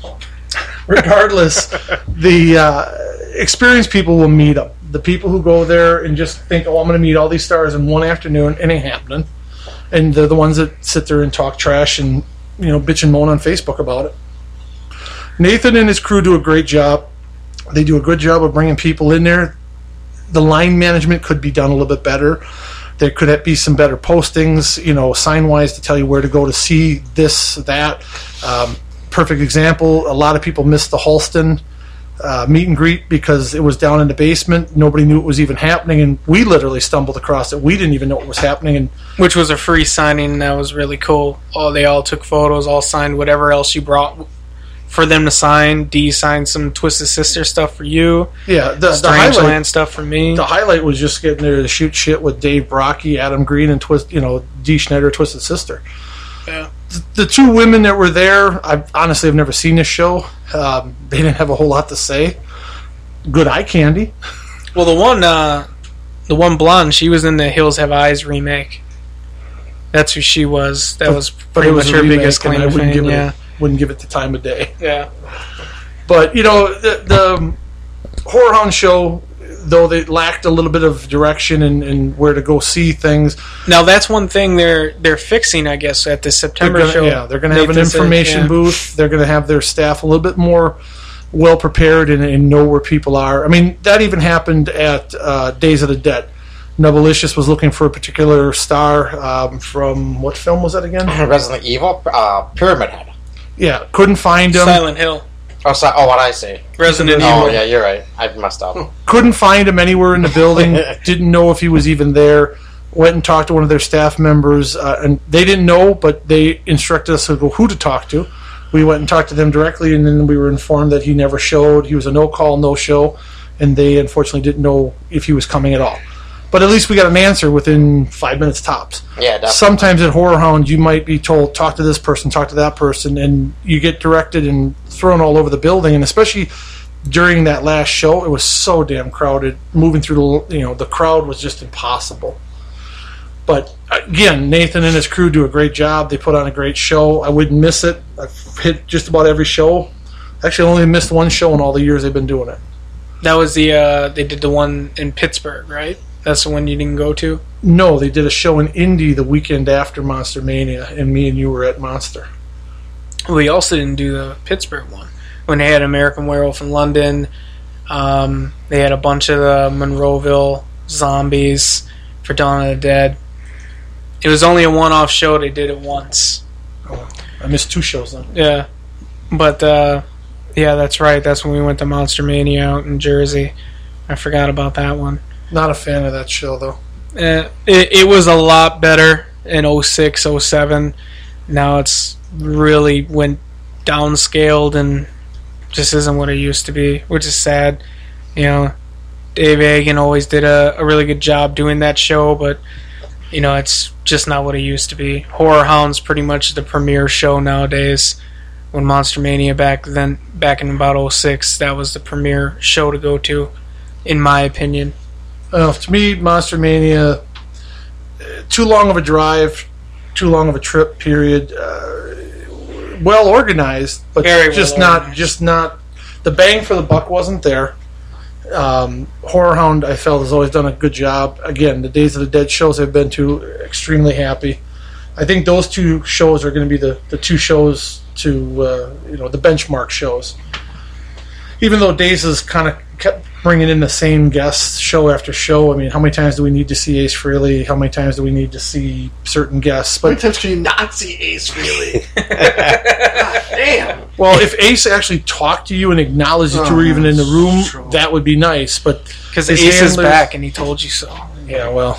Speaker 3: regardless, the uh, experienced people will meet up. The people who go there and just think, "Oh, I'm going to meet all these stars in one afternoon," it ain't happening. And they're the ones that sit there and talk trash and you know bitch and moan on Facebook about it. Nathan and his crew do a great job. They do a good job of bringing people in there. The line management could be done a little bit better. There could be some better postings, you know, sign wise to tell you where to go to see this, that. Um, perfect example. A lot of people missed the Halston uh, meet and greet because it was down in the basement. Nobody knew it was even happening, and we literally stumbled across it. We didn't even know it was happening, and
Speaker 1: which was a free signing and that was really cool. All they all took photos, all signed whatever else you brought for them to sign. D signed some Twisted Sister stuff for you,
Speaker 3: yeah, the, the
Speaker 1: Strange
Speaker 3: highlight.
Speaker 1: Land stuff for me.
Speaker 3: The highlight was just getting there to shoot shit with Dave Brocky, Adam Green, and Twist, you know, D. Schneider, Twisted Sister.
Speaker 1: Yeah.
Speaker 3: Th- The two women that were there, I honestly have never seen this show. Um, they didn't have a whole lot to say. Good eye candy.
Speaker 1: Well, the one, uh, the one blonde, she was in the Hills Have Eyes remake. That's who she was. That was
Speaker 3: But
Speaker 1: pretty
Speaker 3: it was
Speaker 1: much
Speaker 3: a
Speaker 1: her
Speaker 3: remake,
Speaker 1: biggest
Speaker 3: and
Speaker 1: claim
Speaker 3: I
Speaker 1: to
Speaker 3: wouldn't
Speaker 1: fame.
Speaker 3: give, it,
Speaker 1: Yeah,
Speaker 3: wouldn't give it the time of day.
Speaker 1: yeah.
Speaker 3: But you know, the, the horror hound show, though they lacked a little bit of direction and, and where to go see things.
Speaker 1: Now that's one thing they're they're fixing, I guess, at this
Speaker 3: They're
Speaker 1: September
Speaker 3: gonna,
Speaker 1: show.
Speaker 3: yeah, they're going to have an
Speaker 1: Nathan said,
Speaker 3: information
Speaker 1: yeah.
Speaker 3: booth. They're going to have their staff a little bit more well prepared and, and know where people are. I mean, that even happened at uh, Days of the Dead. Nubalicious was looking for a particular star um, from what film was that again?
Speaker 4: Resident Evil, uh, Pyramid Head.
Speaker 3: Yeah, couldn't find him.
Speaker 1: Silent Hill,
Speaker 4: Oh, so, oh, what I say?
Speaker 1: Resident
Speaker 4: Oh,
Speaker 1: Evil.
Speaker 4: yeah, you're right. I messed up.
Speaker 3: couldn't find him anywhere in the building. didn't know if he was even there. Went and talked to one of their staff members, uh, and they didn't know, but they instructed us to go who to talk to. We went and talked to them directly, and then we were informed that he never showed. He was a no call, no show, and they unfortunately didn't know if he was coming at all. But at least we got an answer within five minutes tops
Speaker 4: Yeah, definitely.
Speaker 3: sometimes at horror hound you might be told talk to this person talk to that person and you get directed and thrown all over the building and especially during that last show it was so damn crowded moving through the you know the crowd was just impossible but again nathan and his crew do a great job they put on a great show i wouldn't miss it i've hit just about every show actually I only missed one show in all the years they've been doing it
Speaker 1: That was the uh, they did the one in Pittsburgh, right? That's the one you didn't go to.
Speaker 3: no they did a show in indy the weekend after monster mania and me and you were at monster
Speaker 1: We also didn't do the Pittsburgh one when they had American Werewolf in London. Um, they had a bunch of the Monroeville zombies for Dawn of the Dead. It was only a one-off show. They did it once.
Speaker 3: i missed two shows then
Speaker 1: Yeah, but uh, yeah, that's right. That's when we went to Monster Mania out in Jersey. I forgot about that one.
Speaker 3: Not a fan of that show, though.
Speaker 1: Uh, it, it was a lot better in 06, 07. Now it's really went downscaled and just isn't what it used to be, which is sad. You know, Dave Agan always did a, a really good job doing that show, but you know, it's just not what it used to be. Horror Hound's pretty much the premier show nowadays. When Monster Mania back then, back in about 06, that was the premier show to go to, in my opinion.
Speaker 3: Uh, to me, Monster Mania, uh, too long of a drive, too long of a trip. Period. Uh, well organized, but
Speaker 1: Very well
Speaker 3: just not
Speaker 1: organized.
Speaker 3: just not the bang for the buck wasn't there. Um, Horror Hound, I felt, has always done a good job. Again, the Days of the Dead shows I've been to, extremely happy. I think those two shows are going to be the, the two shows to uh, you know the benchmark shows. Even though Days is kind of kept bringing in the same guests show after show. I mean, how many times do we need to see Ace Frehley? How many times do we need to see certain guests?
Speaker 5: How many
Speaker 3: But
Speaker 5: times can you not see Ace really? God damn.
Speaker 3: well, if Ace actually talked to you and acknowledged that you were
Speaker 5: Oh,
Speaker 3: even in the room,
Speaker 5: that's true.
Speaker 3: that would be nice. But
Speaker 1: Because
Speaker 3: His
Speaker 1: Ace is
Speaker 3: handlers-
Speaker 1: back, and he told you so.
Speaker 3: Yeah, well,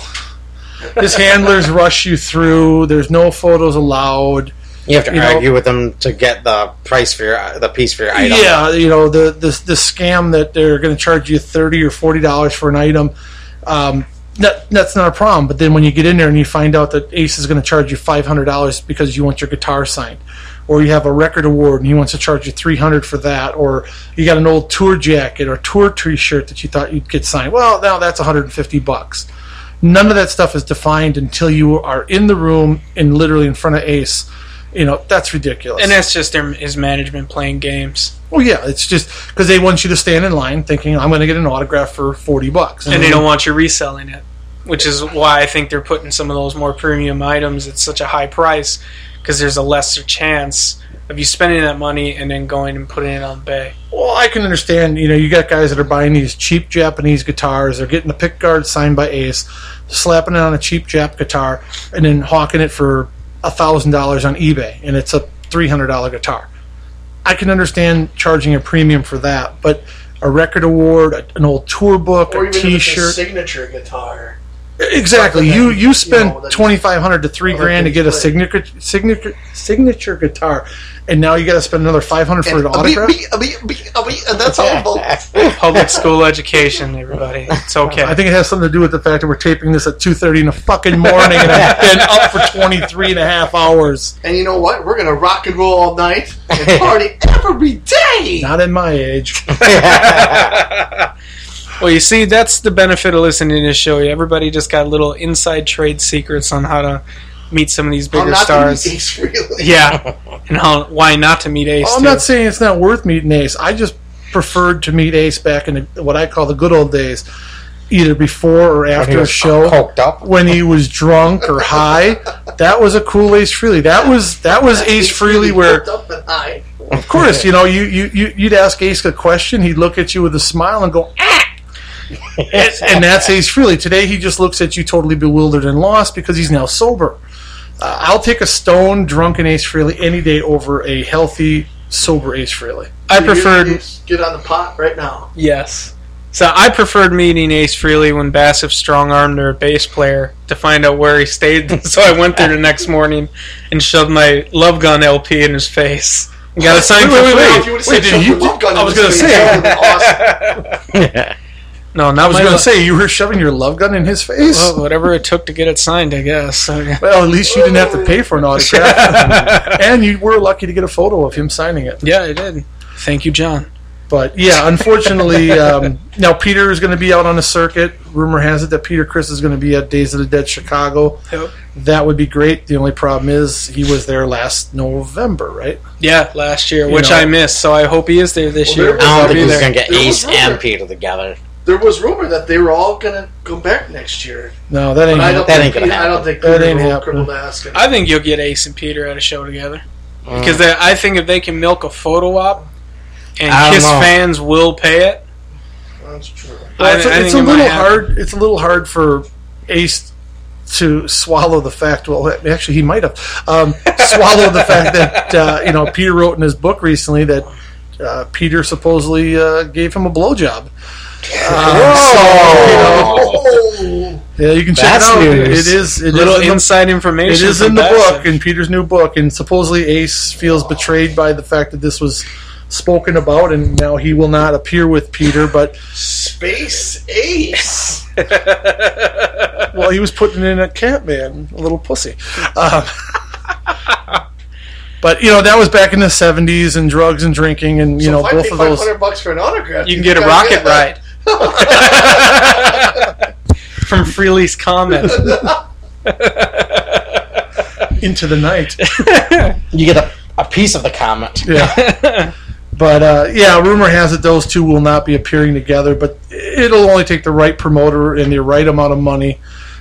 Speaker 3: his handlers rush you through. There's no photos allowed.
Speaker 4: You have to
Speaker 3: You know-
Speaker 4: argue with them to get the price for your the piece for your item.
Speaker 3: Yeah, you know the the the scam that they're going to charge you thirty or forty dollars for an item. Um, that that's not a problem. But then when you get in there and you find out that Ace is going to charge you five hundred dollars because you want your guitar signed, or you have a record award and he wants to charge you three hundred for that, or you got an old tour jacket or tour T-shirt that you thought you'd get signed. Well, now that's one hundred and fifty bucks. None of that stuff is defined until you are in the room and literally in front of Ace. You know that's ridiculous.
Speaker 1: And that's just their, his management playing games.
Speaker 3: Well, yeah, it's just because they want you to stand in line thinking I'm going to get an autograph for forty bucks,
Speaker 1: And they don't want you reselling it. which is why I think they're putting some of those more premium items at such a high price because there's a lesser chance of you spending that money and then going and putting it on eBay.
Speaker 3: Well, I can understand. You know, you got guys that are buying these cheap Japanese guitars. They're getting a pick guard signed by Ace, slapping it on a cheap Jap guitar, and then hawking it for thousand dollars on eBay, and it's a three hundred dollar guitar. I can understand charging a premium for that, but a record award, a- an old tour book,
Speaker 5: Or
Speaker 3: a
Speaker 5: even if it's a
Speaker 3: T-shirt.
Speaker 5: signature guitar.
Speaker 3: Exactly.
Speaker 5: Something
Speaker 3: You
Speaker 5: that,
Speaker 3: you
Speaker 5: you
Speaker 3: spend
Speaker 5: know, that-
Speaker 3: twenty five hundred to three
Speaker 5: Other
Speaker 3: grand to
Speaker 5: things
Speaker 3: get a
Speaker 5: play.
Speaker 3: signature signature signature guitar, and now you got to spend another five hundred for an
Speaker 5: And a beep,
Speaker 3: autograph.
Speaker 5: beep, a beep, beep, a beep, and that's all.
Speaker 1: Public school education, everybody. It's okay.
Speaker 3: I think it has something to do with the fact that we're taping this at 2.30 in the fucking morning and I've been up for 23 and a half hours.
Speaker 5: And you know what? We're gonna rock and roll all night and party every day.
Speaker 3: Not in my age.
Speaker 1: Well, you see, that's the benefit of listening to this show. Everybody just got little inside trade secrets on how to meet some of these
Speaker 5: I'm
Speaker 1: bigger
Speaker 5: not gonna
Speaker 1: stars.
Speaker 5: be ace, really.
Speaker 1: Yeah, and how why not to meet Ace?
Speaker 3: Well, Oh, I'm
Speaker 1: too.
Speaker 3: not saying it's not worth meeting Ace. I just preferred to meet Ace back in the, what I call the good old days, either before or after a show.
Speaker 4: coked up.
Speaker 3: when he was drunk or high. That was a cool Ace Freely. That was that was Ace Freely where,
Speaker 5: Hooked up and high.
Speaker 3: of course, you know, you, you, you you'd ask Ace a question, he'd look at you with a smile and go, ah! and, and that's Ace Freely. Today he just looks at you totally bewildered and lost because he's now sober. Uh, I'll take a stone drunken Ace Freely any day over a healthy sober Ace Freely.
Speaker 1: I
Speaker 5: You- you
Speaker 1: preferred
Speaker 5: just Get on the pot right now.
Speaker 1: yes. So I preferred meeting Ace Freely when Bassif strong armed their bass player to find out where he stayed. so I went there the next morning and shoved my Love Gun LP in his face. And got a sign for
Speaker 3: wait,
Speaker 5: Now,
Speaker 1: free.
Speaker 5: if you would have
Speaker 3: Wait,
Speaker 5: said
Speaker 3: did
Speaker 5: Chuck
Speaker 3: you-
Speaker 5: with Love Gun
Speaker 3: I
Speaker 5: in
Speaker 3: was
Speaker 5: his
Speaker 3: gonna
Speaker 5: face,
Speaker 3: say-
Speaker 5: that would've been awesome.
Speaker 1: No, not
Speaker 3: I was
Speaker 1: my
Speaker 3: going
Speaker 1: Lo-
Speaker 3: to say you were shoving your love gun in his face.
Speaker 1: Well, whatever it took to get it signed, I guess. So, yeah.
Speaker 3: Well, at least you didn't have to pay for an autograph, and you were lucky to get a photo of him signing it.
Speaker 1: yeah, I did. Thank you, John.
Speaker 3: But yeah, unfortunately, um, now Peter is going to be out on a circuit. Rumor has it that Peter Chris is going to be at Days of the Dead Chicago.
Speaker 1: Yep.
Speaker 3: That would be great. The only problem is he was there last November, right?
Speaker 1: Yeah, last year,
Speaker 3: You
Speaker 1: which
Speaker 3: know.
Speaker 1: I missed. So I hope he is there this
Speaker 5: Well,
Speaker 1: year.
Speaker 5: there
Speaker 4: I
Speaker 1: I'll
Speaker 4: don't
Speaker 5: was
Speaker 1: be
Speaker 4: think he's
Speaker 1: there.
Speaker 4: going to get
Speaker 5: It
Speaker 4: Ace
Speaker 5: was rumor.
Speaker 4: and Peter together.
Speaker 5: There was rumor that they were all gonna go back next year.
Speaker 3: No, that ain't.
Speaker 5: But I don't
Speaker 4: That
Speaker 5: think
Speaker 4: ain't gonna
Speaker 5: I don't
Speaker 4: happen.
Speaker 5: think
Speaker 3: That
Speaker 5: Peter
Speaker 3: ain't
Speaker 5: will
Speaker 3: happening.
Speaker 5: crippled ass.
Speaker 1: I think you'll get Ace and Peter at a show together because they- I think if they can milk a photo op and
Speaker 4: I don't
Speaker 1: Kiss
Speaker 4: know.
Speaker 1: fans will pay it.
Speaker 5: That's true.
Speaker 3: Well, it's,
Speaker 1: I- I
Speaker 3: a,
Speaker 1: think
Speaker 3: it's a
Speaker 1: it might
Speaker 3: little
Speaker 1: happen.
Speaker 3: hard. It's a little hard for Ace to swallow the fact. Well, actually, he might have um, swallow the fact that uh, you know Peter wrote in his book recently that uh, Peter supposedly uh, gave him a blowjob. Um,
Speaker 5: Oh,
Speaker 3: Yeah, you can check
Speaker 4: That's
Speaker 3: it out.
Speaker 4: news.
Speaker 3: It is it
Speaker 1: little
Speaker 3: is in the-
Speaker 1: inside information.
Speaker 3: it is in
Speaker 1: from
Speaker 3: the
Speaker 1: Bassett.
Speaker 3: book in Peter's new book, and supposedly Ace feels betrayed by the fact that this was spoken about, and now he will not appear with Peter. But
Speaker 5: Space Ace.
Speaker 3: well, he was putting in a cat man, a little pussy. Um, but you know that was back in the '70s, and drugs and drinking, and you
Speaker 5: So
Speaker 3: know
Speaker 5: if I
Speaker 3: both
Speaker 5: pay
Speaker 3: of those.
Speaker 5: 500 bucks for an autograph,
Speaker 1: You can get a
Speaker 5: gotta
Speaker 1: rocket
Speaker 5: that.
Speaker 1: ride from Freely's comment.
Speaker 3: into the night.
Speaker 4: You get a, a piece of the comment.
Speaker 3: Yeah. but uh, yeah, rumor has it those two will not be appearing together. But it'll only take the right promoter and the right amount of money,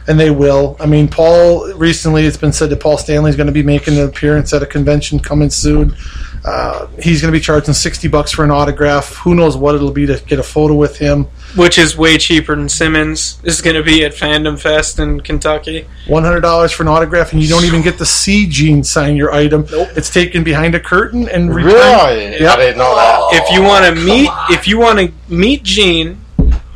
Speaker 3: and they will. I mean, Paul recently it's been said that Paul Stanley's going to be making an appearance at a convention coming soon. Uh, he's going to be charging sixty bucks for an autograph. Who knows what it'll be to get a photo with him?
Speaker 1: which is way cheaper than Simmons. This is going to be at Fandom Fest in Kentucky.
Speaker 3: One hundred dollars for an autograph, and you don't even get to see Gene sign your item.
Speaker 5: Nope.
Speaker 3: It's taken behind a curtain and returned.
Speaker 4: Really?
Speaker 3: Yep.
Speaker 4: I didn't know that.
Speaker 1: if you want to meet,
Speaker 5: on.
Speaker 1: if you want to meet Gene,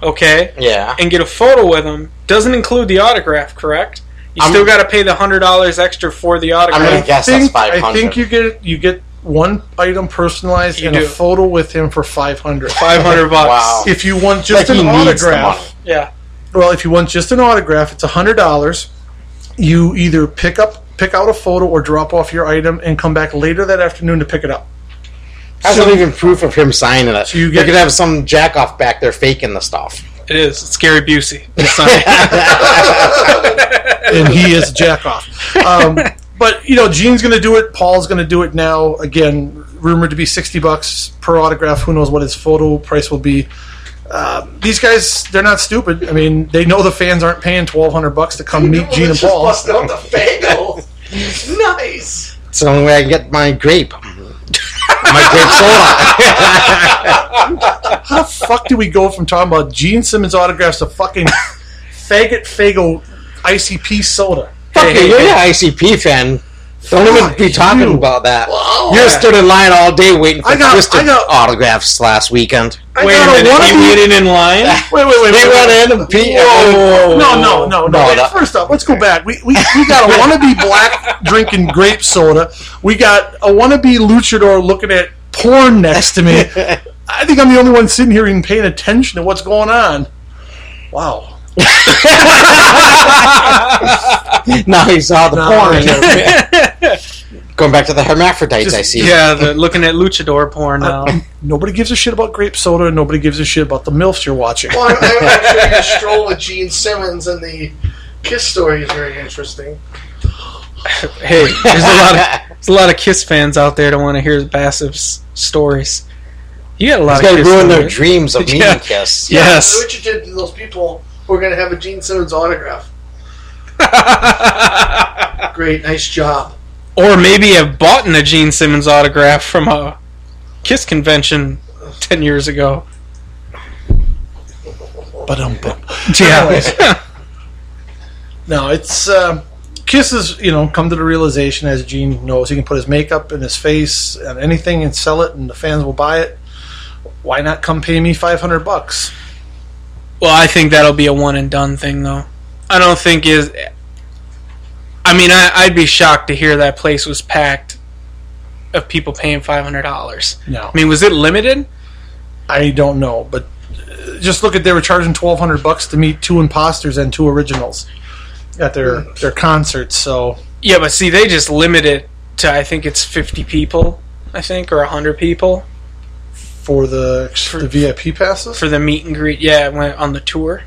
Speaker 1: okay,
Speaker 4: Yeah.
Speaker 1: and get a photo with him, doesn't include the autograph, correct? You
Speaker 4: I'm-
Speaker 1: still got to pay the hundred dollars extra for the autograph.
Speaker 4: I'm gonna guess that's
Speaker 3: think,
Speaker 4: 500.
Speaker 3: I think you get you get one item personalized
Speaker 1: You
Speaker 3: and
Speaker 1: do.
Speaker 3: a photo with him for five hundred.
Speaker 1: Five hundred bucks.
Speaker 4: Wow.
Speaker 3: If you want just
Speaker 4: Like,
Speaker 3: an
Speaker 4: he needs the money.
Speaker 3: autograph,
Speaker 1: Yeah.
Speaker 3: well, if you want just an autograph, it's hundred dollars. You either pick up pick out a photo or drop off your item and come back later that afternoon to pick it up.
Speaker 4: That's not even proof of him signing it.
Speaker 3: you
Speaker 4: you,
Speaker 3: get-
Speaker 4: could have some jack off back there faking the stuff.
Speaker 1: It is. It's Gary Busey. It's Sunday.
Speaker 3: and he is jackoff. Um, but you know, Gene's going to do it. Paul's going to do it now. Again, rumored to be sixty bucks per autograph. Who knows what his photo price will be? Um, these guys, they're not stupid. I mean, they know the fans aren't paying twelve hundred bucks to come meet Gene and
Speaker 5: Just
Speaker 3: Paul.
Speaker 5: Bust out the fagel. nice.
Speaker 4: It's the only way I can get my grape. my grape soda.
Speaker 3: How the fuck do we go from talking about Gene Simmons autographs to fucking faggot fago ICP soda?
Speaker 4: Fucking, you're an ICP fan. Don't even be talking
Speaker 3: you.
Speaker 4: about that.
Speaker 5: Wow.
Speaker 4: You stood in line all day waiting for
Speaker 3: I got-
Speaker 4: twisted
Speaker 3: I got-
Speaker 4: autographs last weekend.
Speaker 3: I
Speaker 1: Wait a
Speaker 3: got a
Speaker 1: minute,
Speaker 3: one
Speaker 1: he waited in line?
Speaker 3: Wait, wait, wait.
Speaker 4: They
Speaker 3: wait, wait.
Speaker 4: went in and Pete.
Speaker 3: No, no, no, no. Wait,
Speaker 4: Oh. that-
Speaker 3: First off, let's go back. We, we, we got a wannabe black drinking grape soda. We got a wannabe luchador looking at porn next to me. I think I'm the only one sitting here even paying attention to what's going on. Wow.
Speaker 4: Now he saw the
Speaker 3: I-
Speaker 4: porn. Going back to the hermaphrodites, I see.
Speaker 1: Yeah, the, looking at luchador porn now.
Speaker 3: Nobody gives a shit about grape soda, and nobody gives a shit about the MILFs you're watching.
Speaker 5: Well, I'm, I'm actually the stroll with Gene Simmons and the Kiss story is very interesting.
Speaker 1: hey, there's a lot of there's a lot of Kiss fans out there that want to hear Bass's stories. You got a lot
Speaker 4: It's going
Speaker 1: of
Speaker 4: to
Speaker 1: Kiss
Speaker 4: ruin their
Speaker 1: stories.
Speaker 4: dreams of meeting
Speaker 1: Yeah.
Speaker 4: Kiss.
Speaker 1: Yes.
Speaker 5: What you did to those people who are going to have a Gene Simmons autograph. Great, nice job.
Speaker 1: Or maybe have bought a Gene Simmons autograph from a Kiss convention ten years ago.
Speaker 3: But um, bum.
Speaker 1: Yeah.
Speaker 3: No, it's uh, Kiss has you know come to the realization as Gene knows he can put his makeup in his face and anything and sell it, and the fans will buy it. Why not come pay me five hundred bucks?
Speaker 1: well, I think that'll be a one and done thing though. I don't think is I mean, I, I'd be shocked to hear that place was packed of people paying five hundred dollars.
Speaker 3: No,
Speaker 1: I mean, was it limited?
Speaker 3: I don't know, but uh, just look at they were charging twelve hundred bucks to meet two imposters and two originals at their their concert. So
Speaker 1: Yeah, but see, they just limit it to I think it's fifty people, I think, or hundred people
Speaker 3: for the the VIP passes,
Speaker 1: for the meet and greet. Yeah, when, on the tour.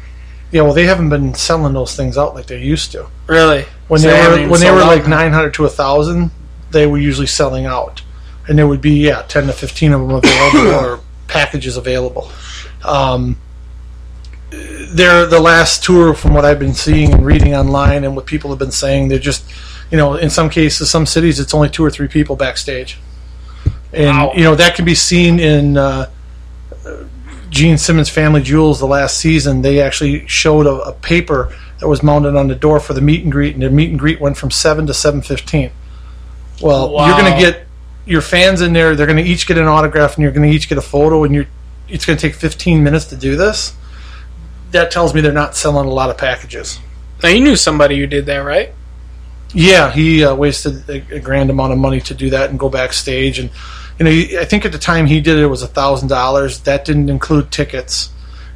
Speaker 3: yeah, well they haven't been selling those things out like they used to.
Speaker 1: Really?
Speaker 3: when
Speaker 1: So
Speaker 3: they
Speaker 1: haven't
Speaker 3: were
Speaker 1: even
Speaker 3: when they
Speaker 1: sold
Speaker 3: were
Speaker 1: out
Speaker 3: like
Speaker 1: now.
Speaker 3: 900 to 1000 they were usually selling out and there would be yeah 10 to 15 of them available or packages available um, they're the last tour from what i've been seeing and reading online and what people have been saying they're just you know in some cases some cities it's only two or three people backstage and
Speaker 1: Wow.
Speaker 3: you know that can be seen in uh, Gene Simmons Family Jewels the last season, they actually showed a, a paper that was mounted on the door for the meet and greet, and the meet and greet went from seven to seven fifteen. Well, you're going
Speaker 1: Wow.
Speaker 3: to get your fans in there. They're going to each get an autograph, and you're going to each get a photo, and you're it's going to take fifteen minutes to do this. That tells me they're not selling a lot of packages.
Speaker 1: Now you knew somebody who did that, right?
Speaker 3: Yeah, he uh, wasted a, a grand amount of money to do that and go backstage. And you know, he- I think at the time he did it, it was a thousand dollars. That didn't include tickets.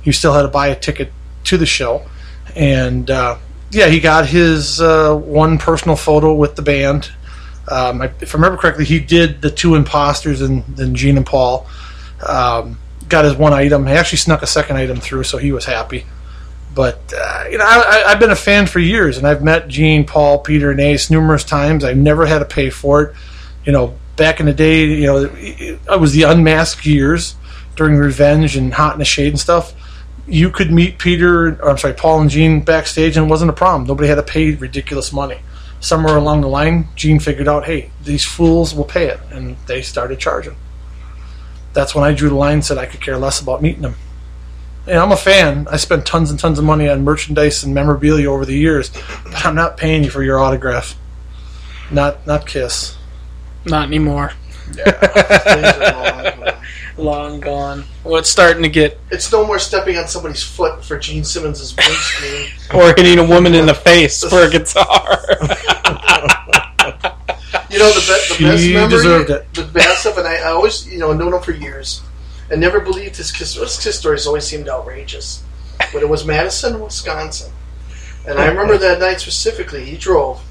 Speaker 3: You still had to buy a ticket to the show. And uh, yeah, he got his uh, one personal photo with the band. Um, I, if I remember correctly, he did the two imposters and then Gene and Paul. Um, got his one item. He actually snuck a second item through, so he was happy. But uh, you know, I, I, I've been a fan for years, and I've met Gene, Paul, Peter, and Ace numerous times. I've never had to pay for it. You know, back in the day, you know, it- it- I was the unmasked years during Revenge and Hot in the Shade and stuff. You could meet Peter, or I'm sorry, Paul and Gene backstage, and it wasn't a problem. Nobody had to pay ridiculous money. Somewhere along the line, Gene figured out, hey, these fools will pay it, and they started charging. That's when I drew the line, and said I could care less about meeting them and I'm a fan. I spent tons and tons of money on merchandise and memorabilia over the years, but I'm not paying you for your autograph. Not not Kiss.
Speaker 1: Not anymore.
Speaker 5: Things are wrong.
Speaker 1: Long gone. Well, it's starting to get
Speaker 5: It's no more stepping on somebody's foot for Gene Simmons' windscreen.
Speaker 1: or hitting a woman in the face for a guitar.
Speaker 5: You know, the, be- the
Speaker 3: She
Speaker 5: best memory,
Speaker 3: deserved it.
Speaker 5: the best of, and I always, you know, known him for years, and never believed his kiss. His kiss stories always seemed outrageous, but it was Madison, Wisconsin, and I remember that night specifically. He drove,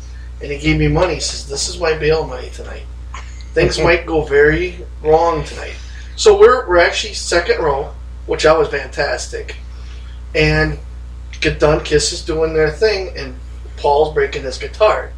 Speaker 5: and he gave me money. He says, "This is my bail money tonight. Things might go very wrong tonight." So we're we're actually second row, which I was fantastic, and get done. Kiss is doing their thing, and Paul's breaking his guitar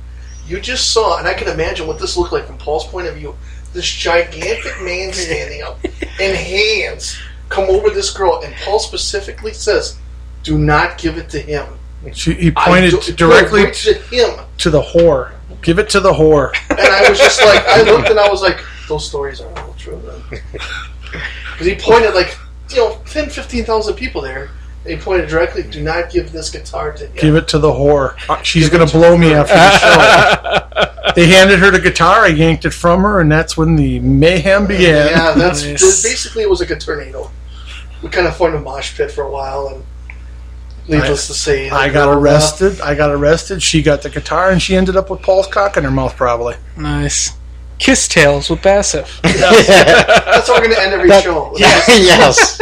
Speaker 5: you just saw, and I can imagine what this looked like from Paul's point of view. This gigantic man standing up in hands come over this girl, and Paul specifically says, "Do not give it to him."
Speaker 3: She, he
Speaker 5: I
Speaker 3: pointed
Speaker 5: do-
Speaker 3: t- directly
Speaker 5: pointed to him,
Speaker 3: to the whore. Give it to the whore.
Speaker 5: and I was just like, I looked and I was like, "Those stories aren't all true." Because he pointed like, you know, 10, 15,000 people there. They pointed directly, "Do not give this guitar to him."
Speaker 3: Give it to the whore. Uh, She's gonna blow me after the show. they handed her the guitar. I yanked it from her, and that's when the mayhem began.
Speaker 5: Yeah, that's
Speaker 1: Nice.
Speaker 5: that basically it was like a tornado. We kind of formed a mosh pit for a while, and needless to say,
Speaker 3: I
Speaker 5: the
Speaker 3: got
Speaker 5: girl, uh,
Speaker 3: arrested. I got arrested. She got the guitar, and she ended up with Paul's cock in her mouth, probably.
Speaker 1: Nice. Kiss Tales with Bassif.
Speaker 5: That's how we're gonna end every show.
Speaker 4: yes.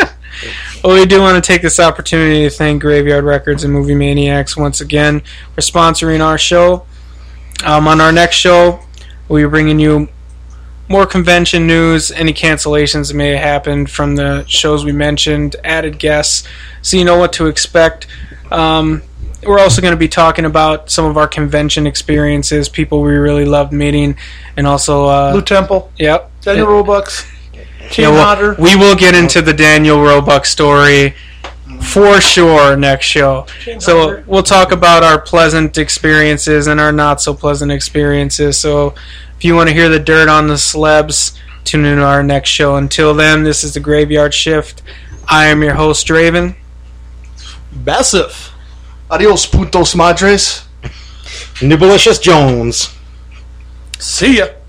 Speaker 1: Well, we do want to take this opportunity to thank Graveyard Records and Movie Maniacs once again for sponsoring our show. Um, on our next show, we'll be bringing you more convention news, any cancellations that may have happened from the shows we mentioned, added guests, so you know what to expect. Um, we're also going to be talking about some of our convention experiences, people we really loved meeting, and also,
Speaker 3: Lou
Speaker 1: uh,
Speaker 3: Temple,
Speaker 1: yep,
Speaker 3: Daniel Roebucks, Kane
Speaker 1: yeah, well,
Speaker 3: Hodder.
Speaker 1: we will get into the Daniel Roebuck story for sure next show. So we'll talk about our pleasant experiences and our not so pleasant experiences. So if you want to hear the dirt on the celebs, tune in to our next show. Until then, this is the Graveyard Shift. I am your host, Draven.
Speaker 3: Bassif.
Speaker 5: Adios, putos madres.
Speaker 4: Nibblicious Jones.
Speaker 3: See ya.